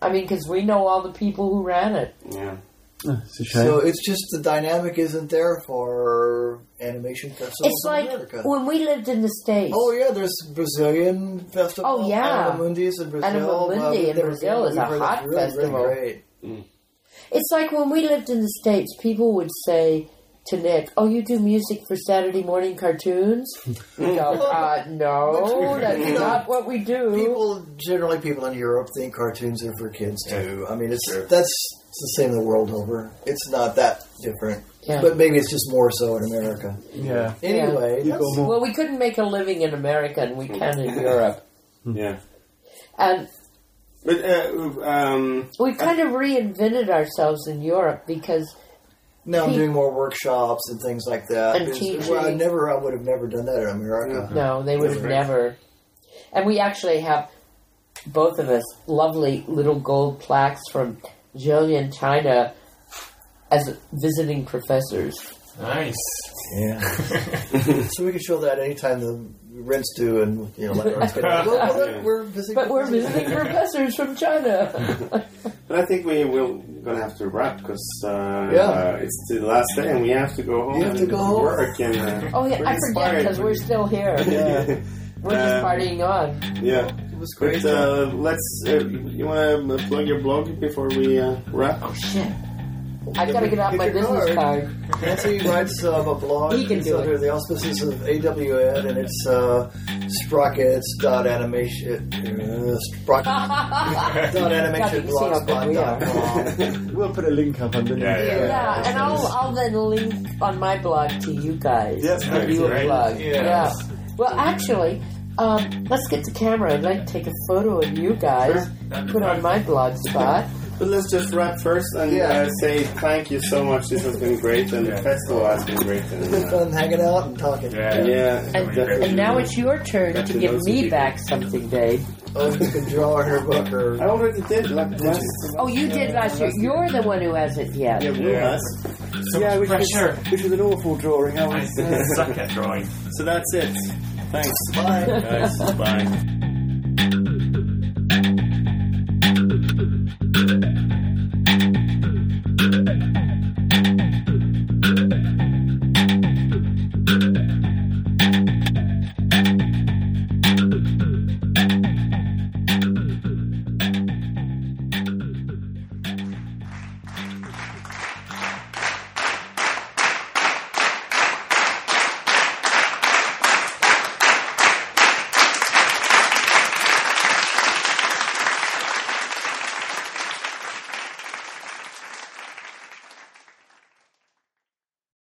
Speaker 1: I mean, because we know all the people who ran it.
Speaker 3: yeah.
Speaker 5: Oh, it's a shame.
Speaker 2: so it's just the dynamic isn't there for animation festivals
Speaker 1: It's
Speaker 2: in
Speaker 1: like
Speaker 2: America.
Speaker 1: when we lived in the States.
Speaker 2: Oh yeah, there's Brazilian festival.
Speaker 1: Oh, yeah.
Speaker 2: Animamundis in Brazil.
Speaker 1: Animamundi
Speaker 2: Wow,
Speaker 1: in
Speaker 2: they're-
Speaker 1: Brazil is a
Speaker 2: they're really
Speaker 1: hot
Speaker 2: really
Speaker 1: festival.
Speaker 2: great.
Speaker 1: It's like when we lived in the States, people would say to Nick, Oh, you do music for Saturday morning cartoons? We go, uh, No, that's not what we do.
Speaker 2: People generally, people in Europe think cartoons are for kids too. I mean, it's that's it's the same the world over. It's not that different,
Speaker 1: Yeah.
Speaker 2: but maybe it's just more so in America.
Speaker 5: yeah.
Speaker 2: Anyway,
Speaker 5: You've got
Speaker 2: that's-
Speaker 5: more.
Speaker 1: well, we couldn't make a living in America, and we can in Europe.
Speaker 3: Yeah.
Speaker 1: And
Speaker 3: But uh, um,
Speaker 1: we kind of reinvented ourselves in Europe because
Speaker 2: now I'm
Speaker 1: Pe-
Speaker 2: doing more workshops and things like that.
Speaker 1: And
Speaker 2: It's-
Speaker 1: teaching.
Speaker 2: Well, I never, I would have never done that in America.
Speaker 1: No, they would have never. And we actually have both of us lovely little gold plaques from Jillian China as visiting professors.
Speaker 7: Nice.
Speaker 2: Yeah. so we can show that anytime the rent's due and you know, like, well, well, look, we're busy.
Speaker 1: But we're visiting professors from China.
Speaker 3: but I think we will gonna have to wrap because uh,
Speaker 2: Yeah.
Speaker 3: uh, it's the last day and we have to go home.
Speaker 2: You have to
Speaker 3: and
Speaker 2: go home.
Speaker 3: work and. Uh,
Speaker 1: Oh yeah, I forget because we're still here.
Speaker 3: yeah.
Speaker 1: We're just
Speaker 3: Um,
Speaker 1: partying on.
Speaker 3: yeah.
Speaker 2: It was great.
Speaker 3: But uh, let's. Uh, you want to plug your blog before we uh, wrap?
Speaker 1: Oh, Shit. I gotta get out
Speaker 2: Pick
Speaker 1: my
Speaker 2: your
Speaker 1: business
Speaker 2: card.
Speaker 1: card.
Speaker 2: Nancy writes uh, a blog.
Speaker 1: He can
Speaker 2: It's
Speaker 1: do
Speaker 2: under
Speaker 1: it.
Speaker 2: the auspices of AWN, and it's uh, sprockets.animation. Uh, sprockets.animationblogspot.com.
Speaker 5: We'll put a link up underneath.
Speaker 7: Yeah, yeah.
Speaker 1: Yeah, and I'll, I'll then link on my blog to you guys.
Speaker 5: Yes,
Speaker 1: Give you a
Speaker 7: great.
Speaker 1: plug.
Speaker 2: Yes.
Speaker 1: Yeah. Well, actually, um, let's get the camera. I'd like to take a photo of you guys, put on my blog spot.
Speaker 3: But let's just wrap first and
Speaker 2: Yeah.
Speaker 3: uh, say thank you so much. This has been great, and the festival has been great.
Speaker 1: E
Speaker 3: And,
Speaker 2: It's been
Speaker 3: uh,
Speaker 2: fun hanging out and talking.
Speaker 7: Yeah.
Speaker 3: yeah,
Speaker 1: And, and now it's your turn to give me back something, Dave.
Speaker 2: Oh, you can draw in her book
Speaker 3: I
Speaker 2: or.
Speaker 3: already did like last.
Speaker 1: Oh, you did last year. You're the one who hasn't yet.
Speaker 3: Yeah,
Speaker 7: Yeah.
Speaker 3: last.
Speaker 7: So much pressure.
Speaker 3: Which is an awful drawing. How
Speaker 7: I
Speaker 3: is that?
Speaker 7: suck at drawing.
Speaker 3: So that's it. Thanks.
Speaker 2: Bye.
Speaker 3: Guys, bye.